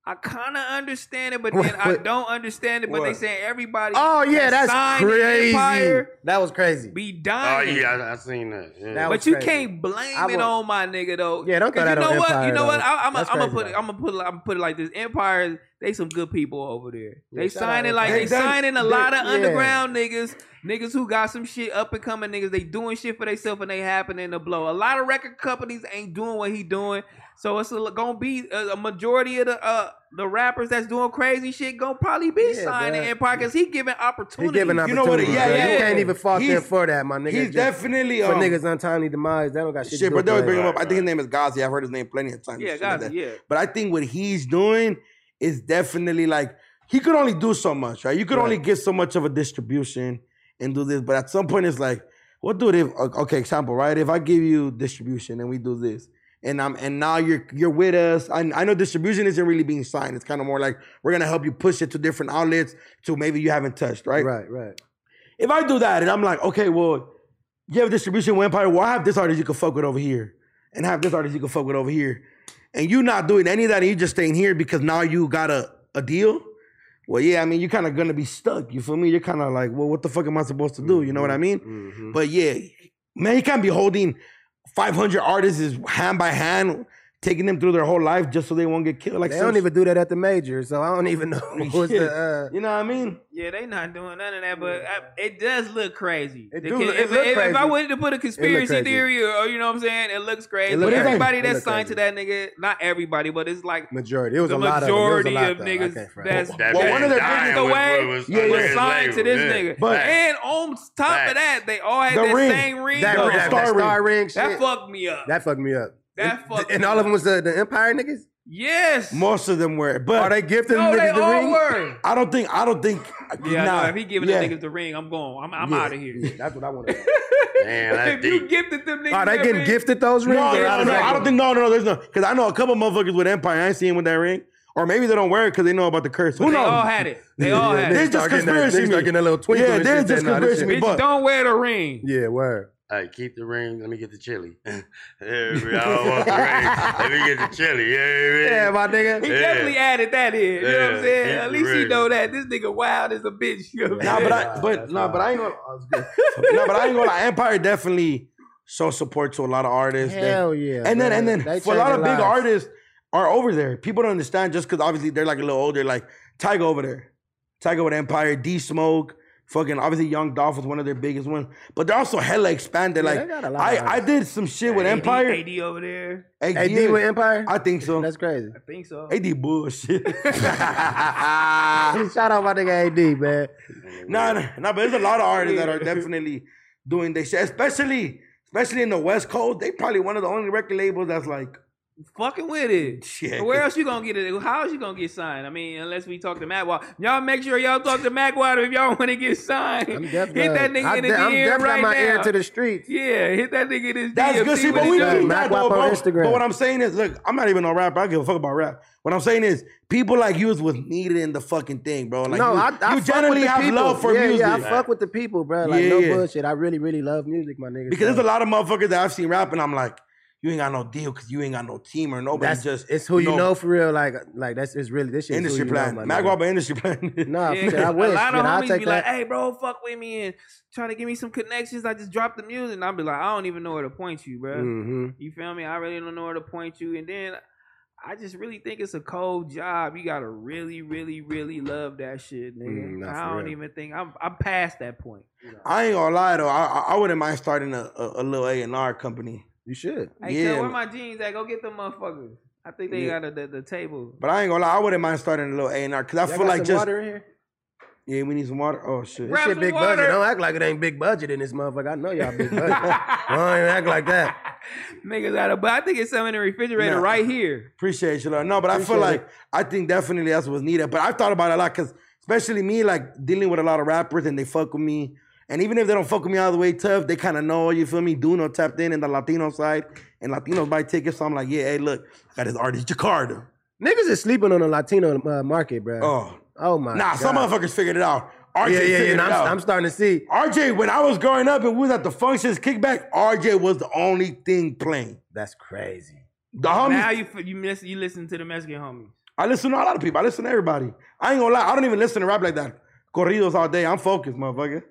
Speaker 1: I kind of understand it, but
Speaker 2: What-
Speaker 1: then I
Speaker 2: what-
Speaker 1: don't understand it. But they
Speaker 3: What?
Speaker 1: saying everybody.
Speaker 2: Oh yeah,
Speaker 1: that
Speaker 2: that's
Speaker 1: signed the
Speaker 2: crazy.
Speaker 1: Empire
Speaker 2: That was crazy.
Speaker 1: Be
Speaker 4: oh,
Speaker 1: dying.
Speaker 4: yeah, I, I seen that. Yeah.
Speaker 2: That was-
Speaker 1: But you
Speaker 2: crazy.
Speaker 1: can't blame
Speaker 2: I
Speaker 1: it
Speaker 2: want-
Speaker 1: on my nigga though.
Speaker 2: Yeah, don't throw
Speaker 1: 'Cause
Speaker 2: that
Speaker 1: you know
Speaker 2: on
Speaker 1: what?
Speaker 2: Empire,
Speaker 1: You know what?
Speaker 2: though.
Speaker 1: I, I'm
Speaker 2: That's
Speaker 1: I'm gonna
Speaker 2: crazy,
Speaker 1: put it.
Speaker 2: though.
Speaker 1: I'm gonna put. it- I'm gonna put it like this. Empire, they some good people over there.
Speaker 2: Yeah,
Speaker 1: They
Speaker 2: shout out
Speaker 1: signing like
Speaker 2: Empire.
Speaker 1: they,
Speaker 3: They- they-
Speaker 1: signing a
Speaker 2: they-
Speaker 1: lot of
Speaker 2: yeah.
Speaker 1: underground niggas, niggas who got some shit up and coming niggas. They doing shit for themselves and they happening to blow. A lot of record companies ain't doing what he doing. So it's a, gonna be a, a majority of the uh the rappers that's doing crazy shit gonna probably be
Speaker 2: Yeah,
Speaker 1: signing
Speaker 2: bruh.
Speaker 1: Empire because he giving
Speaker 2: He
Speaker 1: opportunities.
Speaker 2: giving
Speaker 3: You know what-
Speaker 2: opportunity.
Speaker 3: yeah,
Speaker 2: bro.
Speaker 1: yeah,
Speaker 2: You
Speaker 1: yeah.
Speaker 2: can't even fault them
Speaker 3: He's-
Speaker 2: for that, my nigga.
Speaker 3: He's
Speaker 2: Just
Speaker 3: definitely
Speaker 2: for
Speaker 3: um,
Speaker 2: niggas untimely demise. That don't got shit.
Speaker 3: shit, but
Speaker 2: to
Speaker 3: they
Speaker 2: do
Speaker 3: always
Speaker 2: with
Speaker 3: bring him
Speaker 2: playing.
Speaker 3: up. I think his name is Gazi. I've heard his name plenty of times.
Speaker 1: yeah,
Speaker 3: shit like
Speaker 1: guys,
Speaker 3: that.
Speaker 1: yeah.
Speaker 3: But I think what he's doing is definitely like he could only do so much, right? You could only get so much of a distribution and do this, but at some point it's like, what do if okay, example, right? If I give you distribution and we do this. And I'm and now you're you're with us. I, I know distribution isn't really being signed. It's kind of more like we're gonna help you push it to different outlets to maybe you haven't touched, right?
Speaker 2: Right, right.
Speaker 3: if I do that and I'm like, okay, well, you have distribution with Empire, well, I have this artist you can fuck with over here, and I have this artist you can fuck with over here. and you not doing any of that, and you just staying here because now you got a, a deal. Well, yeah, I mean, you're kind of gonna be stuck. You feel me? You're kind of like, well, what the fuck am I supposed to do? You know what I mean?
Speaker 2: Mhm.
Speaker 3: But yeah, man, you can't be holding 500 artists is hand by hand, taking them through their whole life just so they won't get killed. Like
Speaker 2: They
Speaker 3: some
Speaker 2: don't
Speaker 3: sh-
Speaker 2: even do that at the major, so I don't even know what's
Speaker 3: Shit.
Speaker 2: the. Uh,
Speaker 3: you know what I mean?
Speaker 1: Yeah, they not doing none of that, but I, it does look crazy.
Speaker 2: It
Speaker 1: The
Speaker 2: do
Speaker 1: kid-
Speaker 2: look- it
Speaker 1: if,
Speaker 2: look
Speaker 1: if- if I
Speaker 2: crazy.
Speaker 1: wanted to put a conspiracy
Speaker 2: crazy.
Speaker 1: theory, or, or you know what I'm saying, it looks crazy.
Speaker 2: look
Speaker 1: but
Speaker 3: crazy.
Speaker 1: everybody
Speaker 2: It
Speaker 1: that's
Speaker 2: look
Speaker 1: signed to
Speaker 2: crazy.
Speaker 1: that nigga, not everybody, but it's like
Speaker 2: majority. It was
Speaker 1: the
Speaker 2: a lot of. It was a
Speaker 1: majority
Speaker 2: lot
Speaker 1: of
Speaker 2: though. I can't
Speaker 1: niggas
Speaker 2: front.
Speaker 1: that's
Speaker 4: That
Speaker 3: Well,
Speaker 4: man
Speaker 3: one of their
Speaker 4: dying
Speaker 1: passed away
Speaker 4: was- was
Speaker 3: yeah,
Speaker 4: under
Speaker 3: was
Speaker 4: his
Speaker 1: signed to
Speaker 4: label,
Speaker 1: this
Speaker 4: yeah.
Speaker 1: nigga.
Speaker 3: But-
Speaker 1: and on top
Speaker 4: Facts.
Speaker 1: of that, they all had
Speaker 3: The
Speaker 1: that
Speaker 3: ring.
Speaker 1: same ring. on.
Speaker 2: that,
Speaker 3: No,
Speaker 2: that, that
Speaker 1: That,
Speaker 3: star
Speaker 2: star,
Speaker 3: ring.
Speaker 2: ring. shit, That,
Speaker 1: fucked me up.
Speaker 2: fucked me up.
Speaker 1: That
Speaker 2: And-
Speaker 1: fucked
Speaker 2: And
Speaker 1: me
Speaker 2: all of
Speaker 1: up.
Speaker 2: them was the, the Empire niggas.
Speaker 1: yes.
Speaker 3: Most of them were, but
Speaker 2: Are they gifting
Speaker 1: no, they
Speaker 2: niggas the
Speaker 1: all
Speaker 2: ring?
Speaker 1: were.
Speaker 3: I don't think. I don't think.
Speaker 1: Yeah,
Speaker 3: nah,
Speaker 1: no, if he giving
Speaker 3: yeah.
Speaker 1: the niggas the ring, I'm going. I'm, I'm
Speaker 3: Yeah.
Speaker 1: out of here.
Speaker 2: Yeah, that's what I want. to know.
Speaker 4: Man,
Speaker 1: if
Speaker 4: that's
Speaker 1: you
Speaker 4: deep.
Speaker 1: gifted them niggas,
Speaker 2: Are they
Speaker 1: that
Speaker 2: getting
Speaker 1: ring-
Speaker 2: gifted those rings?
Speaker 3: No,
Speaker 2: Or
Speaker 3: no,
Speaker 2: how
Speaker 3: no,
Speaker 2: does that
Speaker 3: I
Speaker 2: go?
Speaker 3: don't think. No, no, no. There's no. Because I know a couple motherfuckers with Empire. I ain't seen with that ring, or maybe they don't wear it because they know about the curse. Who
Speaker 1: They all
Speaker 3: knows?
Speaker 1: had it. They all
Speaker 2: Yeah,
Speaker 1: had
Speaker 3: They
Speaker 1: it.
Speaker 2: niggas
Speaker 3: just
Speaker 2: start getting that-
Speaker 3: conspiracy
Speaker 2: niggas start
Speaker 3: me.
Speaker 2: getting a little twinkle.
Speaker 3: Yeah,
Speaker 2: and
Speaker 3: they
Speaker 2: shit,
Speaker 3: just
Speaker 2: that, nah, this
Speaker 3: conspiracy
Speaker 2: shit-
Speaker 3: me.
Speaker 1: Bitch,
Speaker 3: but-
Speaker 1: don't wear the ring.
Speaker 2: Yeah, word.
Speaker 4: Hey, keep the ring. Let me get the chili. Yeah, I don't want the ring. Let me get the chili. Yeah,
Speaker 2: Yeah,
Speaker 4: yeah.
Speaker 2: my nigga.
Speaker 1: He
Speaker 4: Yeah.
Speaker 1: definitely added that in. You know what
Speaker 4: Yeah,
Speaker 1: I'm saying?
Speaker 4: keep
Speaker 1: At
Speaker 4: the
Speaker 1: least he
Speaker 4: ring.
Speaker 1: know that this nigga wild as a bitch. You know what I'm
Speaker 3: Nah,
Speaker 1: saying?
Speaker 3: but I. But
Speaker 2: That's
Speaker 3: nah,
Speaker 2: wild.
Speaker 3: but I ain't gonna. nah, but I ain't gonna. Lie. Empire definitely show support to a lot of artists. They-
Speaker 2: Hell yeah.
Speaker 3: and then
Speaker 2: bro.
Speaker 3: and
Speaker 2: They
Speaker 3: then for a lot of
Speaker 2: changing
Speaker 3: big
Speaker 2: lives.
Speaker 3: artists are over there. People don't understand just because obviously they're like a little older. Like Tiger over there, Tiger with Empire, D Smoke, fucking obviously Young Dolph was one of their biggest ones. But they're also hella expanded.
Speaker 2: Yeah, they
Speaker 3: like
Speaker 2: got a lot of
Speaker 3: I I
Speaker 2: artists.
Speaker 3: did some shit with
Speaker 1: AD
Speaker 3: Empire. AD,
Speaker 1: AD over there.
Speaker 2: AD with Empire.
Speaker 3: I think so.
Speaker 2: That's crazy.
Speaker 1: I think so.
Speaker 3: AD bullshit. Ah.
Speaker 2: Shout out my nigga AD, man.
Speaker 3: No, no, no, but there's a lot of artists that are definitely doing this shit, especially especially in the West Coast. They probably one of the only record labels that's like
Speaker 1: Fucking with it.
Speaker 3: shit.
Speaker 1: Where else you gonna get it? How else you gonna get signed? I mean, unless we talk to Matt Water. Y'all make sure y'all talk to Matt Water if y'all want to get signed.
Speaker 2: I'm
Speaker 1: hit
Speaker 2: definitely.
Speaker 1: that nigga
Speaker 2: I
Speaker 1: in
Speaker 2: de-
Speaker 1: his
Speaker 2: I'm
Speaker 1: ear
Speaker 2: definitely
Speaker 1: right
Speaker 2: got my
Speaker 1: now.
Speaker 2: ear to the streets.
Speaker 1: yeah, hit that nigga in his
Speaker 3: That's
Speaker 1: DM,
Speaker 3: good. See,
Speaker 1: what
Speaker 3: but
Speaker 1: he
Speaker 3: we
Speaker 1: does.
Speaker 3: do
Speaker 2: Mac
Speaker 3: that, though,
Speaker 2: Wap on
Speaker 3: bro.
Speaker 2: Instagram.
Speaker 3: But what I'm saying is, look, I'm not even a rapper. I don't give a fuck about rap. What I'm saying is, people like you is what's needed in the fucking thing, bro. Like,
Speaker 2: no,
Speaker 3: you,
Speaker 2: I, I
Speaker 3: you
Speaker 2: fuck
Speaker 3: generally
Speaker 2: with the
Speaker 3: have
Speaker 2: people.
Speaker 3: love for
Speaker 2: yeah,
Speaker 3: music.
Speaker 2: Yeah, I fuck with the people, bro. Like
Speaker 3: Yeah,
Speaker 2: no
Speaker 3: yeah.
Speaker 2: bullshit. I really, really love music, my nigga.
Speaker 3: because there's a
Speaker 2: so
Speaker 3: lot of motherfuckers that I've seen rapping. I'm like, you ain't got no deal because you ain't got no team or nobody.
Speaker 2: that's
Speaker 3: just
Speaker 2: just it's who you
Speaker 3: no
Speaker 2: know for real. Like, like that's it's really this shit. is who
Speaker 3: industry
Speaker 2: you
Speaker 3: plan.
Speaker 2: Know, my
Speaker 3: Mac
Speaker 2: nigga.
Speaker 3: Wapa industry plan.
Speaker 2: Nah,
Speaker 1: Yeah,
Speaker 2: for sure. I
Speaker 1: 'cause
Speaker 2: wish.
Speaker 1: A lot of
Speaker 2: man, I'll
Speaker 1: homies
Speaker 2: take
Speaker 1: be
Speaker 2: that.
Speaker 1: like, "Hey, bro, fuck with me and try to give me some connections." I just dropped the music, and I'll be like, "I don't even know where to point you, bro."
Speaker 2: Mhm.
Speaker 1: You feel me? I really don't know where to point you, and then I just really think it's a cold job. You gotta really, really, really love that shit, nigga.
Speaker 2: Mm, nah,
Speaker 1: I
Speaker 2: for
Speaker 1: don't
Speaker 2: real.
Speaker 1: even think I'm I'm past that point. you know.
Speaker 3: I ain't gonna lie though. I, I, I wouldn't mind starting a, a, a little A and R company.
Speaker 2: You should.
Speaker 1: Hey, yeah,
Speaker 3: Yeah,
Speaker 1: where
Speaker 3: man.
Speaker 1: my jeans at? Go get them motherfuckers. I think they
Speaker 3: Yeah.
Speaker 1: got a, the, the table.
Speaker 3: But I ain't gonna lie. I wouldn't mind starting a little A and R because I
Speaker 2: Y'all
Speaker 3: feel
Speaker 2: got
Speaker 3: like
Speaker 2: some
Speaker 3: just
Speaker 2: water in here.
Speaker 3: yeah, we need some water. Oh shit.
Speaker 1: Grab
Speaker 2: This shit
Speaker 1: some
Speaker 2: big
Speaker 1: water.
Speaker 2: budget. Don't act like it ain't big budget in this motherfucker. I know y'all big budget. I don't even act like that.
Speaker 1: Niggas out of, but I think it's something in the refrigerator
Speaker 3: Nah.
Speaker 1: right here.
Speaker 3: Appreciate you, Lord. No, but I
Speaker 2: Appreciate
Speaker 3: feel like I think definitely that's what's needed. But I've thought about it a lot because especially me, like dealing with a lot of rappers and they fuck with me. And even if they don't fuck with me all the way tough, they kind of know, you feel me? Duno tapped in in the Latino side and Latinos buy tickets. So I'm like, yeah, hey, look, I got this artist, Jacarta.
Speaker 2: Niggas is sleeping on the Latino uh, market, bro. Oh,
Speaker 3: Oh,
Speaker 2: my.
Speaker 3: nah,
Speaker 2: God.
Speaker 3: some motherfuckers figured it out. RJ
Speaker 2: Yeah, yeah, yeah.
Speaker 3: figured
Speaker 2: and
Speaker 3: it out.
Speaker 2: I'm, I'm starting to see.
Speaker 3: RJ, when I was growing up and we was at the functions kickback, RJ was the only thing playing.
Speaker 2: That's crazy.
Speaker 3: The homies
Speaker 1: now you f- you miss you listen to the Mexican homies.
Speaker 3: I listen to a lot of people. I listen to everybody. I ain't gonna lie. I don't even listen to rap like that. Corridos all day. I'm focused, motherfucker.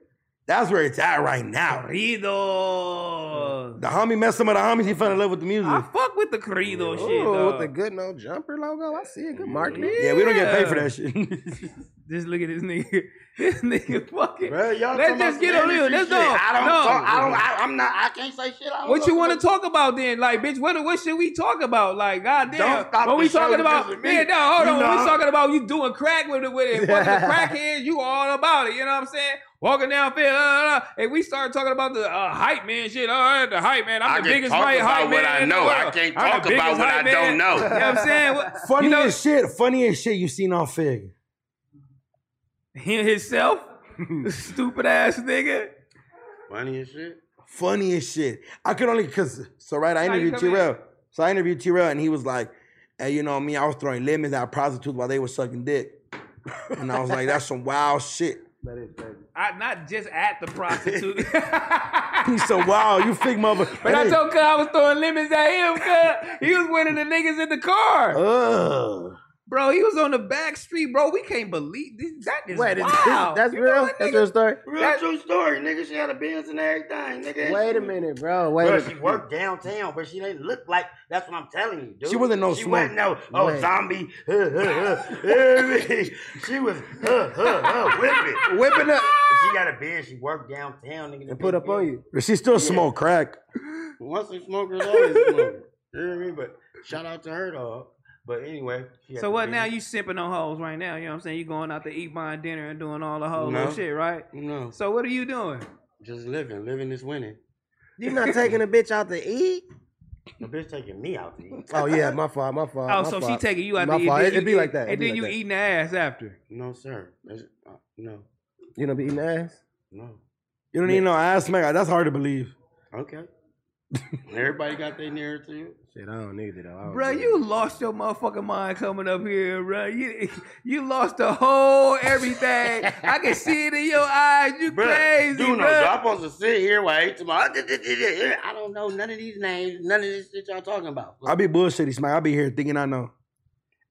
Speaker 3: That's where it's at right now.
Speaker 1: Corridos.
Speaker 3: The homie met some of the homies. He fell in love with the music.
Speaker 1: I fuck with the corrido shit.
Speaker 4: Oh,
Speaker 2: Ooh,
Speaker 1: Dog.
Speaker 2: with the good no jumper logo. I see a good marketing.
Speaker 3: yeah, we don't get paid for
Speaker 1: yeah.
Speaker 3: that shit.
Speaker 1: Just look at this nigga. This nigga fucking.
Speaker 3: Bro, y'all
Speaker 1: Let's
Speaker 3: talking
Speaker 1: just
Speaker 3: about
Speaker 1: get on
Speaker 3: some
Speaker 1: here. Let's
Speaker 3: industry
Speaker 1: go.
Speaker 3: shit.
Speaker 4: I don't.
Speaker 1: no.
Speaker 4: Talk, I don't. I, I'm not. I can't say shit. I don't
Speaker 1: What
Speaker 4: know
Speaker 1: you
Speaker 4: too
Speaker 1: want
Speaker 4: much.
Speaker 1: to talk about then? Like, bitch, what what should we talk about? Like, goddamn,
Speaker 4: Don't stop
Speaker 1: when
Speaker 4: the
Speaker 1: we
Speaker 4: show
Speaker 1: talking
Speaker 4: because
Speaker 1: about,
Speaker 4: of me.
Speaker 1: yeah, no, hold
Speaker 4: You
Speaker 1: on, when we
Speaker 4: know.
Speaker 1: talking about you doing crack with it, with it, fucking the crackheads, you all about it. You know what I'm saying? Walking down field, uh, uh, and we start talking about the uh, hype man shit. Uh, the hype man, I'm
Speaker 4: I
Speaker 1: the
Speaker 4: can
Speaker 1: biggest
Speaker 4: talk
Speaker 1: hype,
Speaker 4: about
Speaker 1: hype
Speaker 4: what
Speaker 1: man.
Speaker 4: I
Speaker 1: in the
Speaker 4: know. I
Speaker 1: world.
Speaker 4: can't
Speaker 1: I'm the
Speaker 4: talk about
Speaker 1: biggest
Speaker 4: what I
Speaker 1: hype man.
Speaker 4: don't know.
Speaker 1: You know what I'm saying? What-
Speaker 3: Funny
Speaker 1: you know,
Speaker 3: as shit. Funny as shit you seen on Fig.
Speaker 1: him himself, stupid ass nigga.
Speaker 4: Funny as shit.
Speaker 3: Funny as shit. I could only cause so right, I
Speaker 1: Nah, you
Speaker 3: interviewed
Speaker 1: come
Speaker 3: T-Rail. So I interviewed T-Rail and he was like, Hey, you know me, I was throwing lemons at prostitutes while they were sucking dick. And I was like, that's some wild shit.
Speaker 1: I, not just at the prostitute.
Speaker 3: He's so wild. You fake mother.
Speaker 1: But I told Cuz I was throwing lemons at him, Cuz. He was one of the niggas in the car.
Speaker 3: Ugh.
Speaker 1: Bro, he was on the back street, bro. We can't believe this. That is
Speaker 2: Wait, is- is-
Speaker 1: wow.
Speaker 2: that's
Speaker 1: You know
Speaker 2: real.
Speaker 1: what,
Speaker 2: That's
Speaker 1: nigga?
Speaker 2: real story.
Speaker 4: Real
Speaker 1: That-
Speaker 4: true story, nigga. She had a Benz and everything, nigga.
Speaker 2: Wait a minute, bro. Wait.
Speaker 4: Bro,
Speaker 2: a
Speaker 4: she worked downtown, but she didn't look like. That's what I'm telling you, dude.
Speaker 3: She wasn't no
Speaker 4: She
Speaker 3: smoke.
Speaker 4: wasn't no oh
Speaker 2: Wait.
Speaker 4: zombie. huh, huh, huh. she was huh, huh, huh, whip it.
Speaker 3: Whipping up.
Speaker 4: She got a Benz. She worked downtown, nigga.
Speaker 2: And put up on you.
Speaker 3: She still smoke crack.
Speaker 4: Once a smoker, always a smoker. You know what I mean? But shout out to her, dog. But anyway. she had
Speaker 1: So
Speaker 4: the
Speaker 1: what now?
Speaker 4: Benz.
Speaker 1: You sipping on hoes right now? You know what I'm saying? You going out to eat, buying dinner, and doing all the whole
Speaker 4: No.
Speaker 1: little shit, right?
Speaker 4: No,
Speaker 1: So what are you doing?
Speaker 4: just living. Living is winning.
Speaker 2: You not taking a bitch out to eat?
Speaker 4: The bitch taking me out to eat.
Speaker 2: Oh yeah, my fault. My fault.
Speaker 1: Oh,
Speaker 2: my
Speaker 1: so she
Speaker 2: fault.
Speaker 1: taking you out
Speaker 2: My
Speaker 1: to eat.
Speaker 2: fault.
Speaker 1: then
Speaker 2: It-
Speaker 1: you
Speaker 2: it be
Speaker 1: eat-
Speaker 2: like that. It
Speaker 1: And
Speaker 2: be
Speaker 1: then
Speaker 2: like
Speaker 1: you
Speaker 2: that.
Speaker 1: eating the ass after.
Speaker 4: No, sir. That's, uh, no,
Speaker 2: You don't be eating ass.
Speaker 4: no.
Speaker 3: You don't need no ass smack. That's hard to believe.
Speaker 4: Okay. Everybody got their narrative.
Speaker 2: Shit, I don't need it though. I
Speaker 3: Oh,
Speaker 2: don't
Speaker 1: Bro,
Speaker 2: need
Speaker 1: you lost your motherfucking mind coming up here, bro. You you lost the whole everything. I can see it in your eyes. You crazy,
Speaker 4: dude, no,
Speaker 1: bro.
Speaker 4: I'm supposed to sit here while I eat tomorrow. I don't know none of these names, none of this shit y'all talking about.
Speaker 3: I be bullshitty smack. I be here thinking I know.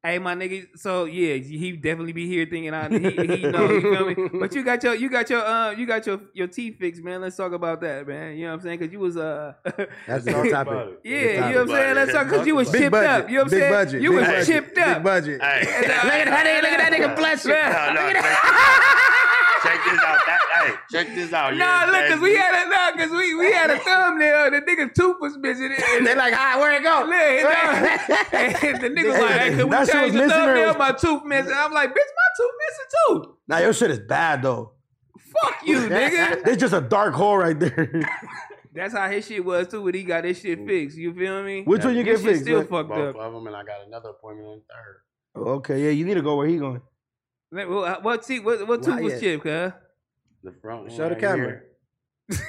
Speaker 1: Hey, my nigga. So yeah, he definitely be here thinking I he, he know. You feel me? But you got your you got your uh you got your your teeth fixed, man. Let's talk about that, man. You know what I'm saying? Cause you was uh
Speaker 2: That's the
Speaker 4: Talk
Speaker 2: whole
Speaker 4: about
Speaker 2: topic.
Speaker 4: it.
Speaker 1: Yeah,
Speaker 2: Big
Speaker 1: you know what I'm
Speaker 4: budget.
Speaker 1: saying? Let's talk because you was
Speaker 4: Big
Speaker 1: chipped
Speaker 2: budget.
Speaker 1: up. You know what I'm
Speaker 2: big
Speaker 1: saying?
Speaker 2: budget.
Speaker 1: You
Speaker 2: big
Speaker 1: was
Speaker 2: budget.
Speaker 1: chipped up.
Speaker 2: Big budget.
Speaker 4: Hey,
Speaker 1: at that nigga, look at that nigga
Speaker 4: bless you. No, no, check, check this out. That- hey, check this out.
Speaker 1: Nah,
Speaker 4: Yeah,
Speaker 1: look,
Speaker 4: that-
Speaker 1: cause we had a nah, cause we we had a thumbnail. The nigga tooth was missing it. And
Speaker 2: They like, ah, where it go?
Speaker 1: look, and the nigga was like, hey, could we
Speaker 3: That shit was
Speaker 1: change the
Speaker 3: missing or
Speaker 1: thumbnail?
Speaker 3: was-
Speaker 1: My tooth missing. I'm like, bitch, my tooth missing too.
Speaker 3: Now your shit is bad though.
Speaker 1: Fuck you, nigga.
Speaker 3: It's just a dark hole right there.
Speaker 1: That's how his shit was too. When he got his shit fixed, you feel me?
Speaker 3: Which one you
Speaker 1: His
Speaker 3: get
Speaker 1: shit
Speaker 3: fixed?
Speaker 1: still
Speaker 3: man?
Speaker 1: fucked up.
Speaker 4: both of them, and I got another appointment on third.
Speaker 3: okay, yeah, you need to go where he going.
Speaker 1: Like, What uh, what teeth? What, what tooth
Speaker 2: Why
Speaker 1: was
Speaker 2: it-
Speaker 1: chipped, cuz?
Speaker 4: The front one.
Speaker 2: Show the
Speaker 4: right
Speaker 2: camera.
Speaker 4: here.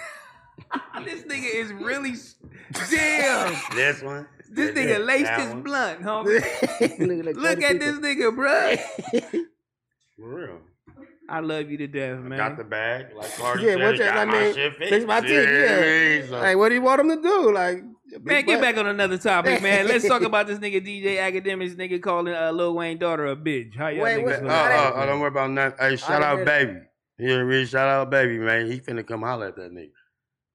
Speaker 1: This nigga is really s- damn.
Speaker 4: This one.
Speaker 1: This nigga laced
Speaker 4: That
Speaker 1: his
Speaker 4: one.
Speaker 1: blunt, homie. Look at this nigga, bruh.
Speaker 4: For real.
Speaker 1: I love you to death,
Speaker 4: I Got the
Speaker 1: man.
Speaker 4: bag. Like Cardi
Speaker 2: Yeah,
Speaker 4: said,
Speaker 2: what you-
Speaker 4: got
Speaker 2: I
Speaker 4: my
Speaker 2: mean,
Speaker 4: shit
Speaker 2: fix
Speaker 4: fixed.
Speaker 2: my teeth,
Speaker 4: Yeah, so-
Speaker 2: Hey, what do you want them to do? Like,
Speaker 1: Man,
Speaker 2: big
Speaker 1: get
Speaker 2: butt.
Speaker 1: back on another topic, man. Let's talk about this nigga DJ Academics nigga calling uh, Lil Wayne daughter a bitch. How y'all
Speaker 2: Wait,
Speaker 1: niggas
Speaker 2: wait,
Speaker 1: feel
Speaker 4: Oh,
Speaker 1: about that?
Speaker 4: oh, oh, don't worry about nothing. Hey, shout out baby. You know what I mean? Shout out baby, man. He finna come holler at that nigga.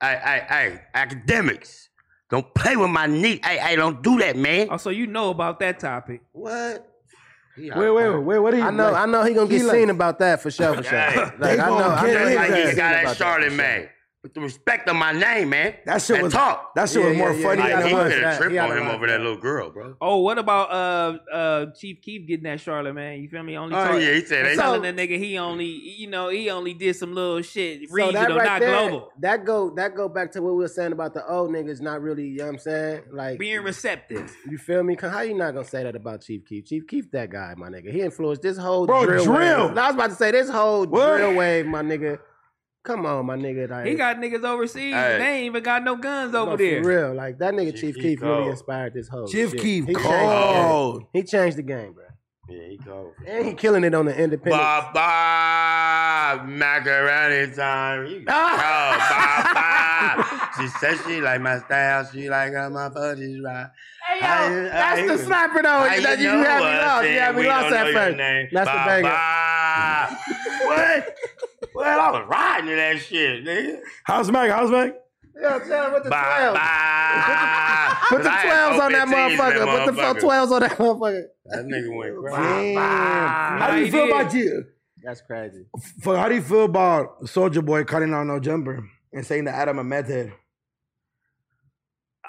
Speaker 4: Hey, hey, hey, academics. Don't play with my knee. Hey, hey, don't do that, man.
Speaker 1: Oh, so you know about that topic.
Speaker 4: What? Wait,
Speaker 3: Wait, wait, wait. What do you?
Speaker 2: I know, I know he gonna
Speaker 3: He
Speaker 2: get
Speaker 3: like-
Speaker 2: seen about that for sure, for sure.
Speaker 4: Hey,
Speaker 2: Like, I know,
Speaker 3: gonna
Speaker 2: I
Speaker 3: get his
Speaker 2: know
Speaker 4: Just
Speaker 2: he
Speaker 3: ass.
Speaker 4: like
Speaker 2: gonna get
Speaker 4: you
Speaker 2: seen
Speaker 4: got
Speaker 2: about
Speaker 4: at
Speaker 2: for
Speaker 4: Charlotte,
Speaker 2: sure.
Speaker 4: man. With the respect of my name, man.
Speaker 3: That shit
Speaker 4: and
Speaker 3: was
Speaker 4: talk.
Speaker 3: That shit
Speaker 2: Yeah,
Speaker 3: was more
Speaker 2: yeah, yeah,
Speaker 3: funny
Speaker 2: yeah,
Speaker 4: Like,
Speaker 3: than
Speaker 4: he
Speaker 3: it
Speaker 2: was.
Speaker 3: was.
Speaker 4: finna
Speaker 2: That-
Speaker 4: trip
Speaker 2: he
Speaker 4: on
Speaker 2: out of
Speaker 4: him
Speaker 2: line.
Speaker 4: over that little girl, bro.
Speaker 1: Oh, what about uh uh Chief Keef getting that Charlotte man? You feel me? Only
Speaker 4: Oh,
Speaker 1: tar-
Speaker 4: yeah, he
Speaker 1: and
Speaker 4: said they
Speaker 1: telling the nigga he only you know he only did some little shit
Speaker 2: So
Speaker 1: regional,
Speaker 2: that right
Speaker 1: not
Speaker 2: there,
Speaker 1: global.
Speaker 2: that go that go back to what we were saying about the old niggas not really, you know what I'm saying? Like
Speaker 1: Being receptive.
Speaker 2: you feel me? 'Cause How you not gonna say that about Chief Keef? Chief Keef that guy, my nigga. He influenced this whole
Speaker 3: Bro,
Speaker 2: drill.
Speaker 3: drill.
Speaker 2: Wave. I was about to say this whole
Speaker 3: What?
Speaker 2: drill wave, my nigga. Come on, my nigga. Like,
Speaker 1: He got niggas overseas.
Speaker 4: Hey.
Speaker 1: They ain't even got no guns
Speaker 2: no,
Speaker 1: over
Speaker 2: for
Speaker 1: there.
Speaker 2: real. Like that nigga
Speaker 4: Chief
Speaker 2: Chief
Speaker 4: Keef
Speaker 2: Keef really
Speaker 4: cold.
Speaker 2: inspired this whole
Speaker 3: Chief
Speaker 2: shit.
Speaker 3: Keef
Speaker 2: He changed the game.
Speaker 3: cold.
Speaker 2: He changed the game, bro.
Speaker 4: Yeah, he cold.
Speaker 2: And he killing it on the independent.
Speaker 4: Bob Bob macaroni time. You oh, Bob Bob. She said she like my style. She like how my fudge right.
Speaker 2: Hey, yo,
Speaker 4: I- I-
Speaker 2: that's the slapper though.
Speaker 4: How
Speaker 2: that Oh, you,
Speaker 4: know
Speaker 2: had me
Speaker 4: us
Speaker 2: lost. You
Speaker 4: and
Speaker 2: had me
Speaker 4: we
Speaker 2: lost
Speaker 4: don't know
Speaker 2: at
Speaker 4: your
Speaker 2: first.
Speaker 4: name?
Speaker 2: That's the
Speaker 4: Bob
Speaker 2: banger.
Speaker 4: Bob. what? Well, I was riding to that shit, nigga.
Speaker 3: House Mac, House Mac.
Speaker 2: Yo, tell him what the
Speaker 4: Bob
Speaker 2: 12.
Speaker 4: Bob.
Speaker 2: Put the
Speaker 4: 'Cause I had
Speaker 2: 12s on that
Speaker 4: open teams,
Speaker 2: motherfucker. Put the
Speaker 4: motherfucker.
Speaker 2: fuck 12s on that motherfucker.
Speaker 4: That nigga went crazy.
Speaker 3: Damn. How
Speaker 1: Nah,
Speaker 3: do
Speaker 1: he
Speaker 3: you feel
Speaker 1: did.
Speaker 3: about you?
Speaker 2: That's crazy.
Speaker 3: For how do you feel about Soldier Boy cutting out no jumper and saying that Adam a method?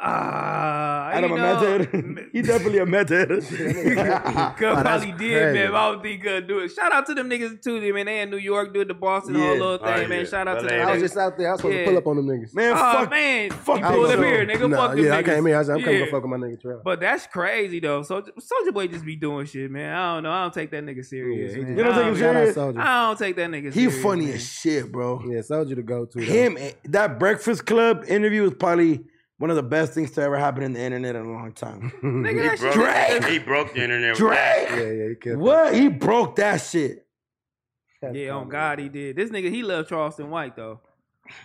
Speaker 1: Ah,
Speaker 3: Adam
Speaker 1: you
Speaker 3: a
Speaker 1: know,
Speaker 3: method. he definitely a method.
Speaker 1: Cuz
Speaker 2: Oh, that's
Speaker 1: probably did, man.
Speaker 2: crazy.
Speaker 1: but I don't think Cuz do it. Shout out to them niggas too, they- man. They in New York doing the Boston
Speaker 3: Yeah.
Speaker 1: whole little
Speaker 4: Oh,
Speaker 1: thing, man.
Speaker 4: yeah.
Speaker 1: Shout out to
Speaker 4: Well,
Speaker 1: them.
Speaker 2: I was
Speaker 4: they-
Speaker 1: niggas.
Speaker 2: just out there. I was supposed
Speaker 1: Yeah.
Speaker 2: to pull up on them niggas.
Speaker 3: Man,
Speaker 1: Oh
Speaker 3: fuck.
Speaker 1: man,
Speaker 3: fuck
Speaker 1: you
Speaker 2: I
Speaker 3: those
Speaker 1: pulled up
Speaker 3: little-
Speaker 1: here, nigga.
Speaker 2: Nah,
Speaker 1: fuck them
Speaker 2: yeah,
Speaker 1: niggas.
Speaker 2: I came here. I said, I'm coming
Speaker 1: Yeah.
Speaker 2: to fuck with my nigga Trell.
Speaker 1: But that's crazy though. So Soldier Boy just be doing shit, man. I don't know. I don't take that nigga serious.
Speaker 2: Yeah, he
Speaker 1: man.
Speaker 2: just-
Speaker 3: You don't
Speaker 1: I
Speaker 3: take him serious?
Speaker 2: Shout out Soldier.
Speaker 1: I don't take that nigga.
Speaker 3: He
Speaker 1: serious,
Speaker 3: funny
Speaker 1: man.
Speaker 3: as shit, bro.
Speaker 2: Yeah, Soldier to go to. though.
Speaker 3: Him and- that Breakfast Club interview was probably one of the best things to ever happen in the internet in a long time.
Speaker 1: Nigga,
Speaker 4: He
Speaker 1: that shit-
Speaker 4: broke, he broke the internet. with that.
Speaker 2: Yeah,
Speaker 3: Drake,
Speaker 2: yeah, he killed
Speaker 3: what? He broke that shit.
Speaker 2: that.
Speaker 1: Yeah, on God, he did. This nigga, he loved Charleston White though.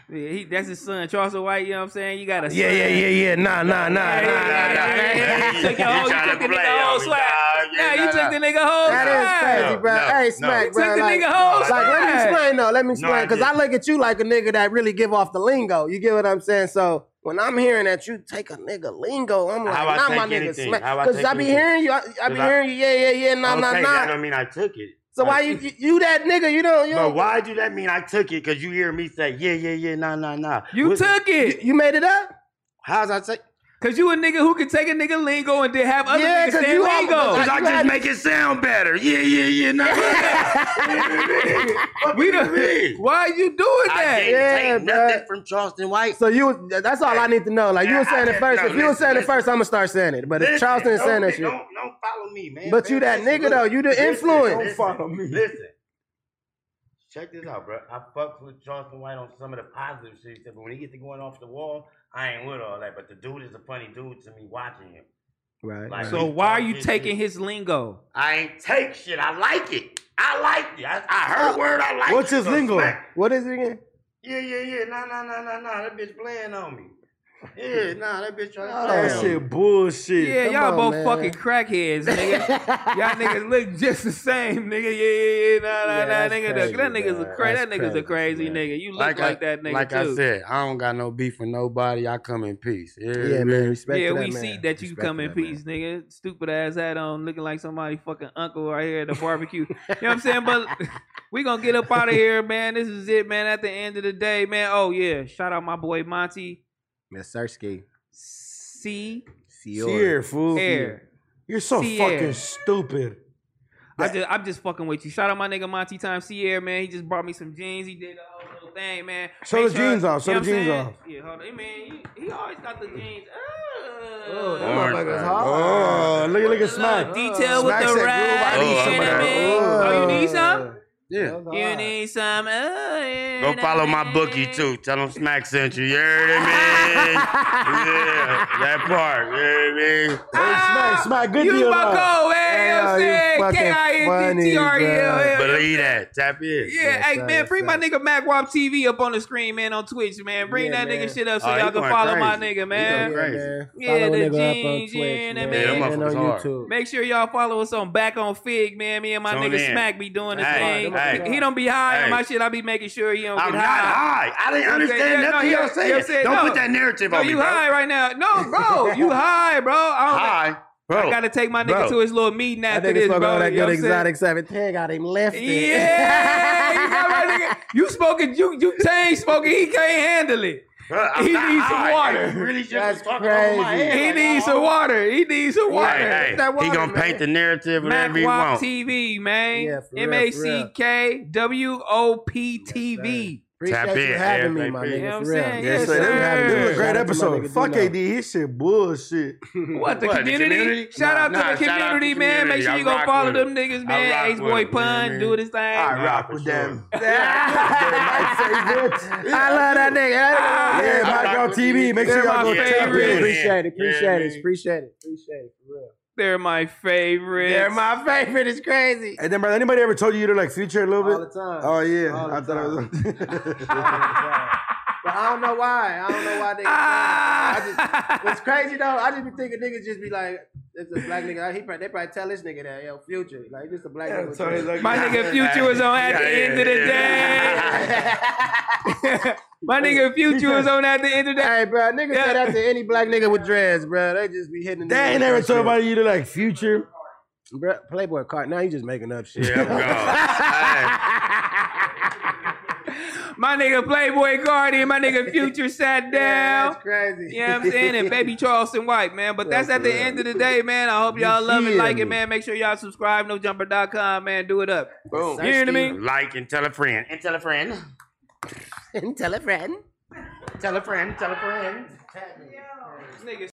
Speaker 1: Yeah, he, that's his son, Charleston White. You know what I'm saying? You got a
Speaker 2: Yeah,
Speaker 1: son.
Speaker 2: yeah, yeah, yeah. Nah, nah, nah, nah, nah, nah.
Speaker 1: You took your
Speaker 4: You
Speaker 1: whole- you
Speaker 4: tryna
Speaker 1: took the
Speaker 4: play
Speaker 1: nigga whole
Speaker 4: on me,
Speaker 1: slap.
Speaker 4: dawg. Yeah,
Speaker 1: Yeah, you
Speaker 4: nah,
Speaker 1: took
Speaker 4: nah.
Speaker 1: the nigga whole
Speaker 2: That is
Speaker 1: slap.
Speaker 2: crazy,
Speaker 4: No,
Speaker 2: bro.
Speaker 4: no,
Speaker 2: hey,
Speaker 4: no.
Speaker 2: smack,
Speaker 4: You
Speaker 2: bro.
Speaker 1: took the
Speaker 2: like,
Speaker 1: nigga whole
Speaker 2: like, let me
Speaker 1: slide.
Speaker 2: explain though. Let me explain
Speaker 4: I
Speaker 2: because I
Speaker 4: didn't.
Speaker 2: look at you like a nigga that really give off the lingo. You get what I'm saying? So when I'm hearing that you take a nigga lingo, I'm like,
Speaker 4: How I
Speaker 2: not my
Speaker 4: take
Speaker 2: nigga
Speaker 4: anything?
Speaker 2: smack.
Speaker 4: How I
Speaker 2: Because
Speaker 4: take
Speaker 2: I, be
Speaker 4: anything?
Speaker 2: hearing you, I, I be
Speaker 4: 'Cause I-
Speaker 2: hearing you, yeah, yeah, yeah, nah,
Speaker 4: okay,
Speaker 2: nah,
Speaker 4: that
Speaker 2: nah.
Speaker 4: don't mean I took it.
Speaker 2: So why
Speaker 4: Like,
Speaker 2: you you you that nigga? You don't you
Speaker 4: But
Speaker 2: don't,
Speaker 4: why do that mean I took it? Because you hear me say, yeah, yeah, yeah, nah, nah, nah.
Speaker 1: You
Speaker 4: What-
Speaker 1: took it.
Speaker 2: you made it up?
Speaker 4: How's I take?
Speaker 1: Cause you a nigga who could take a nigga lingo and then have other
Speaker 2: Yeah,
Speaker 1: niggas
Speaker 2: 'cause
Speaker 1: say
Speaker 2: you all-
Speaker 1: lingo.
Speaker 4: Cause I
Speaker 2: you
Speaker 4: Oh, just
Speaker 2: had-
Speaker 4: make it sound better. Yeah, yeah, yeah, nah, nah, nah.
Speaker 1: We
Speaker 4: What
Speaker 1: done-
Speaker 4: do you mean?
Speaker 1: Why you doing
Speaker 4: I
Speaker 1: that?
Speaker 4: didn't
Speaker 2: Yeah,
Speaker 4: take nothing
Speaker 2: bruh.
Speaker 4: from Charleston White.
Speaker 2: So you was- that's all I need to know. Like you were
Speaker 4: Yeah,
Speaker 2: saying
Speaker 4: I-
Speaker 2: it first.
Speaker 4: no,
Speaker 2: if you were
Speaker 4: listen,
Speaker 2: saying it
Speaker 4: listen.
Speaker 2: first, I'ma start saying it. But if
Speaker 4: Listen,
Speaker 2: Charleston is
Speaker 4: don't-
Speaker 2: saying that shit.
Speaker 4: Don't, don't follow me, man.
Speaker 2: But you
Speaker 4: Man,
Speaker 2: that
Speaker 4: listen,
Speaker 2: nigga, though. You the
Speaker 4: listen,
Speaker 2: influence.
Speaker 4: listen,
Speaker 3: Don't follow me.
Speaker 4: Listen. Check this out, bro. I fucked with Charleston White on some of the positive shit, he said, but when he gets to going off the wall, I ain't with all that. But the dude is a funny dude to me watching him.
Speaker 2: Right.
Speaker 4: Like,
Speaker 1: So
Speaker 4: he
Speaker 1: why are
Speaker 4: talk
Speaker 1: you
Speaker 4: his
Speaker 1: taking
Speaker 4: shit.
Speaker 1: his lingo?
Speaker 4: I ain't take shit. I like it. I like it. I, I heard word. I like
Speaker 3: What's
Speaker 4: it.
Speaker 3: his
Speaker 4: So
Speaker 3: lingo?
Speaker 4: smack.
Speaker 2: What is it again?
Speaker 4: Yeah, yeah, yeah. Nah, nah, nah, nah, nah. That bitch playing on me. Yeah, nah, that bitch trying to play
Speaker 3: That
Speaker 4: on me.
Speaker 3: shit bullshit.
Speaker 1: Yeah,
Speaker 2: come
Speaker 1: y'all
Speaker 2: on,
Speaker 1: both
Speaker 2: man.
Speaker 1: fucking crackheads, nigga. y'all niggas look just the same, nigga. Yeah, yeah, yeah, nah, nah,
Speaker 2: Yeah,
Speaker 1: nah,
Speaker 2: that's
Speaker 1: nigga.
Speaker 2: crazy,
Speaker 1: that nigga's a
Speaker 2: man.
Speaker 1: crazy. That
Speaker 2: That's
Speaker 1: nigga's a crazy
Speaker 4: crazy, man.
Speaker 1: nigga. You look like, that nigga
Speaker 4: like
Speaker 1: too.
Speaker 4: I said, I don't got no beef with nobody. I come in peace. Yeah,
Speaker 2: Yeah, man. Respect
Speaker 1: yeah,
Speaker 2: to that
Speaker 1: we
Speaker 2: man.
Speaker 1: see that you
Speaker 2: Respect
Speaker 1: come
Speaker 2: to
Speaker 1: in
Speaker 2: that man.
Speaker 1: peace, nigga. Stupid ass hat on, looking like somebody fucking uncle right here at the barbecue. you know what I'm saying? But we gonna get up out of here, man. This is it, man. At the end of the day, man. Oh yeah, shout out my boy Monty
Speaker 2: Miss Sersky.
Speaker 1: C
Speaker 3: Here, fool.
Speaker 1: Air.
Speaker 3: You're so
Speaker 1: Sierra.
Speaker 3: fucking stupid.
Speaker 1: I just, I'm just fucking with you. Shout out my nigga Monty Time Sierra, man. He just brought me some jeans. He did the whole little thing, man.
Speaker 3: Show
Speaker 1: Make
Speaker 3: the jeans off. Show
Speaker 1: you know
Speaker 3: the
Speaker 1: what I'm
Speaker 3: jeans
Speaker 1: saying?
Speaker 3: off.
Speaker 1: Yeah, hold on. Hey, man, he, he always got the jeans. Uh,
Speaker 2: Oh, that
Speaker 1: Oh,
Speaker 4: Orange
Speaker 2: motherfucker's
Speaker 4: man.
Speaker 2: hard.
Speaker 3: Oh, look at
Speaker 1: With
Speaker 3: look at
Speaker 1: the little
Speaker 3: Smack.
Speaker 1: Detail
Speaker 3: Smack
Speaker 1: with
Speaker 3: said,
Speaker 1: the
Speaker 3: "Girl,
Speaker 1: rap.
Speaker 3: I need
Speaker 1: you
Speaker 4: some
Speaker 1: know
Speaker 4: of
Speaker 1: what I
Speaker 4: that."
Speaker 1: mean? Oh, you need some?
Speaker 4: yeah.
Speaker 1: You need some. Oh, you
Speaker 4: Go
Speaker 1: know
Speaker 4: follow
Speaker 1: what I
Speaker 4: my bookie
Speaker 1: mean?
Speaker 4: too. Tell him Smack sent you. You heard me? yeah, that part. You heard me?
Speaker 3: Hey, Smack, Smack, good
Speaker 1: Ah, You
Speaker 3: deal.
Speaker 1: my
Speaker 3: though.
Speaker 1: goal, man. You know what I'm
Speaker 2: Yeah, you
Speaker 1: saying?
Speaker 2: fucking
Speaker 1: K-I-N-D-T-R-E-L.
Speaker 2: funny,
Speaker 4: Believe that. Tap in.
Speaker 1: Yeah,
Speaker 2: Yes,
Speaker 1: hey
Speaker 2: sir,
Speaker 1: man,
Speaker 2: yes,
Speaker 1: bring
Speaker 2: sir.
Speaker 1: my nigga Mac Wop TV up on the screen, man, on Twitch, man. Bring
Speaker 2: Yeah,
Speaker 1: that
Speaker 2: man.
Speaker 1: nigga shit up so
Speaker 4: Oh, he
Speaker 1: y'all can
Speaker 4: going
Speaker 1: follow my
Speaker 4: crazy. He
Speaker 1: nigga,
Speaker 4: going
Speaker 1: man.
Speaker 4: crazy.
Speaker 1: Yeah,
Speaker 2: Follow
Speaker 1: the
Speaker 2: a nigga up on
Speaker 1: jeans,
Speaker 2: Twitch,
Speaker 1: yeah, that
Speaker 2: man.
Speaker 1: man.
Speaker 4: Yeah,
Speaker 2: and
Speaker 4: them
Speaker 2: on
Speaker 4: motherfuckers hard.
Speaker 2: YouTube.
Speaker 1: Make sure y'all follow us on Back on Fig, man. Me and my
Speaker 4: Tune
Speaker 1: nigga
Speaker 4: in.
Speaker 1: Smack be doing the
Speaker 4: Hey,
Speaker 1: thing.
Speaker 4: hey.
Speaker 1: He, he don't be high on
Speaker 4: Hey.
Speaker 1: my shit. I be making sure he don't
Speaker 4: I'm
Speaker 1: get
Speaker 4: not
Speaker 1: high.
Speaker 4: high. I didn't
Speaker 1: Okay, yeah,
Speaker 4: understand
Speaker 1: no,
Speaker 4: nothing
Speaker 1: yeah,
Speaker 4: y'all
Speaker 1: yeah,
Speaker 4: saying.
Speaker 1: I'm saying,
Speaker 4: Don't
Speaker 1: no.
Speaker 4: put that narrative
Speaker 1: No,
Speaker 4: on me.
Speaker 1: you
Speaker 4: bro.
Speaker 1: high right now. No, bro, you high, bro. I
Speaker 4: High. Bro.
Speaker 1: don't I gotta take my nigga
Speaker 4: Bro.
Speaker 1: to his little meeting
Speaker 2: That
Speaker 1: after
Speaker 2: nigga
Speaker 1: this,
Speaker 2: spoke
Speaker 1: bro.
Speaker 2: all that
Speaker 1: You know
Speaker 2: good
Speaker 1: what I'm saying?
Speaker 2: exotic 17. Got him lifted.
Speaker 1: Yeah, you got right, nigga. You smoking, you you change smoking. He can't handle it.
Speaker 4: Bro,
Speaker 1: He needs some water.
Speaker 4: He really just
Speaker 2: That's
Speaker 4: was talking over my head.
Speaker 2: crazy.
Speaker 1: He
Speaker 4: Like, oh.
Speaker 1: needs some water. He needs some water.
Speaker 4: Hey, hey,
Speaker 2: that
Speaker 4: he
Speaker 2: water,
Speaker 4: gonna paint
Speaker 2: man.
Speaker 4: the narrative
Speaker 1: Mac
Speaker 4: whatever he
Speaker 1: Wop
Speaker 4: wants.
Speaker 1: TV, man.
Speaker 2: Yeah, for real,
Speaker 1: M A C K W O P TV.
Speaker 2: Appreciate
Speaker 4: Tap
Speaker 2: you
Speaker 4: in,
Speaker 2: having me, my
Speaker 4: ASAP.
Speaker 2: nigga.
Speaker 1: You know what
Speaker 2: for
Speaker 1: I'm
Speaker 2: real.
Speaker 1: saying?
Speaker 3: Yes,
Speaker 1: Yes,
Speaker 3: sir.
Speaker 1: sir.
Speaker 3: That was a
Speaker 2: Shout out
Speaker 3: great
Speaker 2: to my
Speaker 3: episode.
Speaker 2: nigga
Speaker 3: Fuck
Speaker 2: Dino.
Speaker 3: AD. His shit bullshit.
Speaker 1: What the
Speaker 4: What, the
Speaker 1: community?
Speaker 4: community?
Speaker 1: Shout out to
Speaker 4: Nah, nah,
Speaker 1: the
Speaker 4: shout out to
Speaker 1: community,
Speaker 4: the
Speaker 1: man. Make
Speaker 4: community.
Speaker 1: sure
Speaker 4: I
Speaker 1: you go
Speaker 4: rock
Speaker 1: follow
Speaker 4: with
Speaker 1: them
Speaker 4: 'em.
Speaker 1: niggas,
Speaker 4: I rock
Speaker 1: man. Ace
Speaker 4: with
Speaker 1: Boy
Speaker 4: 'em, you know what I
Speaker 1: Pun,
Speaker 4: mean?
Speaker 1: do this thing.
Speaker 3: I
Speaker 4: Nah,
Speaker 3: rock
Speaker 4: for
Speaker 3: with
Speaker 4: sure.
Speaker 3: them. I love that nigga.
Speaker 1: Ah,
Speaker 3: Yeah,
Speaker 4: I
Speaker 3: Black
Speaker 4: rock
Speaker 3: Girl
Speaker 4: with
Speaker 3: TV.
Speaker 4: you.
Speaker 3: Make sure
Speaker 1: They're
Speaker 3: y'all
Speaker 1: my
Speaker 3: go tap
Speaker 1: favorite.
Speaker 3: in.
Speaker 4: Yeah,
Speaker 2: Appreciate it. Appreciate
Speaker 4: man.
Speaker 2: it. Appreciate it. Appreciate it. For real.
Speaker 1: They're my favorite.
Speaker 2: They're my favorite. It's crazy.
Speaker 3: And then, brother, anybody ever told you you're like future a little
Speaker 2: All the
Speaker 3: bit?
Speaker 2: time.
Speaker 3: Oh yeah,
Speaker 2: All the
Speaker 3: I thought it was.
Speaker 2: but I don't know why. I don't know why niggas. I just, what's
Speaker 1: Ah!
Speaker 2: crazy though, I just be thinking niggas just be like, "It's a black nigga." He probably, they probably tell this nigga that, "Yo, future, like just a black nigga." with dreads."
Speaker 1: My nigga Future was on at the
Speaker 4: Yeah,
Speaker 1: end of the
Speaker 4: yeah,
Speaker 1: day. My nigga Future was on at the end of the day.
Speaker 2: hey, bro, niggas say that to any black nigga with dreads, bro. They just be hitting. the
Speaker 3: They
Speaker 2: nigga
Speaker 3: ain't
Speaker 2: with
Speaker 3: ever
Speaker 2: that
Speaker 3: told
Speaker 2: shit.
Speaker 3: about you to like future.
Speaker 2: Bro, Playboy card. Now you just making up shit.
Speaker 4: Yeah, I'm gone.
Speaker 1: My nigga Playboy Guardian, my nigga Future sat down.
Speaker 2: That's crazy.
Speaker 1: You know what I'm saying? And baby Charleston White, man. But that's at the end of the day, man. I hope y'all love it,
Speaker 3: hear
Speaker 1: like
Speaker 3: me.
Speaker 1: it, man. Make sure y'all subscribe, nojumper.com, man. Do it up.
Speaker 3: Boom.
Speaker 1: You hear me?
Speaker 4: Like and tell a friend. And tell a friend.
Speaker 2: Tell a friend.
Speaker 4: Tell a friend. Tell a friend.
Speaker 1: Nigga,